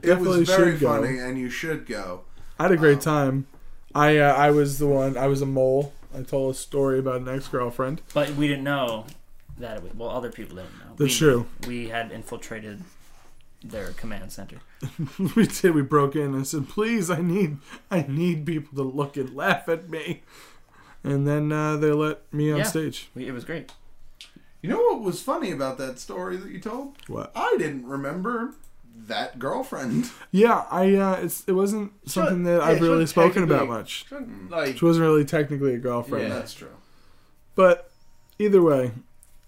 Speaker 6: It was
Speaker 4: Definitely
Speaker 6: very
Speaker 4: should go.
Speaker 6: funny, and you should go.
Speaker 4: I had a great time. I uh, I was the one. I was a mole. I told a story about an ex girlfriend.
Speaker 2: But we didn't know that. It, well, other people didn't know.
Speaker 4: That's
Speaker 2: we,
Speaker 4: true.
Speaker 2: We had infiltrated their command center.
Speaker 4: *laughs* we did. We broke in. I said, "Please, I need, I need people to look and laugh at me." And then uh, they let me on
Speaker 2: Yeah.
Speaker 4: stage.
Speaker 2: We, it was great.
Speaker 6: You know what was funny about that story that you told?
Speaker 4: What?
Speaker 6: I didn't remember that girlfriend.
Speaker 4: Yeah, I. Uh, it's it wasn't something that
Speaker 3: yeah,
Speaker 4: I've
Speaker 3: she
Speaker 4: really
Speaker 3: wasn't
Speaker 4: spoken about
Speaker 3: technically-
Speaker 4: much.
Speaker 3: Shouldn't, like
Speaker 4: She wasn't really technically a girlfriend,
Speaker 3: Yeah.
Speaker 6: That's true.
Speaker 4: but either way,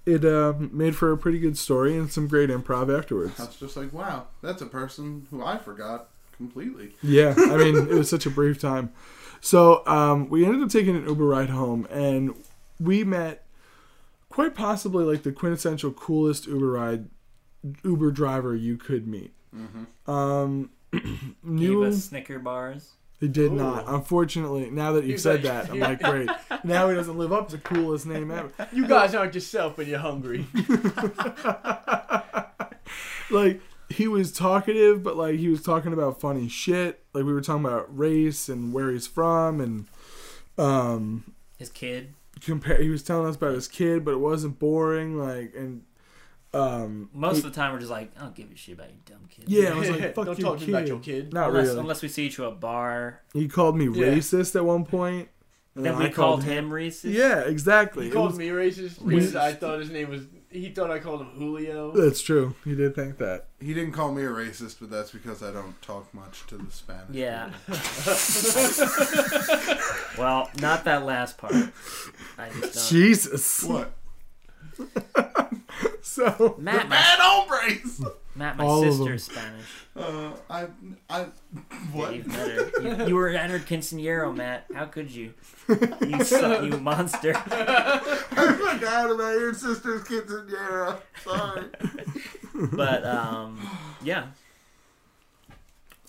Speaker 4: it um, made for a pretty good story and some great improv afterwards.
Speaker 6: I was just like, wow, that's a person who I forgot completely.
Speaker 4: Yeah,
Speaker 3: *laughs*
Speaker 4: I mean, it was such a brief time. So um, we ended up taking an Uber ride home, and we met quite possibly like the quintessential coolest Uber ride Uber driver you could meet.
Speaker 3: Mm-hmm.
Speaker 4: Um, *clears throat*
Speaker 2: Gave
Speaker 4: new
Speaker 2: us Snicker bars.
Speaker 4: he did not. Unfortunately, now that you've
Speaker 3: He's
Speaker 4: said
Speaker 3: like- *laughs*
Speaker 4: that, I'm like, great. Now he doesn't live up to coolest name ever.
Speaker 3: You guys aren't yourself when you're hungry.
Speaker 4: like he was talkative, but like he was talking about funny shit. Like we were talking about race and where he's from, and um,
Speaker 2: His kid.
Speaker 4: compare. He was telling us about his kid, but it wasn't boring. Like and um,
Speaker 2: Most of the time, we're just like, I don't give a shit about you, dumb kid.
Speaker 4: yeah, I was like,
Speaker 3: *laughs*
Speaker 4: fuck
Speaker 3: Don't
Speaker 4: your
Speaker 3: talk to me about
Speaker 4: kid.
Speaker 3: your kid.
Speaker 4: Not
Speaker 2: unless,
Speaker 4: really.
Speaker 2: unless we see you to a bar.
Speaker 4: He called me
Speaker 3: Yeah.
Speaker 4: racist at one point. and
Speaker 2: Then we
Speaker 4: I
Speaker 2: called him racist.
Speaker 4: Yeah, exactly.
Speaker 3: He
Speaker 4: It
Speaker 3: called
Speaker 4: was-
Speaker 3: me racist because I thought his name was. He thought I called him
Speaker 4: *laughs*
Speaker 3: Julio.
Speaker 4: That's true. He did think that.
Speaker 6: He didn't call me a racist, but that's because I don't talk much to the Spanish.
Speaker 4: *laughs*
Speaker 2: Yeah. *laughs* well, not that last part. I just don't. *laughs*
Speaker 4: Jesus.
Speaker 6: What?
Speaker 4: *laughs* So *laughs*
Speaker 2: Matt, my,
Speaker 6: Bad hombres!
Speaker 2: Matt, my
Speaker 4: All of them.
Speaker 2: sister's Spanish.
Speaker 6: *laughs* Uh, I, I, what? *laughs*
Speaker 2: You, better. You, you were at her quinceanero, Matt. How could you?
Speaker 3: *laughs*
Speaker 2: You suck, you monster.
Speaker 6: I forgot about your sister's quinceanera. Sorry.
Speaker 2: But um, yeah,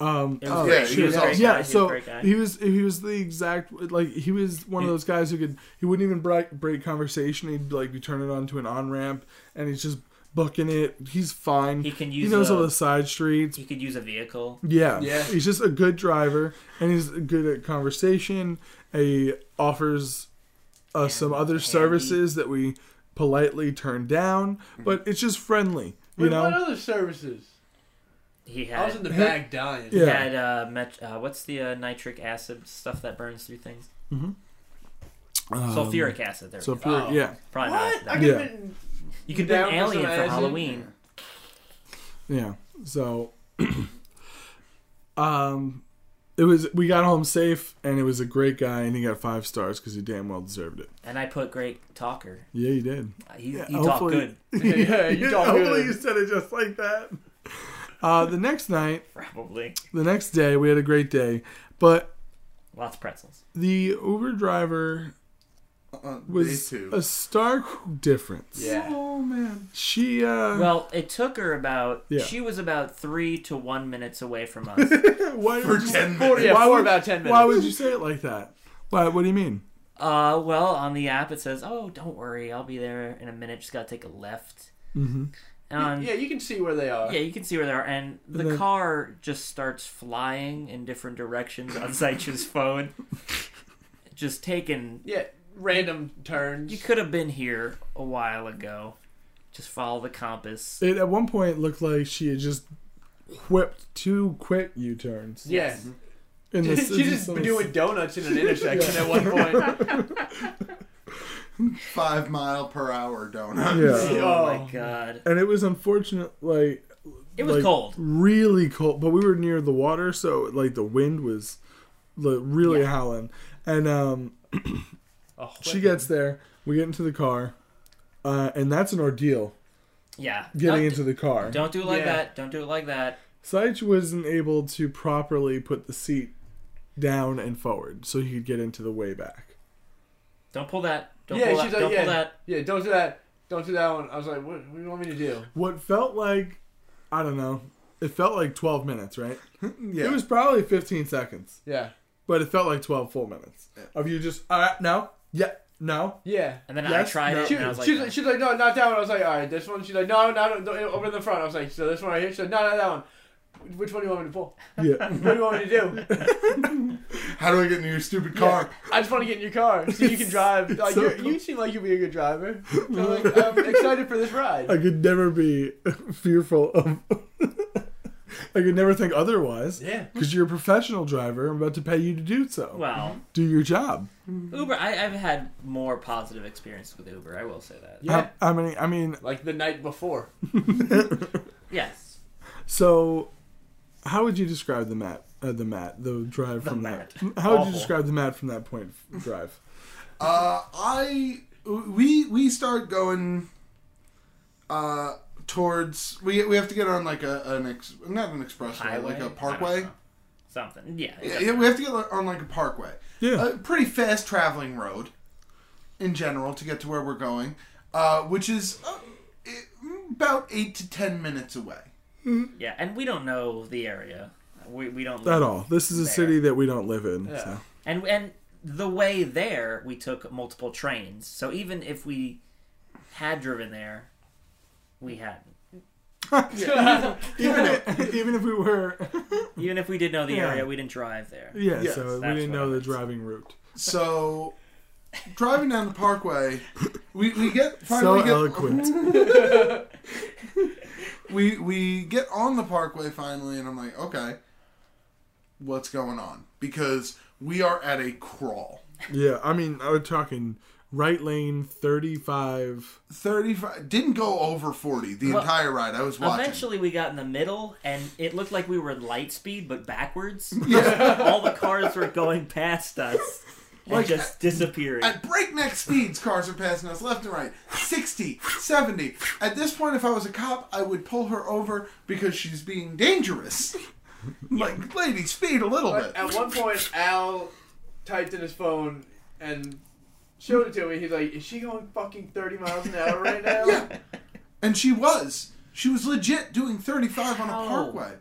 Speaker 4: um,
Speaker 2: it was
Speaker 4: oh,
Speaker 6: yeah,
Speaker 2: great.
Speaker 6: he
Speaker 2: He was
Speaker 6: was
Speaker 2: a great guy.
Speaker 4: yeah,
Speaker 6: awesome.
Speaker 2: He was a
Speaker 4: so
Speaker 2: great guy.
Speaker 4: he was he was the exact like he was one of
Speaker 2: He-
Speaker 4: those guys who could he wouldn't even break, break conversation. He'd like be turning on to an on ramp and he's just booking it. He's fine.
Speaker 2: He
Speaker 4: He,
Speaker 2: can use.
Speaker 4: knows
Speaker 2: a,
Speaker 4: all the side streets.
Speaker 2: He could use a vehicle.
Speaker 4: Yeah.
Speaker 3: Yeah.
Speaker 4: he's just a good driver and he's good at conversation. He offers us some
Speaker 2: And
Speaker 4: other
Speaker 2: handy.
Speaker 4: services that we politely turn down,
Speaker 2: Mm-hmm.
Speaker 4: but it's just friendly, you
Speaker 3: Wait,
Speaker 4: know.
Speaker 3: what other services?
Speaker 2: He
Speaker 3: I was in
Speaker 2: had.
Speaker 3: the bag dying.
Speaker 2: He
Speaker 4: Yeah.
Speaker 2: had uh, met, uh, what's the uh, nitric acid stuff that burns through things?
Speaker 4: Um,
Speaker 2: Sulfuric acid. There. we go.
Speaker 4: Sulfuric,
Speaker 3: Oh.
Speaker 4: yeah,
Speaker 2: Probably
Speaker 3: What?
Speaker 2: not.
Speaker 3: I
Speaker 2: that.
Speaker 3: could
Speaker 4: Yeah.
Speaker 3: have
Speaker 4: *laughs*
Speaker 3: been.
Speaker 2: You could be an
Speaker 3: down for
Speaker 2: alien
Speaker 3: some
Speaker 2: for
Speaker 3: acid?
Speaker 2: Halloween.
Speaker 4: yeah. So, *clears throat* um, it was we got home safe, and it was a great guy, and he got five stars because he damn well deserved it.
Speaker 2: And I put great talker.
Speaker 4: Yeah, he did.
Speaker 2: Uh, He,
Speaker 4: Yeah,
Speaker 2: he talked
Speaker 4: hopefully-
Speaker 2: good.
Speaker 3: Yeah,
Speaker 4: *laughs*
Speaker 3: you talk
Speaker 4: Hopefully, you
Speaker 3: good.
Speaker 4: said it just like that. Uh, the next night,
Speaker 2: Probably.
Speaker 4: the next day, we had a great day, but
Speaker 2: Lots of pretzels.
Speaker 4: the Uber driver
Speaker 6: Uh,
Speaker 4: was
Speaker 6: they too.
Speaker 4: a stark difference.
Speaker 3: Yeah.
Speaker 6: oh, man.
Speaker 4: She, uh,
Speaker 2: Well, it took her about.
Speaker 4: Yeah.
Speaker 2: She was about three to one minutes away from us.
Speaker 4: why,
Speaker 6: For
Speaker 4: would you,
Speaker 6: 10
Speaker 3: For,
Speaker 6: minutes.
Speaker 3: yeah,
Speaker 4: Why
Speaker 3: for
Speaker 4: would-
Speaker 3: about ten minutes.
Speaker 4: why would you say it like that? Why, what do you mean?
Speaker 2: uh, well, on the app it says, "Oh, don't worry, I'll be there in a minute. Just gotta take a left."
Speaker 4: Mm-hmm.
Speaker 2: Um,
Speaker 3: yeah, you can see where they are.
Speaker 2: Yeah, you can see where they are, and the
Speaker 4: then-
Speaker 2: car just starts flying in different directions
Speaker 3: *laughs*
Speaker 2: on Saicha's phone, just taking.
Speaker 3: Yeah, random turns.
Speaker 2: You could have been here a while ago. Just follow the compass.
Speaker 4: It at one point looked like she had just whipped two quick U turns.
Speaker 3: yeah,
Speaker 2: *laughs*
Speaker 4: In the-
Speaker 3: she's just
Speaker 4: in the-
Speaker 3: doing donuts
Speaker 4: *laughs*
Speaker 3: in an intersection at one point.
Speaker 6: Five mile per hour donut.
Speaker 4: Yeah.
Speaker 2: Oh,
Speaker 3: Oh.
Speaker 2: my god!
Speaker 4: And it was unfortunate, like
Speaker 2: It was
Speaker 4: like,
Speaker 2: cold.
Speaker 4: really cold. But we were near the water, so like the wind was like, really
Speaker 2: Yeah.
Speaker 4: howling. And um,
Speaker 3: Oh,
Speaker 4: she gets there. We get into the car, uh, and that's an ordeal
Speaker 2: Yeah,
Speaker 4: getting
Speaker 2: Don't-
Speaker 4: into the car.
Speaker 2: Don't do it like
Speaker 3: Yeah.
Speaker 2: that. Don't do it like that.
Speaker 4: Saich wasn't able to properly put the seat down and forward, so he could get into the way back.
Speaker 2: Don't pull that. Don't
Speaker 3: Yeah,
Speaker 2: pull that.
Speaker 3: she's like,
Speaker 2: don't
Speaker 3: yeah,
Speaker 2: pull that.
Speaker 3: yeah, don't do that. Don't do that one. I was like, what, what do you want me to do?
Speaker 4: What felt like, I don't know, it felt like twelve minutes, right?
Speaker 6: Yeah.
Speaker 4: It was probably 15 seconds,
Speaker 3: Yeah,
Speaker 4: but it felt like 12 full minutes of you just, all right, no, yeah,
Speaker 3: *laughs*
Speaker 4: no.
Speaker 3: yeah.
Speaker 2: And then
Speaker 4: Yes,
Speaker 2: I tried
Speaker 4: no.
Speaker 2: it,
Speaker 3: She,
Speaker 2: and I was like,
Speaker 3: she's,
Speaker 2: no.
Speaker 3: like, she's like, no, not that one. I was like, all right, this one. She's like, no, no, no, no, over in the front. I was like, so this one right here. She's like, no, no, that one. Which one do you want me to pull?
Speaker 4: Yeah.
Speaker 3: What do you want me to do?
Speaker 4: *laughs*
Speaker 6: *laughs* How do I get in your stupid car?
Speaker 3: I just want to get in your car so you can
Speaker 4: *laughs*
Speaker 3: drive. Like,
Speaker 4: So
Speaker 3: you're, you seem like you'd be a good driver. So I'm, like, I'm excited for this ride.
Speaker 4: I could never be *laughs* fearful of, *laughs* I could never think otherwise.
Speaker 3: Yeah.
Speaker 4: Because you're a professional driver. I'm about to pay you to do so.
Speaker 2: well,
Speaker 4: Do your job.
Speaker 2: Uber. I, I've had more positive experience with Uber. I will say that.
Speaker 3: Yeah.
Speaker 4: How, how many, I mean,
Speaker 3: Like the night
Speaker 4: *laughs*
Speaker 3: before.
Speaker 2: Yes.
Speaker 4: so how would you describe the mat, uh, the mat, the drive from that? How would you
Speaker 2: Awful.
Speaker 4: describe the mat from that point f- drive?
Speaker 6: Uh, I we we start going uh towards we we have to get on like a an ex not an expressway
Speaker 2: Highway?
Speaker 6: like a
Speaker 2: I don't
Speaker 6: parkway.
Speaker 2: know. Something. Yeah.
Speaker 6: Yeah, yeah, we have to get on like a parkway.
Speaker 4: Yeah.
Speaker 6: a pretty fast traveling road in general to get to where we're going, uh, which is uh, it, about eight to ten minutes away.
Speaker 2: Yeah, and we don't know the area. We, we don't
Speaker 4: At
Speaker 2: live
Speaker 4: all. This is a
Speaker 2: there.
Speaker 4: city that we don't live in. So.
Speaker 2: And and the way there, we took multiple trains. So even if we had driven there, we hadn't.
Speaker 3: *laughs*
Speaker 4: Even, if, even if we were.
Speaker 2: Even if we did know the
Speaker 4: Yeah.
Speaker 2: area, we didn't drive there.
Speaker 4: *laughs* Yeah,
Speaker 6: Yes,
Speaker 4: so we
Speaker 2: that's
Speaker 4: didn't
Speaker 2: what
Speaker 4: know
Speaker 2: it
Speaker 4: the
Speaker 2: is.
Speaker 4: driving route.
Speaker 6: So, *laughs* driving down the parkway, we, we
Speaker 4: so
Speaker 6: get finally get,
Speaker 4: eloquent.
Speaker 6: *laughs* we we get on the parkway finally, and I'm like, okay, what's going on? Because we are at a crawl.
Speaker 4: yeah, I mean, I was talking right lane 35.
Speaker 6: Thirty five didn't go over forty the
Speaker 2: Well,
Speaker 6: entire ride. I was watching.
Speaker 2: Eventually, we got in the middle, and it looked like we were at light speed, but backwards.
Speaker 4: *laughs*
Speaker 2: All the cars were going past us and
Speaker 6: Like-
Speaker 2: just disappearing.
Speaker 6: At breakneck speeds, cars are passing us left and right 60, 70. At this point, if I was a cop, I would pull her over because she's being dangerous. like, lady, speed a little
Speaker 3: But
Speaker 6: bit.
Speaker 3: at one point, Al typed in his phone and showed it to me. He's like, "Is she going fucking thirty miles an hour right
Speaker 4: *laughs*
Speaker 3: now?"
Speaker 6: Yeah. And she was. She was legit doing 35 on
Speaker 2: How?
Speaker 6: a parkway.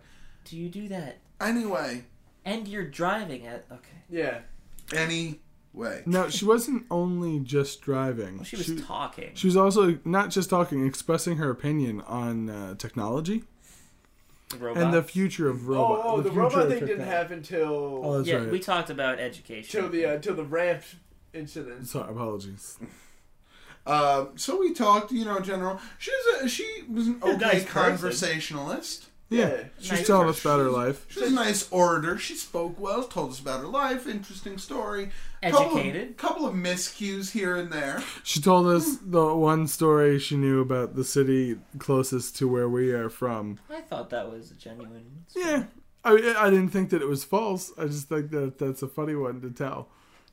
Speaker 2: Do you do that?
Speaker 6: Anyway.
Speaker 2: And you're driving at okay.
Speaker 3: Yeah.
Speaker 6: Anyway.
Speaker 4: No, she wasn't only just driving.
Speaker 2: She was talking.
Speaker 4: She was also not just talking, expressing her opinion on uh, technology
Speaker 2: Robot.
Speaker 4: and the future of
Speaker 3: Oh,
Speaker 4: robot.
Speaker 3: oh, the,
Speaker 4: future
Speaker 3: robot
Speaker 4: of
Speaker 3: thing didn't
Speaker 4: technology.
Speaker 3: happen till
Speaker 4: Oh, that's
Speaker 2: yeah,
Speaker 4: right.
Speaker 2: we talked about education.
Speaker 3: till the uh, till the ramp incident.
Speaker 4: Sorry, apologies.
Speaker 6: Uh, so we talked, you know, general. She's a, she was an okay
Speaker 2: nice person.
Speaker 6: conversationalist.
Speaker 4: Yeah,
Speaker 3: Yeah.
Speaker 4: she's
Speaker 2: Nice
Speaker 4: telling us about her life.
Speaker 6: She was a nice orator. She spoke well, told us about her life, interesting story.
Speaker 2: Educated.
Speaker 6: Couple of, couple of miscues here and there.
Speaker 4: She told us the one story she knew about the city closest to where we are from.
Speaker 2: I thought that was a genuine.
Speaker 4: Yeah. I, I didn't think that it was false. I just think that that's a funny one to tell.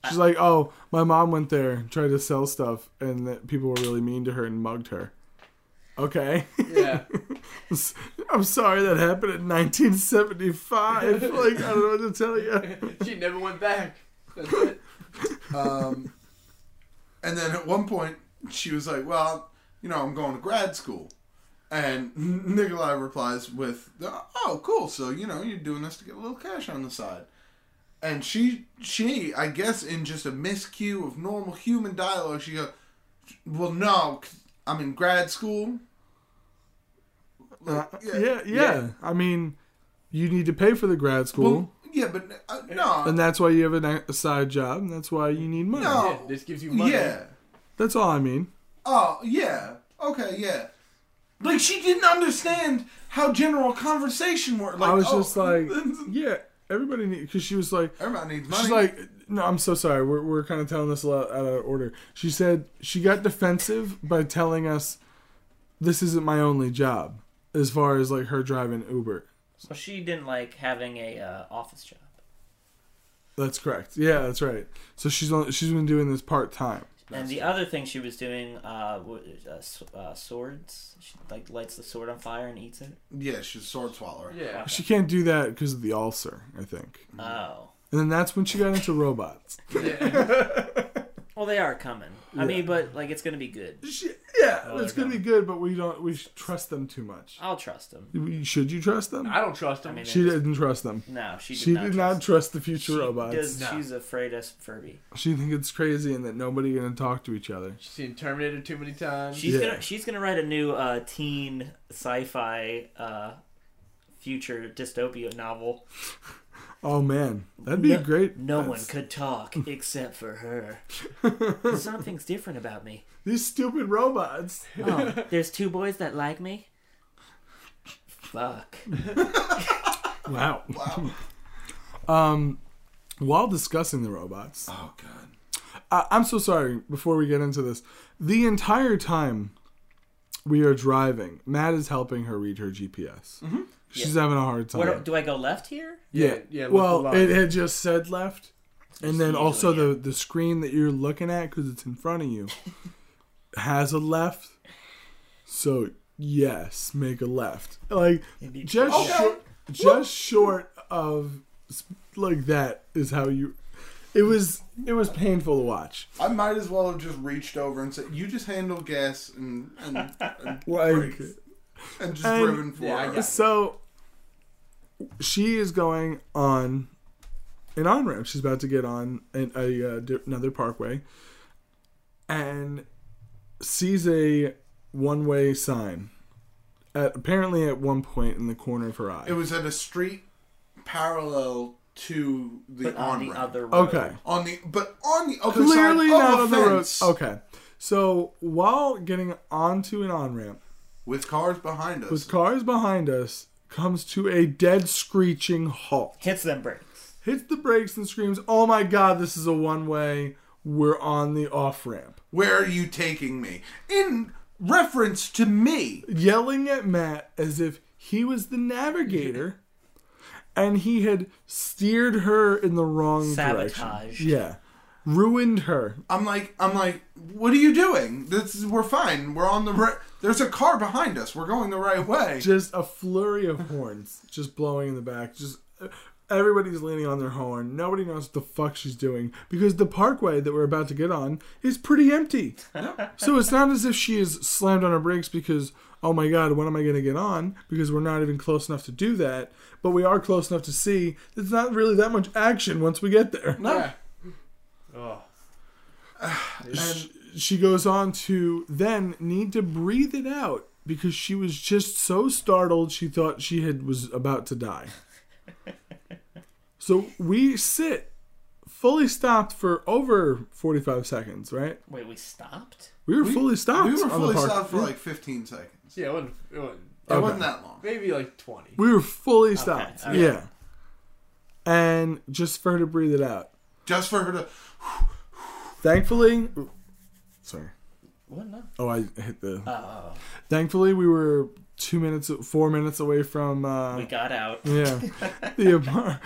Speaker 4: She's like, oh, my mom went there, and tried to sell stuff, and that people were really mean to her and mugged her. Okay. *laughs*
Speaker 3: Yeah. *laughs*
Speaker 4: I'm sorry that happened in
Speaker 6: *laughs*
Speaker 4: 1975. like, I don't know what to tell you.
Speaker 3: she never went back. That's it.
Speaker 6: Um, and then at one point, she was like, "Well, you know, I'm going to grad school," and *laughs* Nikolai replies with, "Oh, cool. So you know, you're doing this to get a little cash on the side." And she, she, I guess, in just a miscue of normal human dialogue, she goes, "Well, no, 'cause I'm in grad school." Like,
Speaker 4: Yeah, yeah. I mean, you need to pay for the grad school,
Speaker 6: Well, yeah, but uh, no,
Speaker 4: and that's why you have a, ni- a side job, and that's why you need money.
Speaker 6: No.
Speaker 3: Yeah, this gives you money.
Speaker 6: Oh, yeah.
Speaker 4: That's all I mean.
Speaker 6: Oh, yeah. Okay, yeah. Like, she didn't understand how general conversation worked. Like,
Speaker 4: I was
Speaker 6: oh,
Speaker 4: just
Speaker 6: *laughs*
Speaker 4: like, yeah, everybody needs, because she was like,
Speaker 6: everybody needs money.
Speaker 4: She's like, no, I'm so sorry. We're, we're kind of telling this a lot out of order. She said she got defensive by telling us this isn't my only job as far as like her driving Uber.
Speaker 2: Well, she didn't like having a uh, office job.
Speaker 4: That's correct. Yeah, that's right. So she's on, she's been doing this part time.
Speaker 2: and the other thing she was doing, uh, w- uh, s- uh, swords. She like lights the sword on fire and eats it.
Speaker 6: yeah, she's a sword swallower.
Speaker 2: *laughs*
Speaker 3: Yeah.
Speaker 4: She can't do that because of the ulcer, I think.
Speaker 2: Oh,
Speaker 4: And then that's when she got into robots.
Speaker 2: well, they are coming. I mean, but like it's gonna be good.
Speaker 4: She, yeah,
Speaker 2: Oh,
Speaker 4: that's
Speaker 2: they're
Speaker 4: gonna be good, but we don't we should trust them too much.
Speaker 2: I'll trust them.
Speaker 4: Should you trust them?
Speaker 3: I don't trust him.
Speaker 2: I mean,
Speaker 4: She
Speaker 2: it-
Speaker 4: didn't trust them.
Speaker 2: No, she did
Speaker 4: She
Speaker 2: not.
Speaker 4: did
Speaker 2: trust
Speaker 4: not trust the future
Speaker 2: she
Speaker 4: robots.
Speaker 2: Does,
Speaker 3: No.
Speaker 2: She's afraid of Furby.
Speaker 4: She think it's crazy and that nobody gonna talk to each other.
Speaker 3: She's seen Terminator too many times.
Speaker 2: She's
Speaker 4: Yeah.
Speaker 2: gonna she's gonna write a new uh, teen sci-fi uh, future dystopia novel.
Speaker 4: Oh man, that'd be
Speaker 2: No-
Speaker 4: a great.
Speaker 2: No one
Speaker 4: that's-
Speaker 2: could
Speaker 4: *laughs*
Speaker 2: talk except for her. Something's different about me.
Speaker 4: These stupid robots.
Speaker 2: Oh, there's two boys that like me. Fuck.
Speaker 4: Wow. Wow. *laughs* um, while discussing the robots,
Speaker 6: Oh, God.
Speaker 4: I- I'm so sorry. Before we get into this, the entire time we are driving, Matt is helping her read her GPS.
Speaker 2: Mm-hmm.
Speaker 4: She's having a hard time.
Speaker 2: Where do, do I go left here?
Speaker 4: yeah,
Speaker 3: yeah, left
Speaker 4: Well,
Speaker 3: alone.
Speaker 4: it had just said left, and then
Speaker 2: usually,
Speaker 4: also
Speaker 2: yeah.
Speaker 4: the the screen that you're looking at because it's in front of you has a left. So yes, make a left. Like just
Speaker 6: Okay.
Speaker 4: short, just short of sp- like that is how you. It was it was painful to watch.
Speaker 6: I might as well have just reached over and said, "You just handle gas and *laughs* and and,
Speaker 4: Like
Speaker 6: and just
Speaker 4: And-
Speaker 6: driven for
Speaker 3: Yeah, I
Speaker 6: her."
Speaker 3: guess.
Speaker 4: so she is going on an on ramp. She's about to get on an, a, uh, di another parkway and sees a one way sign. At, apparently, at one point in the corner of her eye.
Speaker 6: It was at a street parallel to the
Speaker 2: But on
Speaker 6: on
Speaker 2: the other road.
Speaker 4: okay.
Speaker 6: on the but on the other
Speaker 4: Clearly
Speaker 6: side
Speaker 4: not
Speaker 6: of
Speaker 4: on
Speaker 6: the
Speaker 4: the road.
Speaker 6: fence
Speaker 4: Okay. So while getting onto an on ramp,
Speaker 6: with cars behind us.
Speaker 4: with cars behind us, comes to a dead screeching halt.
Speaker 2: Hits them brakes.
Speaker 4: hits the brakes and screams, "Oh my god, this is a one-way. We're on the off-ramp."
Speaker 6: Where are you taking me? In reference to me.
Speaker 4: Yelling at Matt as if he was the navigator and he had steered her in the wrong
Speaker 2: Sabotaged.
Speaker 4: direction. Yeah. Ruined her.
Speaker 6: I'm like I'm like, what are you doing? This is, we're fine. We're on the right. There's a car behind us. We're going the right way.
Speaker 4: Just a flurry of horns *laughs* just blowing in the back. Just uh, everybody's leaning on their horn. Nobody knows what the fuck she's doing because the parkway that we're about to get on is pretty empty. So it's not as if she is slammed on her brakes because, oh my god, when am I going to get on? Because we're not even close enough to do that. But we are close enough to see it's not really that much action once we get there.
Speaker 6: No.
Speaker 3: Oh.
Speaker 4: Sh- she goes on to then need to breathe it out because she was just so startled she thought she had was about to die. so we sit fully stopped for over 45 seconds, right?
Speaker 2: Wait, we stopped?
Speaker 4: We were fully stopped.
Speaker 6: We were
Speaker 4: on the
Speaker 6: fully
Speaker 4: park.
Speaker 6: stopped for like 15 seconds.
Speaker 3: Yeah, it wasn't, it wasn't.
Speaker 6: It
Speaker 4: Okay.
Speaker 6: wasn't that long.
Speaker 3: Maybe like 20.
Speaker 4: We were fully stopped.
Speaker 2: okay.
Speaker 4: Yeah. And just for her to breathe it out.
Speaker 6: Just for her to.
Speaker 4: Thankfully, sorry.
Speaker 2: What? No.
Speaker 4: Oh, I hit the.
Speaker 2: Oh,
Speaker 4: Thankfully, we were two minutes, four minutes away from. Uh,
Speaker 2: we got out. *laughs*
Speaker 4: Yeah, the apart-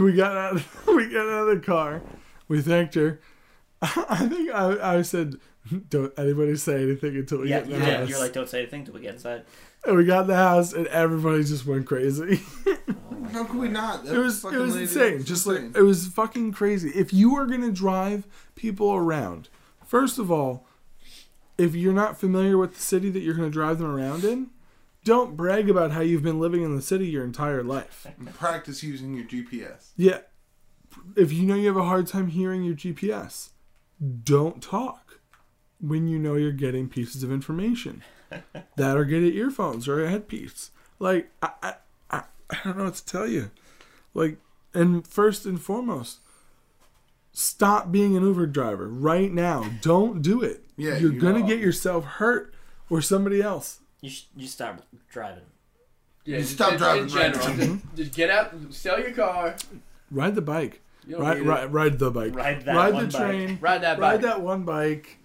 Speaker 4: we got out. We got out of *laughs* the car. We thanked her. *laughs* I think I, I said, "Don't anybody say anything until we
Speaker 2: Yeah,
Speaker 4: get in
Speaker 2: you
Speaker 4: the
Speaker 2: did.
Speaker 4: house."
Speaker 2: You're like, don't say anything till we get inside.
Speaker 4: and we got in the house, and everybody just went crazy. *laughs*
Speaker 6: How could we not? That
Speaker 4: it was it
Speaker 6: fucking
Speaker 4: was
Speaker 6: lady
Speaker 4: insane.
Speaker 6: was
Speaker 4: Just
Speaker 6: insane.
Speaker 4: like it was fucking crazy. If you are gonna drive people around, first of all, if you're not familiar with the city that you're gonna drive them around in, don't brag about how you've been living in the city your entire life.
Speaker 6: practice using your GPS.
Speaker 4: Yeah. If you know you have a hard time hearing your GPS, don't talk when you know you're getting pieces of information. that or get it earphones or a headpiece. Like, I, I, I, I don't know what to tell you. Like, and first and foremost, stop being an Uber driver right now. Don't do it.
Speaker 6: Yeah,
Speaker 4: You're
Speaker 6: you
Speaker 4: going
Speaker 6: are.
Speaker 4: to get yourself hurt or somebody else.
Speaker 2: You sh- you stop driving.
Speaker 3: Yeah,
Speaker 6: You
Speaker 3: just
Speaker 6: stop
Speaker 3: in-
Speaker 6: driving
Speaker 3: In
Speaker 6: right
Speaker 3: general, just, just get out, sell your car.
Speaker 4: Ride the bike.
Speaker 3: You don't
Speaker 4: Ride,
Speaker 3: need it.
Speaker 4: ride, ride the bike.
Speaker 2: Ride that
Speaker 4: Ride
Speaker 2: one
Speaker 4: the
Speaker 2: bike.
Speaker 4: train.
Speaker 3: Ride that bike.
Speaker 4: ride that one bike,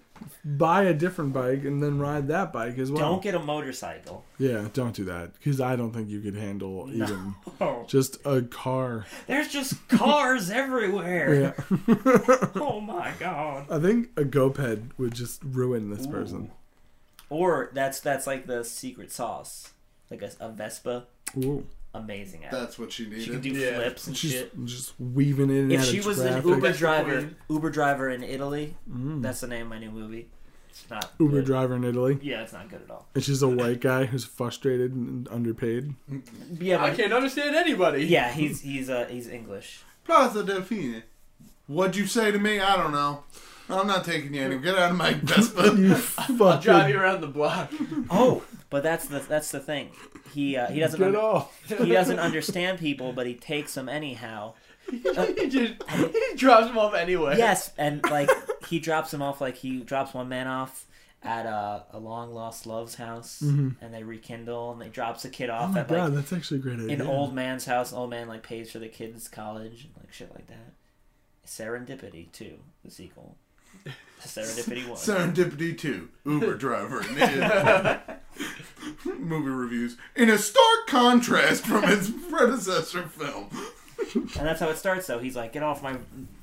Speaker 4: buy a different bike, and then ride that bike as well.
Speaker 2: Don't get a motorcycle.
Speaker 4: yeah, don't do that because I don't think you could handle
Speaker 2: *laughs*
Speaker 4: even
Speaker 2: Oh,
Speaker 4: just a car.
Speaker 2: there's just cars everywhere.
Speaker 4: *laughs* Yeah,
Speaker 2: *laughs* Oh my god.
Speaker 4: I think a GoPed would just ruin this person.
Speaker 2: Or that's that's like the secret sauce, like a, a Vespa,
Speaker 4: Ooh,
Speaker 2: amazing at. it.
Speaker 6: That's what she needed.
Speaker 2: She can do
Speaker 3: Yeah.
Speaker 2: flips and
Speaker 4: she's
Speaker 2: shit.
Speaker 4: just weaving in and
Speaker 2: If
Speaker 4: out
Speaker 2: she
Speaker 4: of
Speaker 2: was
Speaker 4: traffic.
Speaker 2: an Uber
Speaker 3: That's
Speaker 2: driver,
Speaker 3: weird.
Speaker 2: Uber driver in Italy, that's the name of my new movie. It's not
Speaker 4: Mm. Uber
Speaker 2: good.
Speaker 4: driver in Italy,
Speaker 2: Yeah, it's not good at all.
Speaker 4: and she's a white guy who's frustrated and underpaid.
Speaker 2: Yeah,
Speaker 3: I
Speaker 2: but,
Speaker 3: can't understand anybody.
Speaker 2: yeah, he's he's uh, he's English.
Speaker 6: Plaza Delfine. What'd you say to me? I don't know. I'm not taking you anywhere. Get out
Speaker 4: *laughs*
Speaker 6: of my Vespa.
Speaker 4: You
Speaker 3: I'll drive you
Speaker 4: fucking
Speaker 3: around the block. *laughs*
Speaker 2: Oh, but that's the that's the thing. He uh, he doesn't
Speaker 4: get
Speaker 2: un-
Speaker 4: off.
Speaker 2: *laughs* he doesn't understand people, but he takes them anyhow.
Speaker 3: he just
Speaker 2: *laughs*
Speaker 3: he drops them off anyway.
Speaker 2: Yes, and like he drops him off, like he drops one man off at a, a long lost love's house, and they rekindle, and they drops a kid
Speaker 4: Mm-hmm. Oh
Speaker 2: off
Speaker 4: my
Speaker 2: at like
Speaker 4: god, that's actually a great idea.
Speaker 2: an old man's house. Old man like pays for the kid's college and like shit like that. Serendipity too, the sequel. Serendipity one.
Speaker 6: Serendipity 2. Uber driver. in- *laughs* Movie reviews. In a stark contrast from his predecessor film.
Speaker 2: and that's how it starts. Though he's like, "Get off my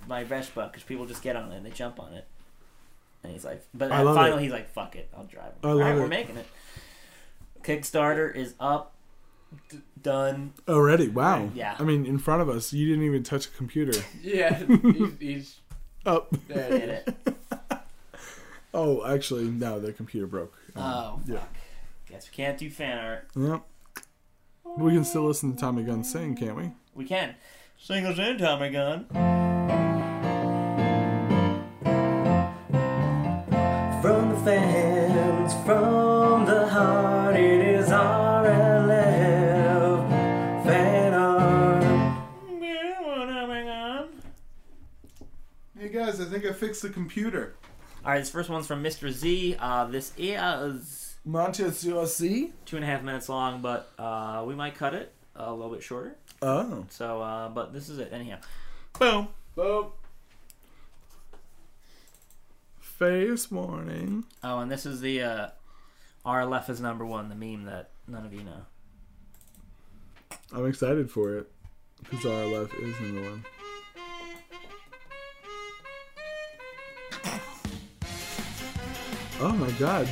Speaker 2: my Vespa," because people just get on it and they jump on it. And he's like, but
Speaker 4: I love
Speaker 2: finally he's like, "Fuck it, I'll drive." Him.
Speaker 4: I
Speaker 2: All right,
Speaker 4: love
Speaker 2: we're
Speaker 4: it.
Speaker 2: making it. Kickstarter is up, d- done.
Speaker 4: already. Wow.
Speaker 2: Yeah.
Speaker 4: I mean, in front of us, you didn't even touch a computer. Oh.
Speaker 3: Yeah. He's, he's
Speaker 4: up.
Speaker 7: There it
Speaker 2: Did
Speaker 7: is.
Speaker 4: *laughs*
Speaker 2: it?
Speaker 4: Oh, actually, no, their computer broke. Um,
Speaker 2: Oh,
Speaker 4: yeah.
Speaker 2: fuck. Guess we can't do fan art.
Speaker 4: yep. We can still listen to Tommy Gunn sing, can't we?
Speaker 2: We can. Singles in Tommy Gun.
Speaker 8: From the fans, from the heart, it is RLF fan art.
Speaker 2: Alright,
Speaker 6: Hey guys, I think I fixed the computer.
Speaker 2: this first one's from Mr. Z. Uh, this is
Speaker 4: Montez USC.
Speaker 2: two and a half minutes long, but uh, we might cut it a little bit shorter.
Speaker 4: Oh.
Speaker 2: So, uh, but this is it anyhow. Boom.
Speaker 7: Boom.
Speaker 4: Face warning.
Speaker 2: Oh, and this is the uh, RLF is number one, the meme that none of you know.
Speaker 4: I'm excited for it. Because RLF is number one. Oh my god.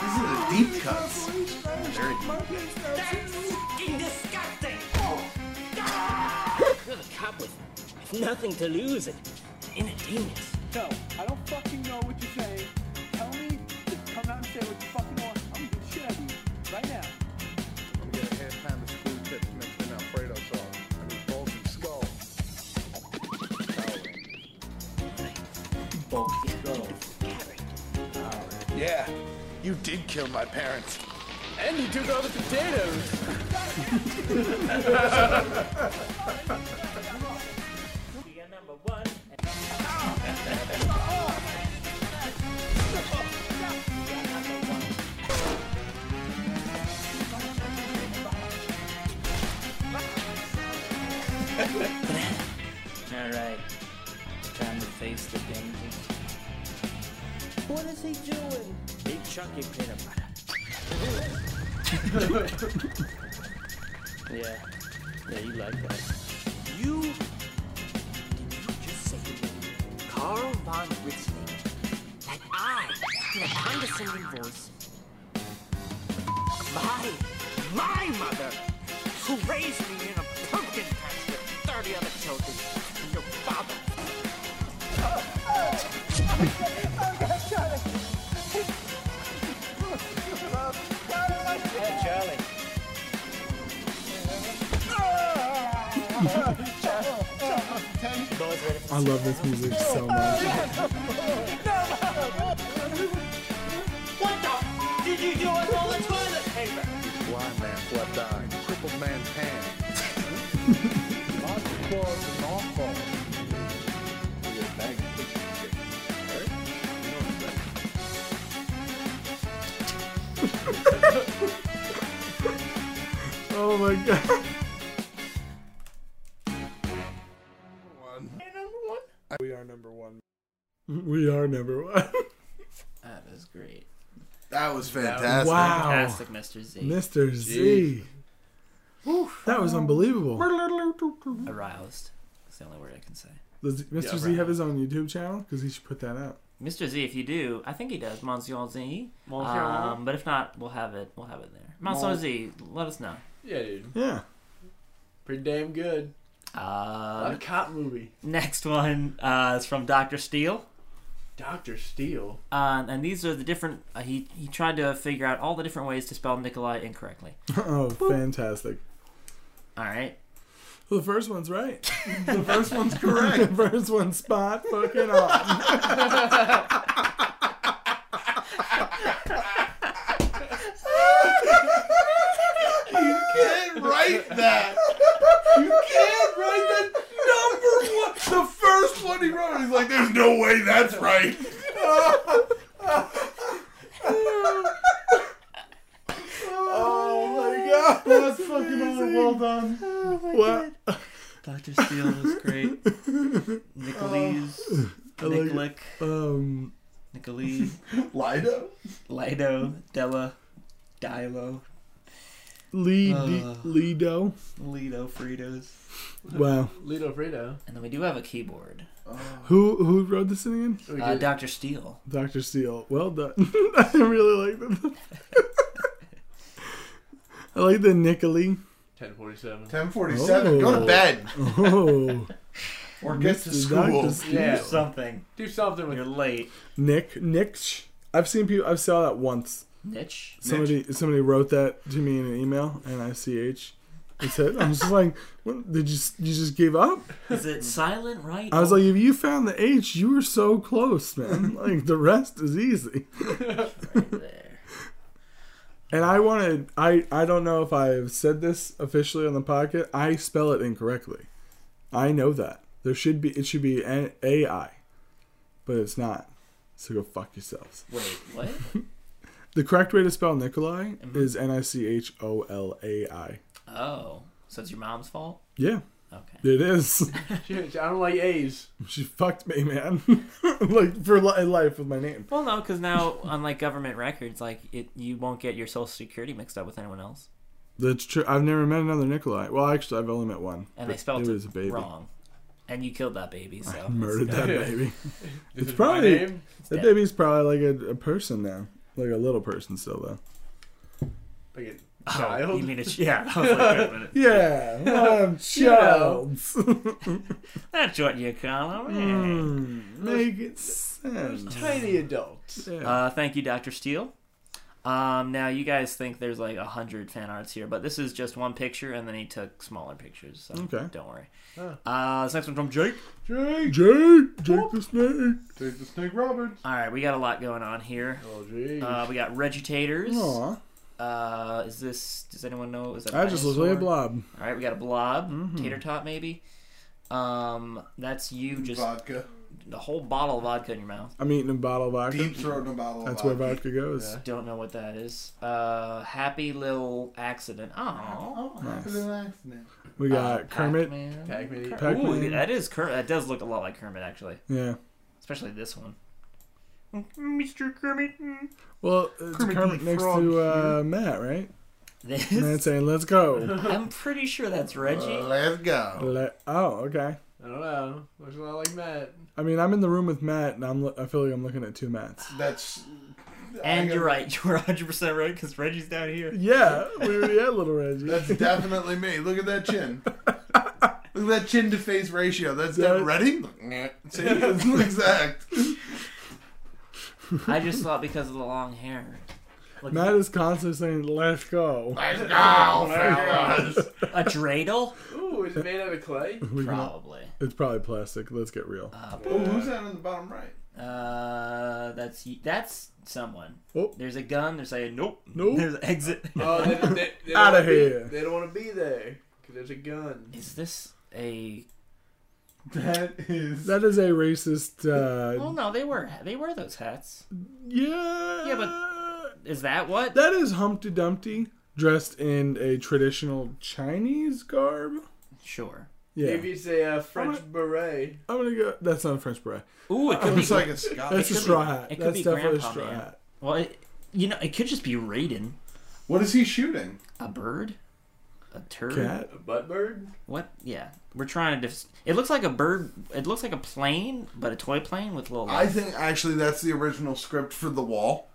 Speaker 6: These are the deep cuts. Very deep.
Speaker 1: You're the cop with nothing to lose and inner genius.
Speaker 3: No, I don't fucking know what you're saying. Tell me, just come out and say what you fucking want. I'm gonna beat the shit out of you right now.
Speaker 9: I'm gonna add time to school tips mixed in Alfredo sauce. I need balls and skull. Yeah, you did kill my parents.
Speaker 3: And you took all the potatoes.
Speaker 2: number one.
Speaker 1: Alright. Time to face the danger. What is he doing? Big chunky peanut butter. *laughs* yeah. Yeah, you like that. You. Did you just say to me, Carl von Ritzling, that I, in a condescending voice, my, my mother, who raised me in a pumpkin patch with 30 other children, and your father. Hey, Charlie. Boys ready for
Speaker 4: I love this music so much.
Speaker 1: What the f- did you do with all the toilet paper?
Speaker 9: Blind man's left eye, crippled man's hand. Lots of claws and all falls. We got a bag of pictures here. Alright? You know what's up. *laughs*
Speaker 4: Oh my god.
Speaker 3: We are number one.
Speaker 4: We are number one.
Speaker 2: That was great.
Speaker 6: That was fantastic.
Speaker 4: Wow.
Speaker 2: Fantastic, Mr. Z.
Speaker 4: Mr. Z. That was unbelievable.
Speaker 2: Aroused. That's the only word I can say.
Speaker 4: Does Mr. Z have his own YouTube channel? Because he should put that out.
Speaker 2: Mr. Z, if you do, I think he does. Monsieur Z.
Speaker 7: Monsieur Z.
Speaker 2: Um, but if not, we'll have it. We'll have it there. Monsieur
Speaker 7: Mon-
Speaker 2: Z, let us know.
Speaker 7: Yeah, dude.
Speaker 4: Yeah.
Speaker 7: Pretty damn good.
Speaker 2: Uh,
Speaker 7: a cop movie.
Speaker 2: next one uh, is from Doctor Steele,
Speaker 7: Doctor Steele.
Speaker 2: uh, and these are the different. Uh, he he tried to figure out all the different ways to spell Nikolai incorrectly.
Speaker 4: *laughs* Oh, fantastic.
Speaker 2: All right,
Speaker 4: Well, the first one's *laughs* right.
Speaker 6: The first one's
Speaker 4: the
Speaker 6: correct.
Speaker 4: *laughs* first one's spot fucking on.
Speaker 6: Can't write that. You can't write that number one. The first one he wrote, he's like, "There's no way that's right."
Speaker 4: Oh my god. That's fucking awesome. Well done. Wow.
Speaker 2: Doctor Steele was great. Nicolese,
Speaker 4: I like it.
Speaker 2: Nikolic,
Speaker 4: *laughs* Um,
Speaker 2: Nicolese,
Speaker 6: Lido.
Speaker 2: Lido, Della, Dilo,
Speaker 4: Lee,
Speaker 2: Uh.
Speaker 4: Lido.
Speaker 2: Lido, Fritos.
Speaker 4: Wow.
Speaker 7: Lito Frito.
Speaker 2: And then we do have a keyboard.
Speaker 4: Who who wrote this in again?
Speaker 7: We
Speaker 2: Uh,
Speaker 7: did-
Speaker 2: Doctor Steele.
Speaker 4: Dr. Steele. Well done. *laughs* I really like that. *laughs* I like *laughs* the Nicolay.
Speaker 7: 1047.
Speaker 6: 1047. Go
Speaker 4: Oh.
Speaker 6: to bed.
Speaker 4: Oh.
Speaker 2: or get
Speaker 4: Mr.
Speaker 2: to school.
Speaker 4: Doctor's
Speaker 3: Yeah.
Speaker 2: Do something.
Speaker 3: Do something with *laughs*
Speaker 2: You're late.
Speaker 4: Nick Nick. I've seen people. I saw that once.
Speaker 2: Niche.
Speaker 4: Somebody somebody wrote that to me in an email, and I ch. It said, I'm just like, what, did you you just give up?
Speaker 2: *laughs* Is it silent? Right. Oh,
Speaker 4: I was like, if you found the H, you were so close, man. Like the rest is easy.
Speaker 2: there.
Speaker 4: And I wanted I I don't know if I've said this officially on the podcast. I spell it incorrectly. I know that. There should be it should be an AI. But it's not. So go fuck yourselves.
Speaker 2: Wait. What?
Speaker 4: The correct way to spell Nikolai
Speaker 3: Mm-hmm.
Speaker 4: is N I C H O L A I.
Speaker 2: Oh, so it's your mom's fault.
Speaker 4: Yeah,
Speaker 2: Okay.
Speaker 4: it is. *laughs*
Speaker 3: Shit, I don't like A's.
Speaker 4: she fucked me, man. *laughs* like for li- life with my name.
Speaker 2: Well, no, because now, unlike government records, like it, you won't get your social security mixed up with anyone else,
Speaker 4: That's true. I've never met another Nikolai. Well, actually, I've only met one.
Speaker 2: and
Speaker 4: but
Speaker 2: they spelled
Speaker 4: it
Speaker 2: it,
Speaker 4: was a baby.
Speaker 2: wrong, and you killed that baby.
Speaker 4: *laughs*
Speaker 2: So
Speaker 4: Murdered that
Speaker 3: Yeah.
Speaker 4: baby.
Speaker 3: This
Speaker 4: It's
Speaker 3: *laughs* is my
Speaker 4: probably-
Speaker 3: name.
Speaker 4: That
Speaker 2: dead.
Speaker 4: baby's probably like a, a person now, like a little person still though.
Speaker 3: Like a
Speaker 2: Oh,
Speaker 3: child.
Speaker 2: you mean a yeah? I was like, wait a
Speaker 4: *laughs*
Speaker 2: minute.
Speaker 3: *laughs*
Speaker 4: Yeah, um,
Speaker 3: Childs.
Speaker 2: That's what you call
Speaker 3: Hmm.
Speaker 2: him.
Speaker 4: Mm, make it
Speaker 3: Those
Speaker 4: sense.
Speaker 3: tiny adults.
Speaker 4: Yeah.
Speaker 2: Uh, thank you, Doctor Steele. Um, now you guys think there's like a hundred fan arts here, but this is just one picture, and then he took smaller pictures. So
Speaker 4: Okay.
Speaker 2: don't worry.
Speaker 3: Huh.
Speaker 2: Uh, this next one from Jake.
Speaker 3: Jake.
Speaker 4: Jake, Jake the snake.
Speaker 3: Take the snake Roberts.
Speaker 2: All right, we got a lot going on here.
Speaker 3: Oh, Jake.
Speaker 2: Uh, we got Regitators.
Speaker 4: Aw,
Speaker 2: Uh, is this? Does anyone know? Is that? a Mm-hmm.
Speaker 4: I just look like a
Speaker 2: dinosaur?
Speaker 4: blob.
Speaker 2: All right, we got a blob, tater tot maybe. Um, that's you just
Speaker 6: Vodka.
Speaker 2: the whole bottle of vodka in your mouth.
Speaker 4: I'm eating a bottle of vodka.
Speaker 6: Deep throat in a bottle of
Speaker 4: That's where
Speaker 6: vodka.
Speaker 4: vodka goes.
Speaker 2: Don't know what that is. Uh, happy little accident. Oh,
Speaker 6: Oh, happened in an accident.
Speaker 4: We got Kermit.
Speaker 2: Ah, Pac-Man.
Speaker 3: Pac-Man.
Speaker 4: Pac-Man.
Speaker 2: Ooh, that is Kermit. That does look a lot like Kermit actually,
Speaker 4: Yeah.
Speaker 2: especially this one. Mr. Kermit.
Speaker 4: Well, it's
Speaker 6: Kermit
Speaker 4: Kermit,
Speaker 6: the
Speaker 4: next
Speaker 6: Frog
Speaker 4: to uh, Matt, right? Matt
Speaker 2: This,
Speaker 4: saying, "Let's
Speaker 2: *laughs*
Speaker 4: go."
Speaker 2: I'm pretty sure that's Reggie.
Speaker 6: Let's go.
Speaker 4: Le- oh, okay.
Speaker 3: I don't know. Looks a lot like Matt.
Speaker 4: I mean, I'm in the room with Matt, and I'm. Lo- I feel like I'm looking at two Matts.
Speaker 6: That's.
Speaker 2: and
Speaker 6: I
Speaker 2: you're
Speaker 6: gotta-
Speaker 2: right. You're 100 percent right because Reggie's down
Speaker 4: *laughs*
Speaker 2: here.
Speaker 4: Yeah, we already had little Reggie.
Speaker 6: That's *laughs* definitely me. Look at that chin. Look at that chin to face ratio. That's
Speaker 4: Yeah.
Speaker 6: that ready? See, *laughs* it's exact.
Speaker 2: I just thought because of the long hair. Look,
Speaker 4: *laughs* Matt is constantly saying, "Let's go."
Speaker 6: Let's go, fellas.
Speaker 2: a
Speaker 4: *laughs*
Speaker 2: dreidel?
Speaker 3: Ooh, is it made out of clay?
Speaker 4: We can-
Speaker 2: Probably.
Speaker 4: it's probably plastic. Let's get real.
Speaker 2: Uh,
Speaker 6: Oh, who's that on the bottom right?
Speaker 2: Uh, that's that's someone.
Speaker 4: Oh.
Speaker 2: There's a gun. They're saying nope.
Speaker 4: Nope.
Speaker 2: There's an exit. *laughs*
Speaker 3: Oh, they, they, they don't
Speaker 4: Outta
Speaker 3: wanna be-
Speaker 4: here.
Speaker 3: They don't want to be there because there's a gun.
Speaker 2: Is this a?
Speaker 6: That is.
Speaker 4: That is a racist. Uh,
Speaker 2: Well, no, they were they were those hats.
Speaker 4: yeah.
Speaker 2: Yeah, Is that what?
Speaker 4: that is Humpty Dumpty dressed in a traditional Chinese garb.
Speaker 2: Sure.
Speaker 4: Yeah,
Speaker 3: Maybe it's a uh, French beret.
Speaker 4: I'm gonna go. That's not a French beret.
Speaker 2: Ooh, it could be.
Speaker 6: Looks like a Scot.
Speaker 4: That's a
Speaker 2: could be-
Speaker 4: straw hat.
Speaker 2: it could
Speaker 4: That's
Speaker 2: be
Speaker 4: definitely
Speaker 2: Grandpa
Speaker 4: a straw
Speaker 2: Man.
Speaker 4: hat.
Speaker 2: Well, it, you know, it could just be Raiden,
Speaker 6: What is he shooting?
Speaker 2: a bird, a turd.
Speaker 4: Cat.
Speaker 3: A butt bird?
Speaker 2: What? Yeah, we're trying to. Dis- it looks like a bird. It looks like a plane, but a toy plane with little.
Speaker 6: I think actually that's the original script for The Wall.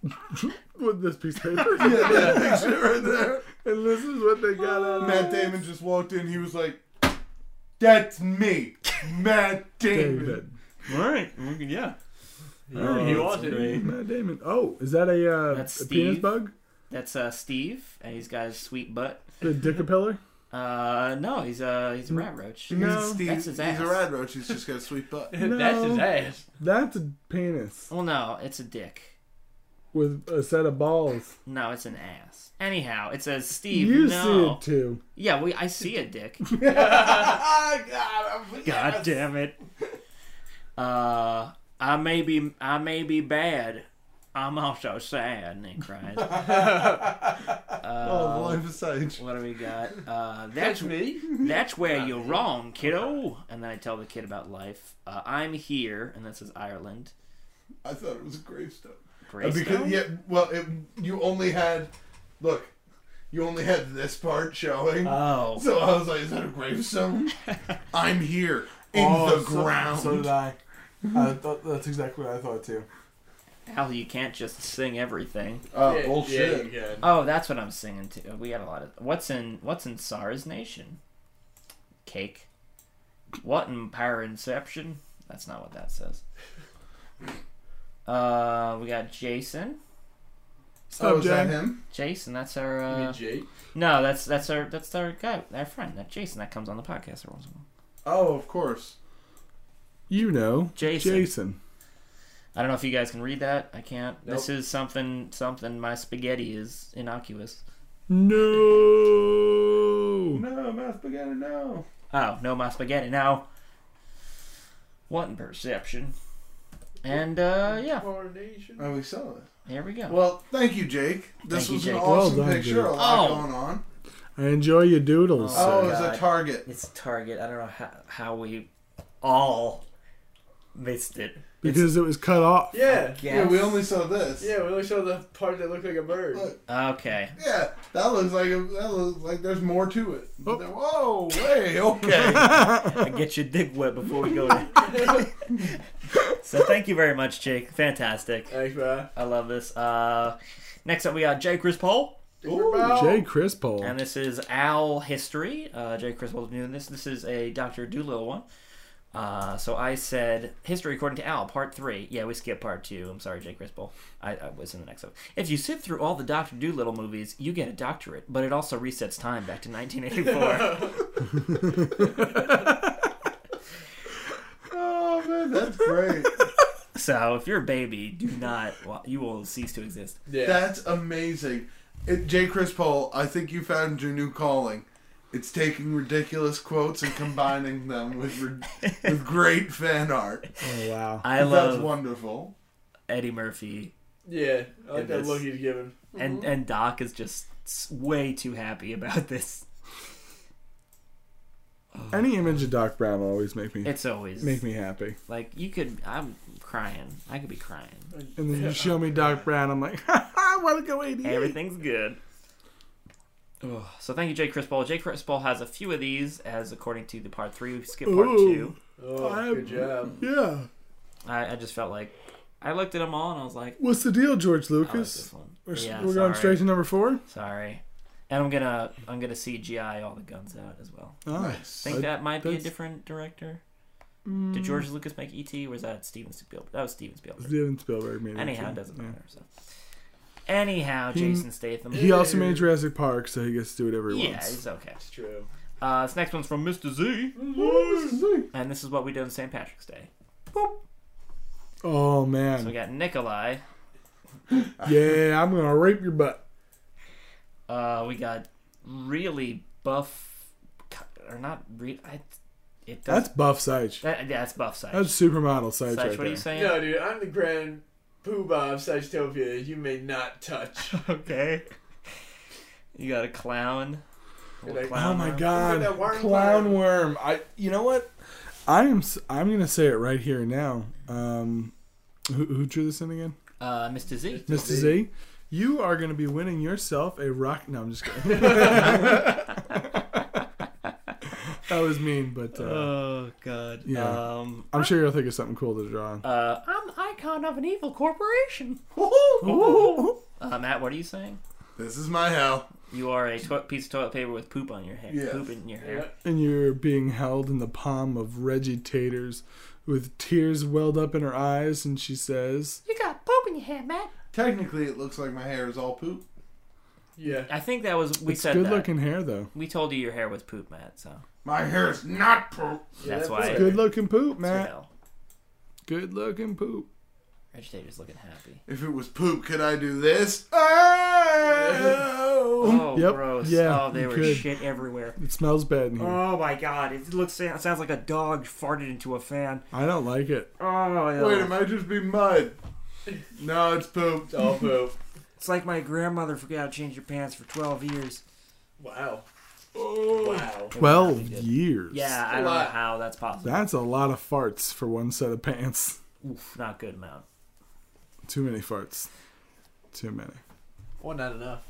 Speaker 4: *laughs* with this piece of *laughs* paper.
Speaker 6: Yeah, that picture right there.
Speaker 4: And this is what they got out of
Speaker 6: Matt Damon just walked in. He was like, "That's me, Matt Damon."
Speaker 4: David.
Speaker 2: All right. Yeah.
Speaker 3: Oh, he wants it.
Speaker 4: Matt Damon. Oh, is that a, uh,
Speaker 2: That's
Speaker 4: a penis
Speaker 2: Steve.
Speaker 4: bug?
Speaker 2: That's uh, Steve, and he's got his sweet butt. *laughs*
Speaker 4: The dickapeller?
Speaker 2: Uh, no, he's a he's a rat roach.
Speaker 6: He's
Speaker 4: No.
Speaker 6: Steve-
Speaker 2: That's his ass.
Speaker 6: He's a rad roach. He's just got a sweet butt.
Speaker 3: *laughs* That's his
Speaker 4: No.
Speaker 3: ass.
Speaker 4: That's a penis
Speaker 2: Well, no, it's a dick.
Speaker 4: with a set of balls.
Speaker 2: No, it's an ass. Anyhow, it says Steve.
Speaker 4: you see
Speaker 2: no.
Speaker 4: it too.
Speaker 2: Yeah, we I see a *laughs* dick.
Speaker 6: Ah, God, I'm-
Speaker 2: God damn it. Uh, I may be I may be bad. I'm also sad. And he *laughs* cries.
Speaker 6: *laughs* Oh, the life of Sage.
Speaker 2: What do we got? Uh,
Speaker 3: That's
Speaker 2: that's
Speaker 3: me.
Speaker 2: That's where you're wrong, kiddo. And then I tell the kid about life. Uh, I'm here, and that says Ireland.
Speaker 6: I thought it was a gravestone. Uh,
Speaker 2: Greystone?
Speaker 6: Because yeah, well, it, you only had, look, you only had this part showing.
Speaker 2: Oh,
Speaker 6: so I was like, "Is that a gravestone?" I'm here in
Speaker 4: Oh,
Speaker 6: the
Speaker 4: *laughs*
Speaker 6: ground.
Speaker 4: I. I thought, that's exactly what I thought too.
Speaker 2: Al, you can't just sing everything.
Speaker 6: oh
Speaker 3: Yeah,
Speaker 6: bullshit!
Speaker 3: yeah, you can.
Speaker 2: Oh, that's what I'm singing to. We got a lot of what's in what's in Sar's nation. Cake, What in Power Inception? That's not what that says. Uh, we got Jason.
Speaker 6: Oh, is that
Speaker 4: Jay?
Speaker 6: him?
Speaker 2: Jason, that's our.
Speaker 3: You mean
Speaker 2: Uh,
Speaker 3: Jake?
Speaker 2: no, that's that's our that's our guy, our friend, that Jason that comes on the podcast every once in a while.
Speaker 6: Oh, of course.
Speaker 4: You know,
Speaker 2: Jason.
Speaker 4: Jason.
Speaker 2: I don't know if you guys can read that. I can't. This
Speaker 3: Nope.
Speaker 2: is something something. My spaghetti is innocuous.
Speaker 4: No.
Speaker 6: No, Math Spaghetti, no.
Speaker 2: Oh no, my spaghetti now. What in perception? And uh, yeah,
Speaker 3: Coronation.
Speaker 4: Uh,
Speaker 6: Oh, we saw it.
Speaker 2: here we go.
Speaker 6: Well, thank you, Jake. This
Speaker 2: Thank you, Jake.
Speaker 6: was an
Speaker 4: Well
Speaker 6: awesome
Speaker 4: done,
Speaker 6: picture.
Speaker 4: Jake.
Speaker 6: A lot
Speaker 2: Oh.
Speaker 6: going on.
Speaker 4: I enjoy your doodles.
Speaker 6: Oh,
Speaker 2: So
Speaker 6: it was a
Speaker 2: God.
Speaker 6: target.
Speaker 2: It's Target. I don't know how, how we all missed it.
Speaker 4: because it was cut off.
Speaker 3: Yeah.
Speaker 6: Yeah, we only saw this.
Speaker 3: Yeah, we only saw the part that looked like a bird.
Speaker 6: Look.
Speaker 2: Okay.
Speaker 6: Yeah, that looks like a, that looks like there's more to it.
Speaker 4: Oh.
Speaker 6: Whoa, hey, okay.
Speaker 2: I get your dick wet before we
Speaker 6: *laughs*
Speaker 2: go. To... so thank you very much, Jake. Fantastic.
Speaker 3: Thanks, bro.
Speaker 2: I love this. Uh, next up, we got Jay Chris Paul,
Speaker 3: Ooh,
Speaker 4: Jay Chris Paul.
Speaker 2: and this is Owl History. Uh, Jay Chris Paul's doing this. This is a Doctor Doolittle one. Uh, so I said history according to Al, part three. Yeah, we skipped part two. I'm sorry, Jay Chris Paul. I, I was in the next one. If you sit through all the Doctor Doolittle movies, you get a doctorate, but it also resets time back to
Speaker 3: *laughs*
Speaker 2: 1984.
Speaker 6: oh man, that's great.
Speaker 2: so if you're a baby, do not. Well, you will cease to exist.
Speaker 3: Yeah.
Speaker 6: That's amazing. It, Jay Chris Paul, I think you found your new calling. It's taking ridiculous quotes and combining them with re- with great fan art.
Speaker 4: oh wow.
Speaker 2: I
Speaker 6: That's
Speaker 2: love
Speaker 6: wonderful.
Speaker 2: Eddie Murphy
Speaker 3: yeah. I like
Speaker 2: It
Speaker 3: that
Speaker 2: is.
Speaker 3: look he's giving.
Speaker 2: and and Doc is just s- way too happy about this.
Speaker 4: Any image of Doc Brown will always make me
Speaker 2: It's always
Speaker 4: make me happy.
Speaker 2: like you could. I'm crying. I could be crying.
Speaker 4: And then you show me Doc Brown, I'm like, *laughs* I want to go 88.
Speaker 2: Everything's good. Ugh. So thank you, Jay Chris Paul. Jay Chris Paul has a few of these, as according to the part three. We skipped part
Speaker 4: Ooh.
Speaker 2: two.
Speaker 3: Oh,
Speaker 4: I'm-
Speaker 3: good job.
Speaker 4: Yeah.
Speaker 2: I, I just felt like I looked at them all and I was like,
Speaker 4: What's the deal, George
Speaker 2: I Oh, like this
Speaker 4: Lucas?
Speaker 2: one.
Speaker 4: We're,
Speaker 2: yeah,
Speaker 4: we're
Speaker 2: sorry.
Speaker 4: going straight to number four.
Speaker 2: Sorry. And I'm gonna I'm gonna CGI all the guns out as well.
Speaker 4: Oh.
Speaker 6: Nice.
Speaker 2: Think that might be a
Speaker 4: that's- Mm.
Speaker 2: different director. Did George Lucas make E.T. or was that Steven Spielberg? That was Steven Spielberg.
Speaker 4: Steven Spielberg made it.
Speaker 2: Anyhow,
Speaker 4: too.
Speaker 2: it doesn't
Speaker 4: Yeah.
Speaker 2: matter. So. Anyhow,
Speaker 4: He-
Speaker 2: Jason Statham.
Speaker 4: He also made Jurassic Park, so he gets to do it every
Speaker 2: Yeah,
Speaker 4: once.
Speaker 2: it's okay.
Speaker 3: It's true.
Speaker 2: Uh, this next one's from Mr. Z, and this is what we did on St. Patrick's Day.
Speaker 4: Oh man,
Speaker 2: So we got Nikolai.
Speaker 4: yeah, I'm gonna rape your butt.
Speaker 2: Uh, we got really buff, or not re I, it does,
Speaker 4: That's buff Sage.
Speaker 2: that, yeah, that's buff Sage.
Speaker 4: That's supermodel Sage
Speaker 2: Sage,
Speaker 4: right
Speaker 2: what
Speaker 4: there.
Speaker 2: are you
Speaker 3: *laughs*
Speaker 2: saying?
Speaker 3: No, dude, I'm the grand poobah of Sagitopia. You may not
Speaker 4: *laughs*
Speaker 3: touch.
Speaker 2: Okay. You got a clown. A little
Speaker 3: Like-
Speaker 4: Oh
Speaker 2: clown
Speaker 4: my
Speaker 2: now.
Speaker 4: god,
Speaker 3: Look at that worm
Speaker 4: clown
Speaker 3: clown.
Speaker 4: worm. I, you know what? I am. s- I'm gonna say it right here and now. Um, who, who drew this in again?
Speaker 2: Uh, Mr. Z.
Speaker 4: Mr. Z, you are going to be winning yourself a rock. No, I'm just kidding. *laughs* that was mean, but uh,
Speaker 2: Oh God.
Speaker 4: Yeah.
Speaker 2: Um,
Speaker 4: I'm sure you'll think of something cool to draw.
Speaker 2: Uh, I'm the icon of an evil corporation. Uh, Matt, what are you saying?
Speaker 6: This is my hell.
Speaker 2: You are a to- piece of toilet paper with poop on your hair.
Speaker 6: Yes.
Speaker 2: Poop in your hair.
Speaker 3: Yeah.
Speaker 4: and you're being held in the palm of Reggie Taters with tears welled up in her eyes, and she says,
Speaker 2: You got poop in your hair, Matt.
Speaker 6: Technically, it looks like my hair is all poop.
Speaker 3: Yeah.
Speaker 2: I think that was we
Speaker 4: It's
Speaker 2: said
Speaker 4: good
Speaker 2: that.
Speaker 4: looking hair, though.
Speaker 2: We told you your hair was poop, Matt. So
Speaker 6: My hair is not poop.
Speaker 2: that's
Speaker 3: that's
Speaker 2: why.
Speaker 3: good.
Speaker 4: Good looking poop, Matt.
Speaker 2: Hell,
Speaker 4: Good looking poop.
Speaker 2: Regitator's looking happy.
Speaker 6: If it was poop, could I do this? Oh!
Speaker 2: Oh,
Speaker 4: Yep.
Speaker 2: gross.
Speaker 4: Yeah,
Speaker 2: oh,
Speaker 4: you
Speaker 2: there was
Speaker 4: could.
Speaker 2: shit everywhere.
Speaker 4: It smells bad in here.
Speaker 2: Oh my god! It looks sounds like a dog farted into a fan.
Speaker 4: I don't like it.
Speaker 2: Oh,
Speaker 6: Wait, it might just be mud. No, it's poop.
Speaker 3: It's all poop.
Speaker 2: it's like my grandmother forgot to change her pants for twelve years.
Speaker 3: Wow.
Speaker 4: Oh.
Speaker 3: Wow.
Speaker 4: 12 years.
Speaker 2: Yeah, I
Speaker 3: a
Speaker 2: don't know
Speaker 3: lot.
Speaker 2: how that's possible.
Speaker 4: That's a lot of farts for one set of pants. *laughs*
Speaker 2: Oof, not good amount.
Speaker 4: Too many farts. Too many.
Speaker 3: Well, not enough.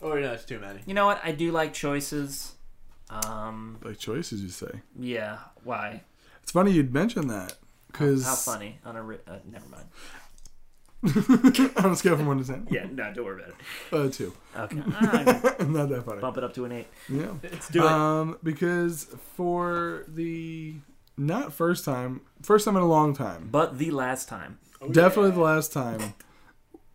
Speaker 3: Or no, it's too many.
Speaker 2: You know what? I do like choices. Um,
Speaker 4: Like choices, you say.
Speaker 2: yeah. Why?
Speaker 4: It's funny you'd mention that. Because *laughs*
Speaker 2: How funny? On a ri- uh, never mind.
Speaker 4: on a scale from one to ten.
Speaker 2: Yeah, no, don't worry about it.
Speaker 4: Uh, two. *laughs*
Speaker 2: Okay, *laughs* Ah,
Speaker 4: Not that funny.
Speaker 2: bump it up to an eight.
Speaker 4: Yeah.
Speaker 2: Let's do it.
Speaker 3: Uh,
Speaker 4: Um, because for the not first time, first time in a long time,
Speaker 2: but the last time,
Speaker 4: definitely the last time.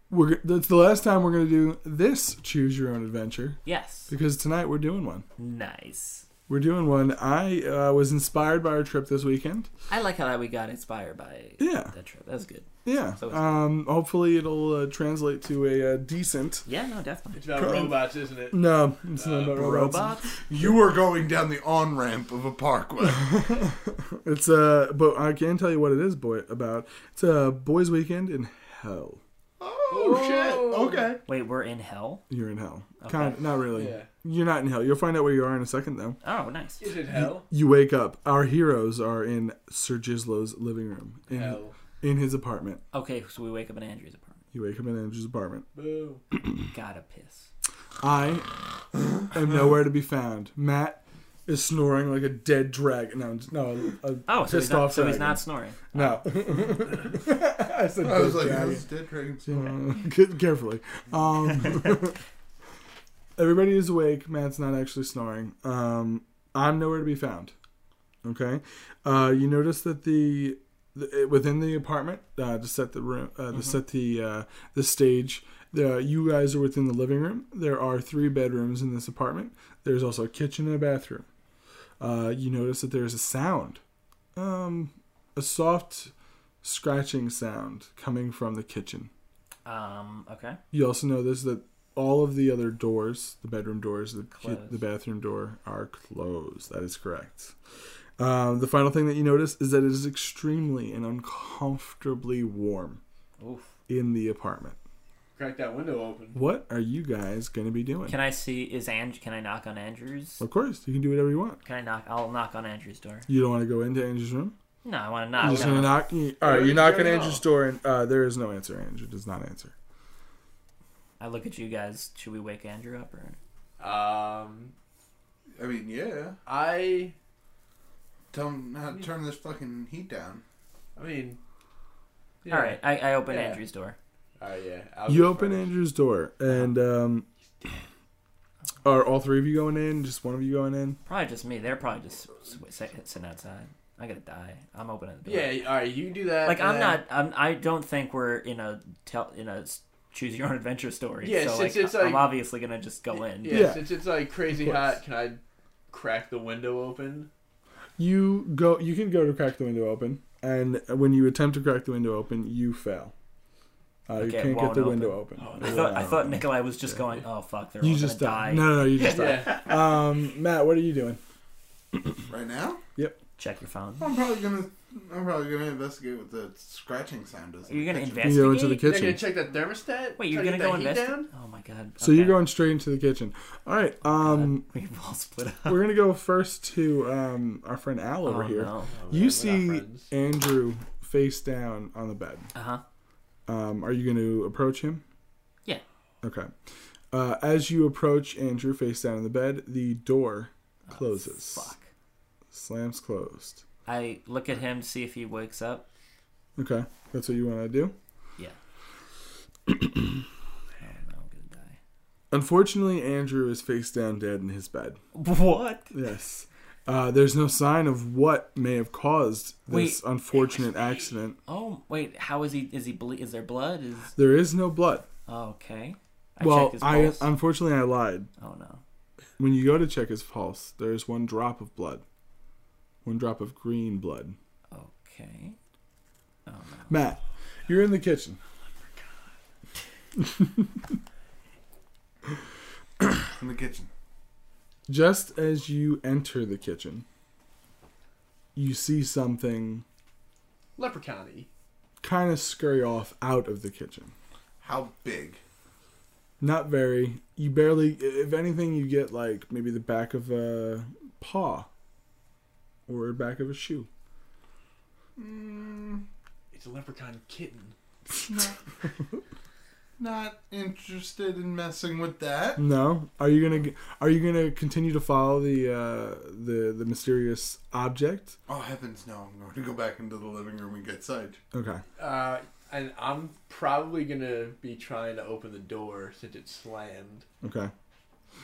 Speaker 4: We're g- that's the last time we're gonna do this choose your own adventure
Speaker 2: yes,
Speaker 4: because tonight we're doing one.
Speaker 2: nice.
Speaker 4: We're doing one. I uh, was inspired by our trip this weekend.
Speaker 2: I like how that we got inspired by
Speaker 4: Yeah.
Speaker 2: that trip. That was good.
Speaker 4: Yeah.
Speaker 2: So it's-
Speaker 4: Um. Hopefully it'll uh, translate to a uh, decent.
Speaker 2: Yeah, no, definitely.
Speaker 3: It's about
Speaker 4: Pro-
Speaker 3: robots, isn't it?
Speaker 4: No, it's not
Speaker 2: Uh,
Speaker 4: about robots.
Speaker 2: Robots.
Speaker 6: You are going down the on ramp of a parkway.
Speaker 4: It's uh, but I can tell you what it is, boy. About it's a boys' weekend in hell.
Speaker 6: Oh shit! Okay.
Speaker 2: Wait, we're in hell.
Speaker 4: You're in hell. Kind of, not really.
Speaker 3: Yeah.
Speaker 4: You're not in hell. You'll find out where you are in a second, though.
Speaker 2: Oh, nice.
Speaker 3: Is it hell?
Speaker 4: You wake up. Our heroes are in Sir Gislow's living room in
Speaker 3: Hell.
Speaker 4: in his apartment.
Speaker 2: Okay, so we wake up in Andrew's apartment.
Speaker 4: You wake up in Andrew's apartment.
Speaker 3: Boo.
Speaker 2: Gotta piss.
Speaker 4: I am nowhere to be found. Matt is snoring like a dead dragon. No, I'm just- no, a, a
Speaker 2: Oh, so he's
Speaker 4: pissed
Speaker 2: not,
Speaker 4: off
Speaker 2: so he's
Speaker 4: dragon.
Speaker 2: not snoring.
Speaker 4: No, *laughs* I said.
Speaker 6: I
Speaker 4: dead
Speaker 6: was like,
Speaker 4: dragon.
Speaker 6: how's Dead Dragon?
Speaker 4: Uh, *laughs* ca- carefully. Um, everybody is awake. Matt's not actually snoring. Um, I'm nowhere to be found. Okay. Uh, you notice that the, the it- within the apartment uh, to set the room uh, to set the uh, the stage. The, you guys are within the living room. There are three bedrooms in this apartment. There's also a kitchen and a bathroom. Uh, you notice that there's a sound, um, a soft scratching sound coming from the kitchen.
Speaker 2: Um, okay.
Speaker 4: You also notice that all of the other doors, the bedroom doors, the,
Speaker 2: Closed.
Speaker 4: the bathroom door, are closed. That is correct. Um, the final thing that you notice is that it is extremely and uncomfortably warm
Speaker 2: Oof.
Speaker 4: in the apartment.
Speaker 3: Crack that window open.
Speaker 4: What are you guys going to be doing?
Speaker 2: Can I see? Is and Can I knock on Andrew's?
Speaker 4: of course, you can do whatever you want.
Speaker 2: Can I knock? I'll knock on Andrew's door.
Speaker 4: You don't want to go into Andrew's room.
Speaker 2: No, I want to
Speaker 4: You're
Speaker 2: knock.
Speaker 4: just gonna
Speaker 2: No.
Speaker 4: knock. You, all right,
Speaker 3: Where
Speaker 4: you
Speaker 3: is
Speaker 4: knock on
Speaker 3: Jerry
Speaker 4: Andrew's
Speaker 3: Hall?
Speaker 4: door, and uh, there is no answer. Andrew does not answer.
Speaker 2: I look at you guys. Should we wake Andrew up or?
Speaker 3: Um,
Speaker 6: I mean, yeah.
Speaker 3: I.
Speaker 6: Tell him how to turn this fucking heat down.
Speaker 3: I mean.
Speaker 2: All right, I, I open
Speaker 3: Yeah.
Speaker 2: Andrew's door.
Speaker 3: All right, yeah. I'll
Speaker 4: you
Speaker 3: go
Speaker 4: open
Speaker 3: first.
Speaker 4: Andrew's door, and um, are all three of you going in? Just one of you going in?
Speaker 2: Probably just me. They're probably just s- s- sitting outside. I gotta die. I'm opening the door.
Speaker 3: Yeah, all right. You can do that.
Speaker 2: Like
Speaker 3: and
Speaker 2: I'm
Speaker 3: then-
Speaker 2: not. I'm. I don't think we're in a tell in a s- choose your own adventure story.
Speaker 3: Yeah,
Speaker 2: so
Speaker 3: since
Speaker 2: like,
Speaker 3: it's
Speaker 2: I'm
Speaker 3: like-
Speaker 2: obviously gonna just go in.
Speaker 3: Yeah,
Speaker 4: Yeah.
Speaker 3: since it's like crazy
Speaker 4: Of course.
Speaker 3: hot, can I crack the window open?
Speaker 4: You go. You can go to crack the window open, and when you attempt to crack the window open, you fail. Uh, you
Speaker 2: Okay, it
Speaker 4: can't get
Speaker 2: won't
Speaker 4: the
Speaker 2: open. Oh,
Speaker 4: window open.
Speaker 2: I thought I
Speaker 4: Wow.
Speaker 2: thought Nikolai was just going. Oh fuck, they're
Speaker 4: you
Speaker 2: all
Speaker 4: just
Speaker 2: gonna
Speaker 4: die.
Speaker 2: die.
Speaker 4: No, no, no. You
Speaker 2: *laughs*
Speaker 4: just die.
Speaker 3: Yeah.
Speaker 4: Um, Matt, what are you doing?
Speaker 6: Right now,
Speaker 2: Check your phone.
Speaker 6: I'm probably gonna, I'm probably gonna investigate what the scratching sound is.
Speaker 2: You're gonna
Speaker 4: You go into the
Speaker 2: investigate.
Speaker 3: They're gonna
Speaker 4: kitchen.
Speaker 3: check that thermostat.
Speaker 2: Wait, you're
Speaker 3: Try
Speaker 2: gonna
Speaker 3: to
Speaker 2: go
Speaker 3: get that heat
Speaker 2: investigate.
Speaker 3: down?
Speaker 2: Oh my god.
Speaker 4: So you're
Speaker 2: okay.
Speaker 4: going straight into the kitchen. All right. Um,
Speaker 2: We've all split up.
Speaker 4: we're gonna go first to um our friend Al over
Speaker 2: oh,
Speaker 4: here.
Speaker 2: No.
Speaker 4: You
Speaker 3: not
Speaker 4: see
Speaker 3: friends.
Speaker 4: Andrew face down on the bed.
Speaker 2: Uh huh.
Speaker 4: Um, are you going to approach him?
Speaker 2: Yeah.
Speaker 4: Okay. Uh, as you approach Andrew face down in the bed, the door closes.
Speaker 2: Oh, Fuck.
Speaker 4: Slams closed.
Speaker 2: I look at him to see if he wakes up.
Speaker 4: Okay. That's what you want to do? *clears throat*
Speaker 2: Yeah. oh no, I'm gonna die.
Speaker 4: Unfortunately, Andrew is face down dead in his bed.
Speaker 2: What?
Speaker 4: Yes. Uh, there's no sign of what may have caused
Speaker 2: Wait.
Speaker 4: this unfortunate accident.
Speaker 2: Oh wait, how is he? Is he? Ble- is there blood? Is
Speaker 4: There is no blood.
Speaker 2: oh, okay. I
Speaker 4: well,
Speaker 2: checked his
Speaker 4: I
Speaker 2: pulse.
Speaker 4: unfortunately I lied.
Speaker 2: oh no.
Speaker 4: When you go to check his pulse, there is one drop of blood. One drop of green blood.
Speaker 2: Okay.
Speaker 4: Matt, you're in the kitchen.
Speaker 6: in the kitchen.
Speaker 4: Just as you enter the kitchen, you see something
Speaker 3: Leprechaun.
Speaker 4: kind of scurry off out of the kitchen.
Speaker 6: How big?
Speaker 4: Not very. You barely, if anything, you get like maybe the back of a paw or back of a shoe.
Speaker 3: It's a leprechaun kitten.
Speaker 6: *laughs* Not interested in messing with that.
Speaker 4: No, are you gonna are you gonna continue to follow the uh, the the mysterious object?
Speaker 6: Oh heavens, no! I'm going to go back into the living room and get Sage.
Speaker 4: Okay.
Speaker 3: Uh, and I'm probably gonna be trying to open the door since it's slammed.
Speaker 4: Okay.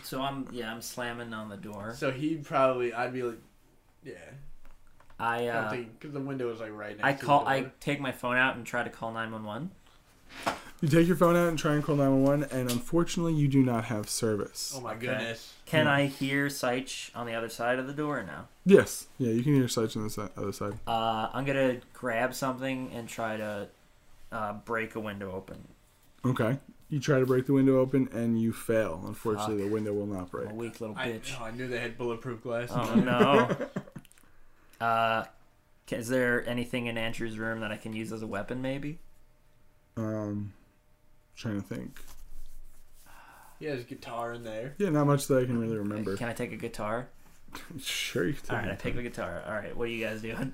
Speaker 2: So I'm yeah, I'm slamming on the door.
Speaker 3: So he'd probably I'd be like, yeah,
Speaker 2: I
Speaker 3: I don't
Speaker 2: uh,
Speaker 3: think because the window is like right next.
Speaker 2: I
Speaker 3: to the
Speaker 2: call
Speaker 3: door.
Speaker 2: I take my phone out and try to call 911.
Speaker 4: You take your phone out and try and call 911, and unfortunately, you do not have service.
Speaker 3: Oh my goodness!
Speaker 2: Can
Speaker 4: Hmm.
Speaker 2: I hear Seich on the other side of the door now?
Speaker 4: Yes. Yeah, you can hear Sledge on the si- other side.
Speaker 2: Uh, I'm gonna grab something and try to uh, break a window open.
Speaker 4: Okay. You try to break the window open, and you fail. Unfortunately, the window will not break.
Speaker 2: I'm a weak little
Speaker 3: I,
Speaker 2: bitch.
Speaker 3: oh, I knew they had bulletproof glass.
Speaker 2: Oh no.
Speaker 4: *laughs*
Speaker 2: uh, ca- is there anything in Andrew's room that I can use as a weapon? Maybe.
Speaker 4: Um, trying to think.
Speaker 3: He has a guitar in there.
Speaker 4: Yeah, not much that I can really remember.
Speaker 2: Can I take a guitar?
Speaker 4: *laughs* Sure, you can take
Speaker 2: All right, I
Speaker 4: it.
Speaker 2: take the guitar. All right, what are you guys doing?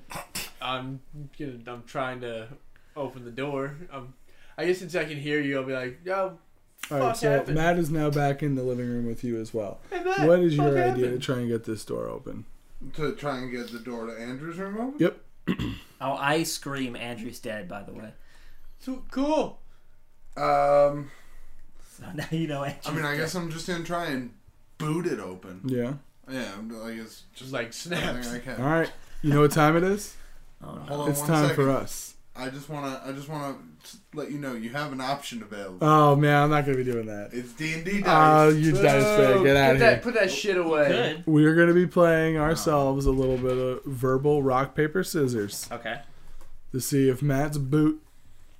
Speaker 3: I'm gonna. I'm trying to open the door. I'm. I guess since I can hear you, I'll be like, yo,
Speaker 4: All
Speaker 3: fuck
Speaker 4: right, so
Speaker 3: happened?
Speaker 4: Matt is now back in the living room with you as well.
Speaker 3: hey, Matt,
Speaker 4: what is
Speaker 3: fuck
Speaker 4: your idea to
Speaker 3: happened?"
Speaker 4: try and get this door open?
Speaker 6: to try and get the door to Andrew's room open.
Speaker 4: Yep.
Speaker 2: Oh, I scream. Andrew's dead. By the way.
Speaker 3: So- cool.
Speaker 6: Um,
Speaker 2: So *laughs* now you know Andrew's
Speaker 6: I mean, I
Speaker 2: dead.
Speaker 6: guess I'm just gonna try and boot it open.
Speaker 4: Yeah.
Speaker 6: Yeah, I'm- I *laughs* guess
Speaker 3: Just
Speaker 6: just
Speaker 3: like
Speaker 6: everything
Speaker 3: snaps.
Speaker 6: I can.
Speaker 4: All right. You know what time it is?
Speaker 2: Oh, no.
Speaker 6: Hold on
Speaker 4: It's
Speaker 6: one
Speaker 4: time
Speaker 6: second.
Speaker 4: for us.
Speaker 6: I just wanna, I just wanna s- let you know you have an option available.
Speaker 4: Oh man, I'm not gonna be doing that.
Speaker 6: it's D and D
Speaker 4: Oh,
Speaker 6: dice.
Speaker 4: you dice bag, get out of
Speaker 3: Put that-
Speaker 4: here.
Speaker 3: Put that shit away.
Speaker 2: Good.
Speaker 4: We are gonna be playing ourselves a little bit of verbal rock paper scissors
Speaker 2: Okay.
Speaker 4: to see if Matt's boot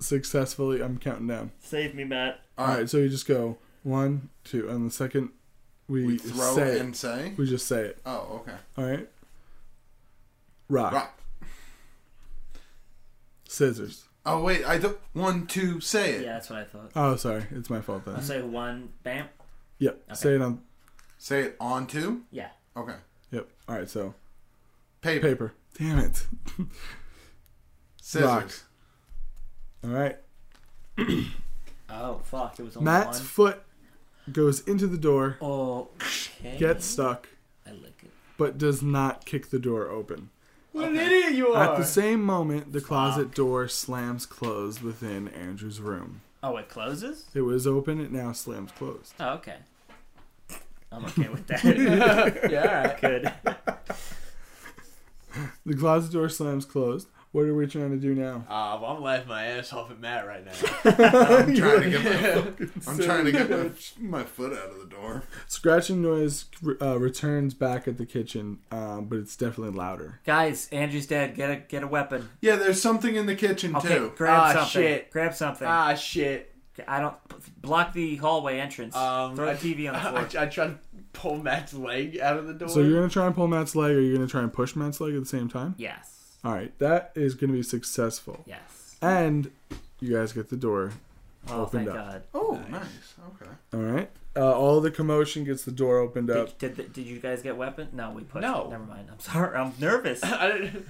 Speaker 4: successfully. I'm counting down.
Speaker 2: Save me, Matt.
Speaker 4: All right, so you just go one, two, and the second we,
Speaker 6: we throw
Speaker 4: say it,
Speaker 6: and say.
Speaker 4: we just say it.
Speaker 6: Oh, okay.
Speaker 4: All right. Rock,
Speaker 6: Rock.
Speaker 4: scissors.
Speaker 6: Oh wait, I don't. One, two, say it.
Speaker 2: Yeah, that's what I thought.
Speaker 4: Oh, sorry, it's my fault then.
Speaker 2: I'll
Speaker 6: Uh-huh.
Speaker 2: say one. Bam.
Speaker 4: Yep. Say it on.
Speaker 6: Say it on two.
Speaker 2: Yeah.
Speaker 6: Okay.
Speaker 4: Yep. All right. So
Speaker 6: Paper.
Speaker 4: paper. Damn it.
Speaker 6: Scissors.
Speaker 4: rock. All right.
Speaker 2: Oh fuck! It was only
Speaker 4: Matt's
Speaker 2: one.
Speaker 4: foot goes into the door,
Speaker 2: Oh. Okay.
Speaker 4: gets stuck,
Speaker 2: I lick it.
Speaker 4: but does not kick the door open.
Speaker 3: What an idiot you are.
Speaker 4: At the same moment, the closet door slams closed within Andrew's room.
Speaker 2: Oh, it closes.
Speaker 4: It was open, it now slams closed.
Speaker 2: Oh, okay. I'm okay with that.
Speaker 4: *laughs*
Speaker 2: *laughs*
Speaker 3: yeah, all right.
Speaker 2: Good.
Speaker 4: The closet door slams closed. What are we trying to do now?
Speaker 3: Uh, well, I'm laughing my ass off at Matt
Speaker 2: *laughs*
Speaker 3: right now.
Speaker 6: *laughs* I'm trying to get my. I'm trying to get my, my foot out of the door.
Speaker 4: *laughs* Scratching noise uh, returns back at the kitchen, um, but it's definitely louder.
Speaker 2: Guys, Andrew's dead. Get a get a weapon.
Speaker 6: Yeah, there's something in the kitchen
Speaker 2: Okay,
Speaker 6: too.
Speaker 2: grab
Speaker 3: Ah,
Speaker 2: something.
Speaker 3: shit.
Speaker 2: Grab something.
Speaker 3: ah, shit.
Speaker 2: I don't block the hallway entrance.
Speaker 3: Um,
Speaker 2: Throw
Speaker 3: I-
Speaker 2: the TV on the floor.
Speaker 3: *laughs* I, I tried to pull Matt's leg out of the door.
Speaker 4: So you're going to try and pull Matt's leg, or you're going to try and push Matt's leg at the same time?
Speaker 2: yes.
Speaker 4: All right, that is going to be successful.
Speaker 2: Yes.
Speaker 4: And you guys get the door
Speaker 2: Oh,
Speaker 4: Opened
Speaker 2: thank
Speaker 4: up.
Speaker 2: God.
Speaker 6: Oh, nice. Okay.
Speaker 4: All right. Uh, all the commotion gets the door opened up.
Speaker 2: Did, did, the- did you guys get weapon? No, we pushed.
Speaker 3: No.
Speaker 2: Never mind. I'm sorry. I'm
Speaker 3: *laughs*
Speaker 2: nervous. All
Speaker 3: *laughs* I, didn't-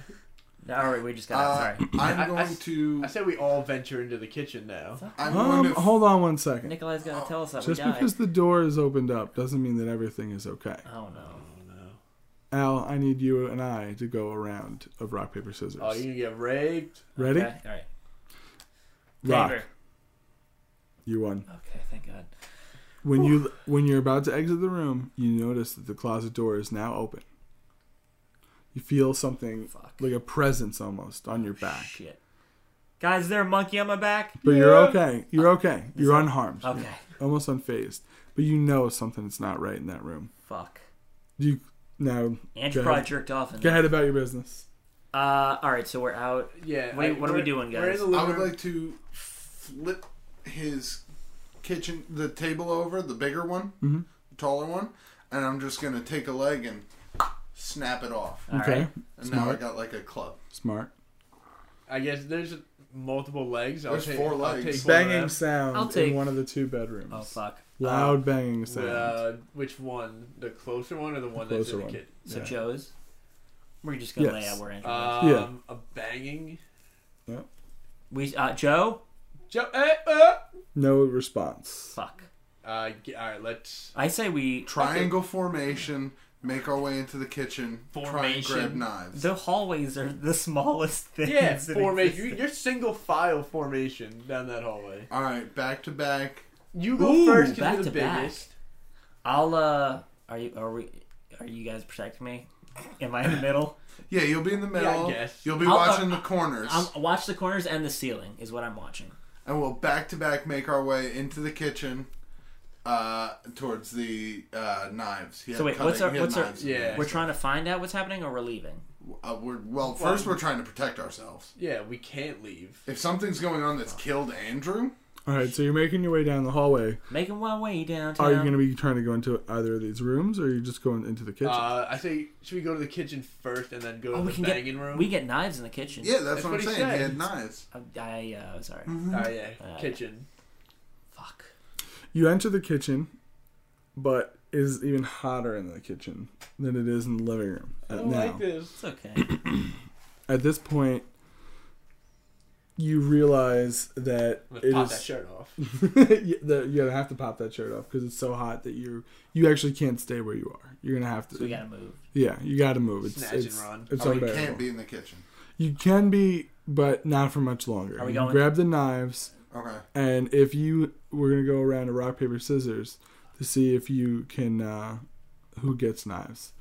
Speaker 2: right, we just got.
Speaker 6: Uh,
Speaker 2: out. sorry.
Speaker 3: I- I
Speaker 6: I'm going
Speaker 3: s-
Speaker 6: to.
Speaker 3: I said we all venture into the kitchen now.
Speaker 6: I'm going
Speaker 4: Um,
Speaker 6: to.
Speaker 4: hold on one second.
Speaker 2: Nikolai's got to tell us that
Speaker 4: Just
Speaker 2: we died.
Speaker 4: because the door is opened up doesn't mean that everything is okay.
Speaker 2: Oh no.
Speaker 4: Al, I need you and I to go around of rock paper scissors.
Speaker 3: Oh, you're gonna get raped.
Speaker 4: Ready?
Speaker 2: Okay. All right.
Speaker 4: Rock.
Speaker 2: Paper.
Speaker 4: You won.
Speaker 2: Okay. Thank God.
Speaker 4: When you when you're about to exit the room, you notice that the closet door is now open. You feel something
Speaker 2: Fuck.
Speaker 4: like a presence almost on your back,
Speaker 2: Shit. Guys, is there a monkey on my back?
Speaker 4: but you're okay. You're okay. You're unharmed.
Speaker 2: Okay.
Speaker 4: Almost unfazed, but you know something's not right in that room.
Speaker 2: Fuck.
Speaker 4: You now
Speaker 2: Andrew
Speaker 4: go
Speaker 2: probably
Speaker 4: ahead.
Speaker 2: jerked off. In
Speaker 4: Go
Speaker 2: there.
Speaker 4: ahead about your business.
Speaker 2: Uh. All right. So we're out.
Speaker 3: Yeah.
Speaker 2: What are-
Speaker 3: I-
Speaker 2: what are we
Speaker 3: we're-
Speaker 2: doing,
Speaker 3: We're in
Speaker 2: guys?
Speaker 3: the
Speaker 6: I
Speaker 3: living
Speaker 6: would
Speaker 3: room.
Speaker 6: like to flip his kitchen, the table over, the bigger one, the taller one, and I'm just gonna take a leg and snap it off.
Speaker 2: All
Speaker 4: okay.
Speaker 2: right.
Speaker 6: and now I
Speaker 4: smart.
Speaker 6: got like a club.
Speaker 4: Smart.
Speaker 3: I guess there's multiple legs. I'll
Speaker 6: There's
Speaker 3: take,
Speaker 6: four
Speaker 3: I'll
Speaker 6: legs.
Speaker 3: take one of
Speaker 4: Banging
Speaker 3: them.
Speaker 2: I'll
Speaker 4: sound
Speaker 2: take-
Speaker 4: in one of the two bedrooms.
Speaker 2: Oh fuck.
Speaker 4: Loud banging sound.
Speaker 3: Uh, which one? The closer one or the one that's
Speaker 4: closer
Speaker 3: in the
Speaker 4: one.
Speaker 3: kitchen?
Speaker 2: So
Speaker 4: Yeah.
Speaker 2: Joe's. We're just gonna lay
Speaker 4: Yes.
Speaker 2: out where Andrew. is.
Speaker 3: Um,
Speaker 4: Yeah.
Speaker 3: A banging.
Speaker 2: we uh Joe.
Speaker 3: Jo- eh, eh.
Speaker 4: No response.
Speaker 2: Fuck.
Speaker 3: Uh, g- all right, let's.
Speaker 2: I say we.
Speaker 6: Triangle formation, make our way into the kitchen, try and grab
Speaker 2: Formation.
Speaker 6: knives.
Speaker 2: The hallways are the *laughs* smallest things.
Speaker 3: *laughs* Yeah,
Speaker 2: that
Speaker 3: formation. You,
Speaker 2: exist.
Speaker 3: you're single file formation down that hallway.
Speaker 6: All right, back to back.
Speaker 3: You go
Speaker 2: Ooh,
Speaker 3: first because
Speaker 2: back
Speaker 3: you're the
Speaker 2: to back.
Speaker 3: biggest.
Speaker 2: I'll uh. Are you? Are we? Are you guys protecting me? Am I in the middle?
Speaker 6: Yeah, you'll be in the
Speaker 3: I
Speaker 6: middle.
Speaker 3: guess.
Speaker 6: You'll be
Speaker 2: I'll-
Speaker 6: watching
Speaker 2: I'll-
Speaker 6: the corners.
Speaker 2: *laughs* I'm watch the corners and the ceiling is what I'm watching.
Speaker 6: and we'll back to back make our way into the kitchen uh, towards the uh, knives. He
Speaker 2: So
Speaker 6: had
Speaker 2: wait, what's
Speaker 6: cutting-
Speaker 2: our-
Speaker 6: he had
Speaker 2: what's our-
Speaker 6: knives.
Speaker 3: Yeah.
Speaker 2: We're trying to find out what's happening, or we're leaving.
Speaker 6: Uh, we're, well, first we're trying to protect ourselves.
Speaker 3: Yeah, we can't leave.
Speaker 6: If something's going on that's killed Andrew,
Speaker 4: All right, so you're making your way down the hallway.
Speaker 2: Making my way downtown.
Speaker 4: Are you going to be trying to go into either of these rooms, or are you just going into the kitchen?
Speaker 3: Uh, I say, should we go to the kitchen first and then go
Speaker 2: Oh,
Speaker 3: to
Speaker 2: we
Speaker 3: the
Speaker 2: can get
Speaker 3: banging room?
Speaker 2: we get knives in the kitchen.
Speaker 6: yeah, that's,
Speaker 3: That's
Speaker 6: what,
Speaker 3: what
Speaker 6: I'm
Speaker 3: he
Speaker 6: saying.
Speaker 3: said.
Speaker 6: He had knives.
Speaker 2: I, I uh, sorry.
Speaker 3: Oh yeah,
Speaker 2: Uh,
Speaker 3: kitchen.
Speaker 2: Fuck.
Speaker 4: you enter the kitchen, but it is even hotter in the kitchen than it is in the living room.
Speaker 3: I
Speaker 4: at
Speaker 3: don't
Speaker 4: now.
Speaker 3: like this.
Speaker 2: It's okay.
Speaker 3: *coughs*
Speaker 4: At this point, you realize that
Speaker 3: I'm
Speaker 4: it
Speaker 3: gonna pop
Speaker 4: is- *laughs*
Speaker 3: that shirt *laughs* off.
Speaker 4: you- that you're gonna have to pop that shirt off because it's so hot that you you actually can't stay where you are. You're gonna have to.
Speaker 2: So we gotta move.
Speaker 4: yeah, you gotta move. It's,
Speaker 3: Snatch and
Speaker 4: it's,
Speaker 3: run.
Speaker 4: It's
Speaker 6: Oh, you
Speaker 4: unbearable.
Speaker 6: can't be in the kitchen.
Speaker 4: You can be, but not for much longer.
Speaker 2: Are we
Speaker 4: You
Speaker 2: going-
Speaker 4: grab the knives,
Speaker 6: Okay.
Speaker 4: and if you we're gonna go around to rock paper scissors to see if you can uh, who gets knives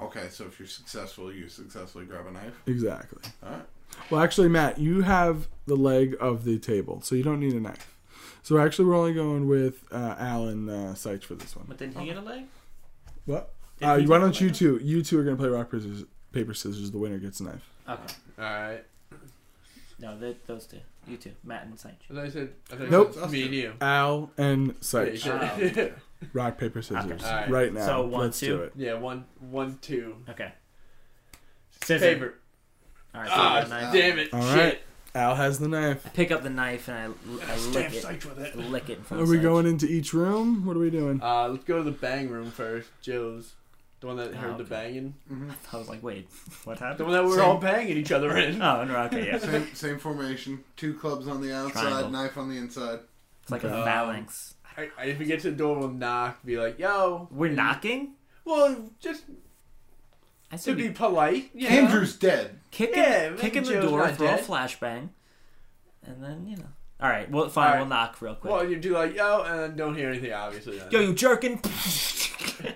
Speaker 6: Okay, so if you're successful, you successfully grab
Speaker 3: *laughs*
Speaker 6: a knife.
Speaker 4: exactly.
Speaker 6: All right.
Speaker 4: Well, actually, Matt, you have the leg of the table, so you don't need a knife. So actually, we're only going with uh, Alan uh, Seitz for this one.
Speaker 2: But didn't he get a leg?
Speaker 4: What?
Speaker 2: Did
Speaker 4: Uh,
Speaker 2: he get
Speaker 4: why
Speaker 2: a
Speaker 4: don't you
Speaker 2: leg?
Speaker 4: two? You two are gonna play rock paper scissors. Paper scissors. The winner gets a knife.
Speaker 2: Okay.
Speaker 3: All right.
Speaker 2: No, th those two. You two, Matt and Sanch.
Speaker 3: As I said, I think
Speaker 4: Nope.
Speaker 3: it was me and you.
Speaker 4: Al and
Speaker 3: Yeah,
Speaker 4: Seitz.
Speaker 3: you should-
Speaker 4: Rock paper scissors.
Speaker 3: All right.
Speaker 4: Right now.
Speaker 2: So, one,
Speaker 4: Let's
Speaker 2: two?
Speaker 4: do it.
Speaker 3: *laughs* yeah, one, one, two.
Speaker 2: Okay. Scissor.
Speaker 3: Favorite.
Speaker 2: All right. So I
Speaker 3: Ah,
Speaker 2: got a knife.
Speaker 3: damn it!
Speaker 4: All
Speaker 3: Shit.
Speaker 4: right. Al has the knife.
Speaker 2: I pick up the knife and I, I lick
Speaker 3: Stab
Speaker 2: it.
Speaker 3: Sykes with it.
Speaker 2: Lick it. In front
Speaker 4: Are
Speaker 2: of
Speaker 4: we
Speaker 2: Sanch.
Speaker 4: going into each room? What are we doing?
Speaker 3: Uh, let's go to the bang room first. Joe's, the one that
Speaker 2: Oh,
Speaker 3: heard the
Speaker 2: okay.
Speaker 3: banging,
Speaker 2: I was like, wait, what
Speaker 3: the
Speaker 2: happened?
Speaker 3: one that we were
Speaker 6: Same.
Speaker 3: all banging each other in.
Speaker 2: Oh, no, okay, yeah. It's
Speaker 6: Same, same formation. Two clubs on the outside,
Speaker 2: Triangle.
Speaker 6: knife on the inside.
Speaker 2: like a
Speaker 3: Um,
Speaker 2: phalanx.
Speaker 3: I, I, if we get to the door, we'll knock. Be like, yo.
Speaker 2: We're knocking.
Speaker 3: Well, just
Speaker 2: I
Speaker 3: to
Speaker 2: said
Speaker 3: be
Speaker 2: be
Speaker 3: polite. You know?
Speaker 6: Andrew's dead.
Speaker 2: kicking,
Speaker 3: yeah,
Speaker 2: kicking the
Speaker 3: Joe's
Speaker 2: door,
Speaker 3: not
Speaker 2: throw a
Speaker 3: dead.
Speaker 2: flashbang, and then you know. All right, well, fine.
Speaker 3: All right.
Speaker 2: We'll knock real quick.
Speaker 3: Well, you do like yo, and don't hear anything obviously. Then.
Speaker 2: Yo, you jerking?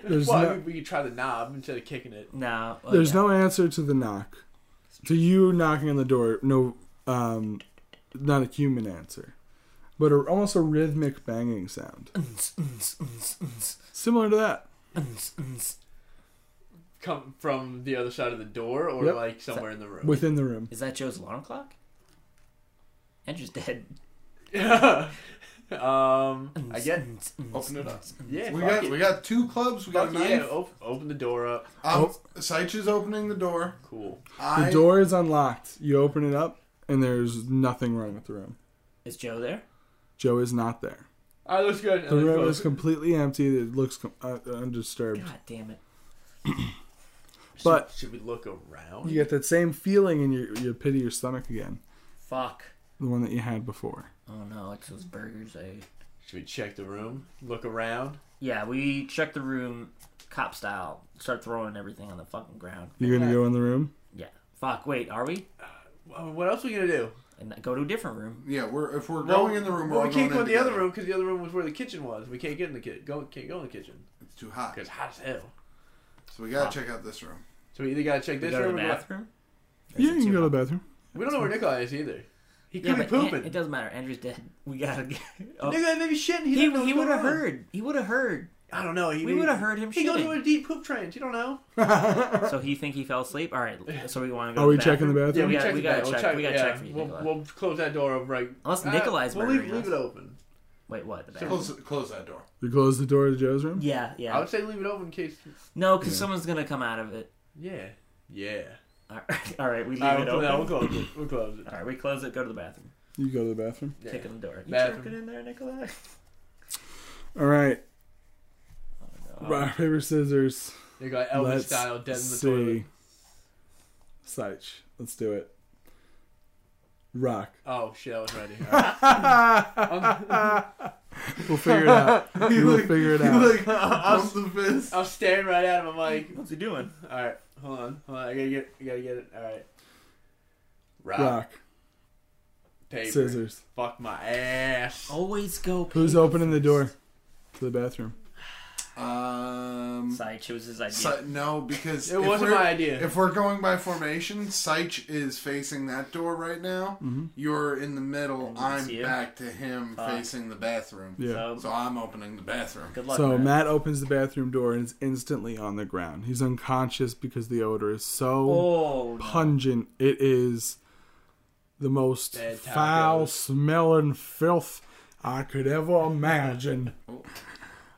Speaker 4: There's
Speaker 3: well, I
Speaker 4: no,
Speaker 3: mean, we could try the knob instead of kicking it.
Speaker 2: no. oh,
Speaker 4: there's
Speaker 2: yeah.
Speaker 4: no answer to the knock. To you knocking on the door, no, um, not a human answer, but a, almost a rhythmic banging sound,
Speaker 2: Uns, uns, uns, uns,
Speaker 4: similar to that.
Speaker 2: uns, uns.
Speaker 3: Come from the other side of the door, or
Speaker 4: Yep.
Speaker 3: like somewhere in the room.
Speaker 4: Within the room,
Speaker 2: Is that Joe's alarm clock? Andrew's dead.
Speaker 3: *laughs* um, I
Speaker 2: Uns,
Speaker 3: get
Speaker 2: uns, uns,
Speaker 6: Open it up.
Speaker 2: uns.
Speaker 3: yeah.
Speaker 6: We
Speaker 3: fuck
Speaker 6: got
Speaker 3: it.
Speaker 6: we got two clubs. We got
Speaker 3: Fuck
Speaker 6: a knife.
Speaker 3: yeah, op- open the door up.
Speaker 6: Um, Seitz is opening the door.
Speaker 3: Cool.
Speaker 4: Oh. the
Speaker 6: I,
Speaker 4: door is unlocked. You open it up, and there's nothing wrong with the room.
Speaker 2: Is Joe there?
Speaker 4: Joe is not there.
Speaker 3: All right, looks good.
Speaker 4: The room is completely empty. It looks com- uh, undisturbed.
Speaker 2: God damn it!
Speaker 4: But-
Speaker 3: should, should we look around?
Speaker 4: You get that same feeling in your your pit of your stomach again,
Speaker 2: Fuck.
Speaker 4: the one that you had before.
Speaker 2: Oh no, it's those burgers. I.
Speaker 3: Should we check the room? Look around.
Speaker 2: Yeah, we check the room, cop style. Start throwing everything on the fucking ground.
Speaker 4: You're gonna go in the room.
Speaker 2: Yeah. Fuck. Wait, are we?
Speaker 3: Uh, What else are we gonna do?
Speaker 2: And go to a different room.
Speaker 6: yeah, we're if we're
Speaker 3: Well,
Speaker 6: going in the room, we're
Speaker 3: well,
Speaker 6: all
Speaker 3: we can't go in
Speaker 6: going
Speaker 3: the
Speaker 6: together.
Speaker 3: other room because the other room was where the kitchen was. We can't get in the kitchen. Go, can't go in the kitchen
Speaker 6: It's too hot.
Speaker 3: because hot as hell.
Speaker 6: So we gotta check out this room.
Speaker 3: So we either gotta check
Speaker 2: We
Speaker 3: this
Speaker 2: go to
Speaker 3: room
Speaker 2: the
Speaker 3: or go-
Speaker 2: bathroom.
Speaker 4: Yeah, you can go to the bathroom.
Speaker 3: We don't know where Nikolai is either. He could be
Speaker 2: but An-
Speaker 3: pooping.
Speaker 2: it doesn't matter. Andrew's dead. We gotta. *laughs* Get, oh.
Speaker 3: Nikolai may be shitting.
Speaker 2: He,
Speaker 3: He, doesn't know
Speaker 2: he would
Speaker 3: what's
Speaker 2: have
Speaker 3: going on.
Speaker 2: heard. He would have heard.
Speaker 3: I don't know. He
Speaker 2: We
Speaker 3: may-
Speaker 2: would have heard him
Speaker 3: He goes into
Speaker 2: shitting.
Speaker 3: a deep poop trance. You don't know.
Speaker 2: So he think he fell asleep. All right. So we want to go.
Speaker 4: Are we
Speaker 2: to the
Speaker 4: checking the
Speaker 2: bathroom?
Speaker 4: bathroom?
Speaker 2: we gotta-
Speaker 3: check
Speaker 2: we
Speaker 3: the
Speaker 2: gotta
Speaker 3: back. We'll
Speaker 2: check- we gotta check for you,
Speaker 3: We'll,
Speaker 2: Nikolai.
Speaker 3: well close that door up right.
Speaker 2: Unless
Speaker 3: Uh,
Speaker 2: Nikolai's
Speaker 3: we'll leave,
Speaker 2: murdering
Speaker 3: leave
Speaker 2: us.
Speaker 3: it open.
Speaker 2: Wait, what? The bathroom?
Speaker 6: Close close that door.
Speaker 4: You close the door to Joe's room.
Speaker 2: Yeah,
Speaker 3: I
Speaker 2: yeah.
Speaker 3: would say leave it open in case.
Speaker 2: No, because someone's gonna come out of it.
Speaker 3: Yeah. Yeah.
Speaker 2: All right, *laughs* all right we leave
Speaker 3: All right,
Speaker 2: it
Speaker 3: we'll,
Speaker 2: open.
Speaker 3: no, we'll close it. We'll close it.
Speaker 2: All right, we close it. Go to the bathroom.
Speaker 4: You go to the bathroom.
Speaker 3: Yeah.
Speaker 2: Kick in the door. You
Speaker 3: Bathroom.
Speaker 2: jerking in there, Nikolai?
Speaker 4: All right,
Speaker 2: Oh,
Speaker 4: rock paper scissors.
Speaker 3: Nikolai Um, Elvis
Speaker 4: Let's
Speaker 3: style, dead in the
Speaker 4: see.
Speaker 3: toilet.
Speaker 4: Seitch, let's do it. Rock.
Speaker 3: Oh shit, I was ready.
Speaker 4: We'll figure it *laughs* out. we will figure it out. *laughs*
Speaker 6: Like, bump the fist.
Speaker 3: I was staring right at him. I'm like,
Speaker 2: What's he doing?
Speaker 3: all right, hold on, hold on. I gotta get, I gotta get it. All right. Rock,
Speaker 4: Rock.
Speaker 3: Uh, paper,
Speaker 4: Scissors. Oh,
Speaker 3: Fuck my ass.
Speaker 10: Always go.
Speaker 4: Who's opening the door to the bathroom?
Speaker 6: Um,
Speaker 2: Side was his idea.
Speaker 6: Si- no, because
Speaker 3: It
Speaker 6: if
Speaker 3: wasn't
Speaker 6: we're-
Speaker 3: my idea.
Speaker 6: If we're going by formation, Seich is facing that door right now. You're in the middle.
Speaker 2: And
Speaker 6: I'm
Speaker 2: it's you.
Speaker 6: back to him
Speaker 2: Fuck.
Speaker 6: facing the bathroom.
Speaker 4: Yeah.
Speaker 2: So,
Speaker 6: So I'm opening the bathroom.
Speaker 2: good luck.
Speaker 4: so
Speaker 2: man.
Speaker 4: Matt opens the bathroom door and is instantly on the ground. He's unconscious because the odor is so
Speaker 2: Oh, no.
Speaker 4: pungent. It is the most
Speaker 3: Bad tacos.
Speaker 4: foul smelling filth I could ever imagine.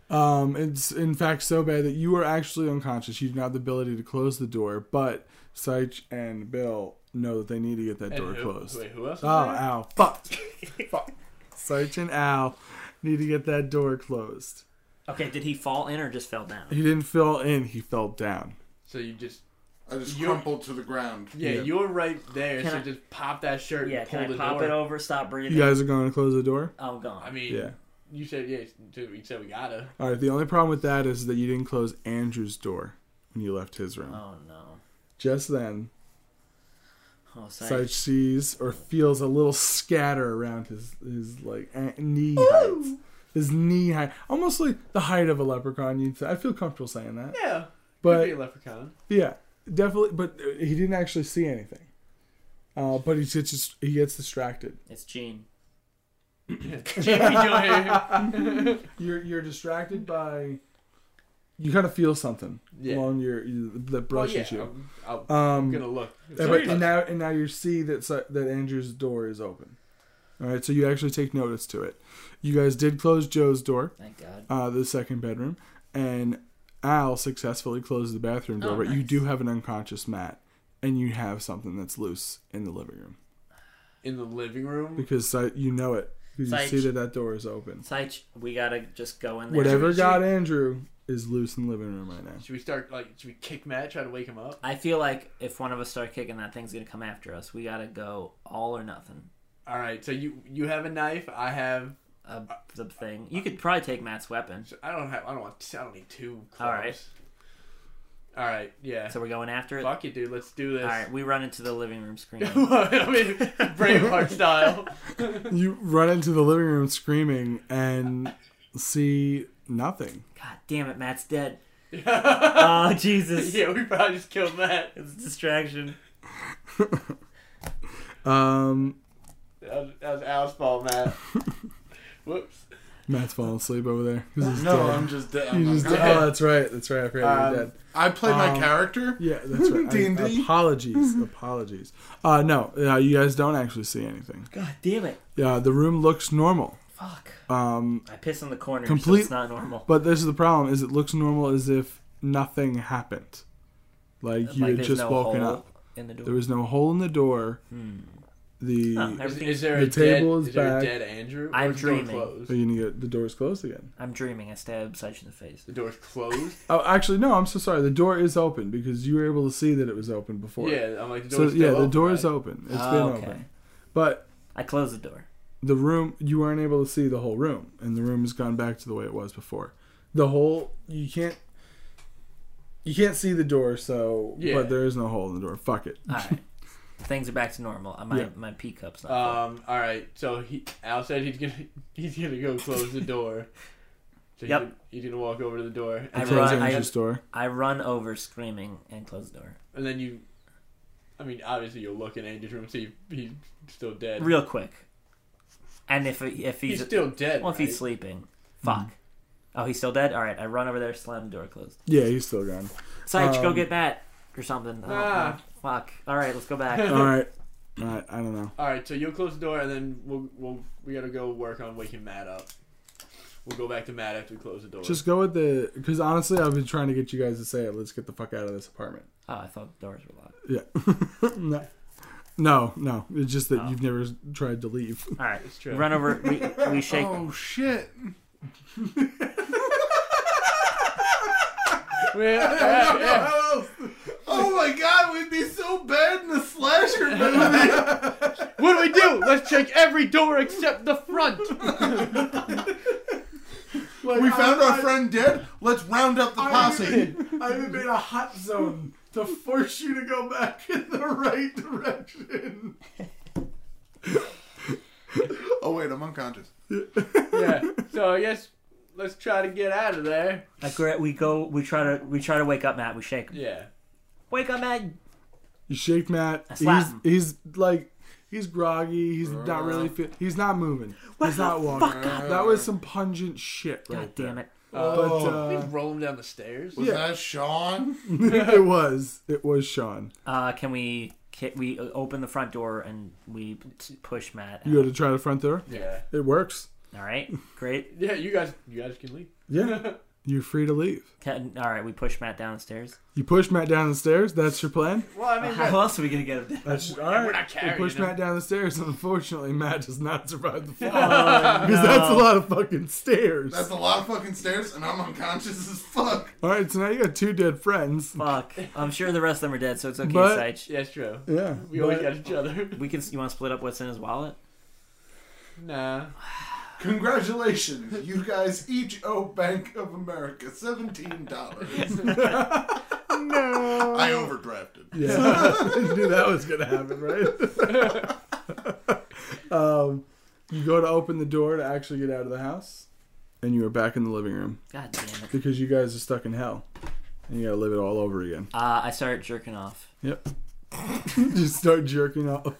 Speaker 4: Um, it's in fact so bad that you are actually unconscious. You do not have the ability to close the door, but Seich and Bill know that they need to get that
Speaker 3: And
Speaker 4: door
Speaker 3: who-
Speaker 4: closed.
Speaker 3: Wait, who else?
Speaker 4: Oh,
Speaker 3: was there?
Speaker 4: Al, fuck,
Speaker 3: *laughs*
Speaker 4: fuck. Seich and Al need to get that door closed.
Speaker 2: Okay, did he fall in or just fell down?
Speaker 4: He didn't fell in; he fell down.
Speaker 3: So you just
Speaker 6: I just
Speaker 3: You're-
Speaker 6: crumpled to the ground.
Speaker 3: yeah,
Speaker 4: Yeah.
Speaker 3: you're right there.
Speaker 2: Can
Speaker 3: so
Speaker 2: I-
Speaker 3: just pop that shirt
Speaker 2: Yeah,
Speaker 3: and pull
Speaker 2: can I
Speaker 3: the
Speaker 2: pop
Speaker 3: door.
Speaker 2: it over? Stop breathing.
Speaker 4: You guys are going to close the door.
Speaker 2: I'm gone.
Speaker 3: I mean,
Speaker 4: Yeah.
Speaker 3: you said yeah. You said we gotta.
Speaker 4: All right. The only problem with that is that you didn't close Andrew's door when you left his room.
Speaker 2: oh no.
Speaker 4: Just then,
Speaker 2: Oh, sorry.
Speaker 4: Sage sees or feels a little scatter around his his like eh, knee heights. His knee height, almost like the height of a leprechaun. You'd say. I feel comfortable saying that,
Speaker 3: Yeah,
Speaker 4: but
Speaker 3: could be a
Speaker 4: *laughs*
Speaker 3: leprechaun. *laughs*
Speaker 4: yeah, definitely. But uh, he didn't actually see anything. Uh, but he gets just, he gets distracted.
Speaker 2: It's Gene.
Speaker 3: Jamie, you're here.
Speaker 4: You're you're distracted by. You kind of feel something
Speaker 3: Yeah.
Speaker 4: along your you- that
Speaker 3: Oh,
Speaker 4: brushes
Speaker 3: yeah,
Speaker 4: you.
Speaker 3: I'm, I'm,
Speaker 4: Um,
Speaker 3: gonna look.
Speaker 4: Yeah, but- and now and now you see that so- that Andrew's door is open. All right, so you actually take notice to it. You guys did close Joe's door,
Speaker 2: Thank God.
Speaker 4: uh, the second bedroom, and Al successfully closed the bathroom door.
Speaker 2: Oh,
Speaker 4: but you
Speaker 2: nice.
Speaker 4: do have an unconscious Matt, and you have something that's loose in the living room
Speaker 3: in the living room.
Speaker 4: because uh, you know it. 'cause
Speaker 2: Psych.
Speaker 4: you see that that door is open.
Speaker 2: Saich, we gotta just go in there.
Speaker 4: Whatever got Andrew is loose in the living room right now.
Speaker 3: Should we start like? Should we kick Matt? Try to wake him up.
Speaker 2: I feel like if one of us start kicking, that thing's gonna come after us. We gotta go all or nothing.
Speaker 3: All right. So you you have a knife. I have.
Speaker 2: Uh, the thing. You could probably take Matt's weapon.
Speaker 3: I don't have. I don't want. I don't need two. Clubs.
Speaker 2: All right.
Speaker 3: All right. Yeah.
Speaker 2: So we're going after it. All
Speaker 3: Fuck it, dude. Let's do this.
Speaker 2: right, we run into the living room screaming.
Speaker 3: *laughs* I mean,
Speaker 2: *laughs*
Speaker 3: Braveheart style.
Speaker 4: You run into the living room screaming and see nothing.
Speaker 2: God damn it, Matt's dead. oh *laughs* Jesus!
Speaker 3: *laughs* Yeah, we probably just killed Matt.
Speaker 2: It's a distraction.
Speaker 4: Um,
Speaker 3: That was, that was Al's fault, Matt.
Speaker 2: *laughs*
Speaker 3: Whoops.
Speaker 4: Matt's falling asleep over there. 'cause he's
Speaker 6: No,
Speaker 4: dead.
Speaker 6: I'm just dead.
Speaker 4: You
Speaker 6: I'm
Speaker 4: just-
Speaker 6: not-
Speaker 4: oh, that's right. That's right. I forgot you were
Speaker 3: Um,
Speaker 4: dead.
Speaker 6: I play
Speaker 4: Um,
Speaker 6: my character.
Speaker 4: *laughs* Yeah, that's right. I-
Speaker 6: D&D?
Speaker 4: apologies. apologies. Uh, no, uh, you guys don't actually see anything.
Speaker 2: God damn it!
Speaker 4: Yeah, the room looks normal.
Speaker 2: Fuck.
Speaker 4: Um,
Speaker 2: I piss in the corner.
Speaker 4: Complete-
Speaker 2: So it's not normal.
Speaker 4: but this is the problem: is it looks normal as if nothing happened, like you
Speaker 2: Like,
Speaker 4: had
Speaker 2: there's
Speaker 4: just
Speaker 2: no
Speaker 4: woken
Speaker 2: hole
Speaker 4: up.
Speaker 2: in the door.
Speaker 4: There was no hole in the door. The
Speaker 2: Oh,
Speaker 4: are
Speaker 3: Is,
Speaker 2: everything.
Speaker 3: is there
Speaker 4: The
Speaker 3: a
Speaker 4: table
Speaker 3: dead,
Speaker 4: is
Speaker 3: is there a
Speaker 4: back.
Speaker 3: dead Andrew?
Speaker 2: I'm
Speaker 3: Or is the door
Speaker 2: dreaming.
Speaker 3: closed?
Speaker 4: you gonna get the door's closed again?
Speaker 2: I'm dreaming. I stab Saich in the face.
Speaker 3: The door's closed.
Speaker 4: Oh, actually, no. I'm so sorry. The door is open because you were able to see that it was open before.
Speaker 3: yeah, I'm like the
Speaker 4: So
Speaker 3: door's Oh,
Speaker 4: yeah,
Speaker 3: still
Speaker 4: the
Speaker 3: open,
Speaker 4: door
Speaker 3: right?
Speaker 4: is open. It's
Speaker 2: Ah,
Speaker 4: been
Speaker 2: okay.
Speaker 4: open, but
Speaker 2: I close the door.
Speaker 4: the room you weren't able to see the whole room and the room has gone back to the way it was before the whole you can't you can't see the door so
Speaker 3: Yeah.
Speaker 4: but there is no hole in the door fuck it
Speaker 2: All
Speaker 3: *laughs*
Speaker 2: right. Things are back to normal. Uh, My
Speaker 4: Yeah.
Speaker 2: my pee cup's not. full.
Speaker 3: Um. All right. So he Al said he's gonna *laughs* he's gonna go close the door. So
Speaker 2: Yep.
Speaker 3: He's gonna, he's gonna walk over to the door,
Speaker 2: I
Speaker 3: and,
Speaker 4: Close
Speaker 2: run. I,
Speaker 4: Andrew's door
Speaker 2: I run over screaming and close the door
Speaker 3: and then you. I mean, obviously you'll look in Andrew's room, see if he's still dead.
Speaker 2: real quick. And if if he's,
Speaker 3: He's, still dead.
Speaker 2: well, if he's
Speaker 3: right? *laughs* Hmm.
Speaker 2: sleeping, fuck. Oh, he's still dead. All right, I run over there, slam the door closed.
Speaker 4: yeah he's still
Speaker 2: *laughs*
Speaker 4: gone
Speaker 2: Saich, go
Speaker 4: Um,
Speaker 2: get Matt or something. Oh,
Speaker 3: Ah.
Speaker 2: fuck. All right, let's go back.
Speaker 3: *laughs*
Speaker 4: all right all right i don't know
Speaker 3: All right. So you'll close the door, and then we'll we'll we gotta go work on waking Matt up. We'll go back to Matt after we close the door.
Speaker 4: just go with the because honestly i've been trying to get you guys to say it let's get the fuck out of this apartment
Speaker 2: Oh, I thought the doors were locked.
Speaker 4: yeah *laughs* no no no it's just that
Speaker 2: Oh.
Speaker 4: you've never tried to leave
Speaker 2: All right,
Speaker 3: it's true.
Speaker 2: run over. We,
Speaker 3: *laughs*
Speaker 2: we shake.
Speaker 6: Oh shit!
Speaker 3: *laughs* Yeah,
Speaker 6: Oh, *laughs* no. Oh my god, we'd be so bad in a slasher
Speaker 3: What
Speaker 6: movie.
Speaker 3: do we do? Let's check every door except
Speaker 2: *laughs*
Speaker 3: the front.
Speaker 6: We found our friend dead. Let's round up the posse.
Speaker 11: I even made a hot zone to force you to go back in the right direction.
Speaker 6: *laughs* Oh wait, I'm unconscious.
Speaker 3: yeah. So I guess let's try to get out of there.
Speaker 2: I gra- we go. We try to. We try to wake up Matt. We shake him.
Speaker 3: Yeah.
Speaker 2: Wake up, Matt.
Speaker 4: You shake Matt.
Speaker 2: slap
Speaker 4: He's
Speaker 2: him.
Speaker 4: he's like he's groggy. He's not really fit. He's not moving. he's not walking.
Speaker 11: Uh,
Speaker 4: That was some pungent shit right
Speaker 2: God damn it.
Speaker 3: We
Speaker 4: But
Speaker 3: roll him down the stairs.
Speaker 6: Was that Sean?
Speaker 4: uh, *laughs* it was it was Sean.
Speaker 2: Uh, can we? Can we open the front door and we t- push Matt? Out?
Speaker 4: You go to try the front door.
Speaker 3: Yeah.
Speaker 4: It works.
Speaker 2: All right. Great.
Speaker 3: Yeah. You guys. You guys can leave.
Speaker 4: Yeah, *laughs* you're free to leave.
Speaker 2: Can, all right. We push Matt downstairs.
Speaker 4: You push Matt down the stairs. That's your plan.
Speaker 3: Well, I *laughs* mean,
Speaker 2: *laughs* How else are we gonna get him down?
Speaker 4: That's all right.
Speaker 3: we're not
Speaker 4: You
Speaker 3: carrying
Speaker 4: push
Speaker 3: him.
Speaker 4: Matt down the stairs. and Unfortunately, Matt does
Speaker 11: *laughs*
Speaker 4: not survive the fall
Speaker 11: Oh,
Speaker 4: *laughs* because that's a lot of fucking stairs.
Speaker 6: That's a lot of fucking stairs, and I'm unconscious as fuck.
Speaker 4: All right, so now you got two dead friends.
Speaker 2: Fuck. I'm sure the rest of them are dead, so it's okay,
Speaker 4: But-
Speaker 2: Seich.
Speaker 3: yeah, it's true.
Speaker 4: Yeah,
Speaker 3: We always
Speaker 4: but-
Speaker 3: got each other.
Speaker 2: We can. You want to split up what's in his wallet?
Speaker 3: *laughs* Nah.
Speaker 6: Congratulations, you guys each owe Bank of America seventeen *laughs* dollars.
Speaker 4: no.
Speaker 6: I overdrafted.
Speaker 4: Yeah, *laughs* I knew that was gonna happen, right? *laughs* um, you go to open the door to actually get out of the house, and you are back in the living room
Speaker 2: God damn it.
Speaker 4: because you guys are stuck in hell, and you gotta live it all over again. *laughs*
Speaker 2: Uh, I start jerking off.
Speaker 4: Yep. Just start jerking off.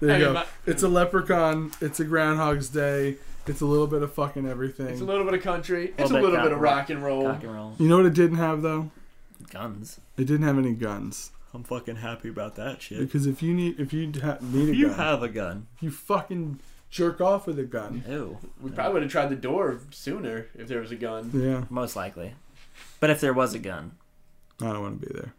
Speaker 4: There you
Speaker 3: Hey,
Speaker 4: go.
Speaker 3: my-
Speaker 4: it's a leprechaun. It's a Groundhog's Day. It's a little bit of fucking everything.
Speaker 3: It's a little bit of country. It's a
Speaker 2: bit
Speaker 3: little bit
Speaker 2: country.
Speaker 3: of rock and roll.
Speaker 2: Rock and roll.
Speaker 4: you know what it didn't have though?
Speaker 2: Guns.
Speaker 4: It didn't have any guns.
Speaker 2: I'm fucking happy about that shit.
Speaker 4: Because if you need, if you ha- need a
Speaker 2: You
Speaker 4: gun,
Speaker 2: have a gun.
Speaker 4: you fucking jerk off with a gun.
Speaker 2: Ew.
Speaker 3: We probably would have tried the door sooner if there was a gun.
Speaker 4: Yeah,
Speaker 2: Most likely. But if there was a gun,
Speaker 4: I don't want to be there.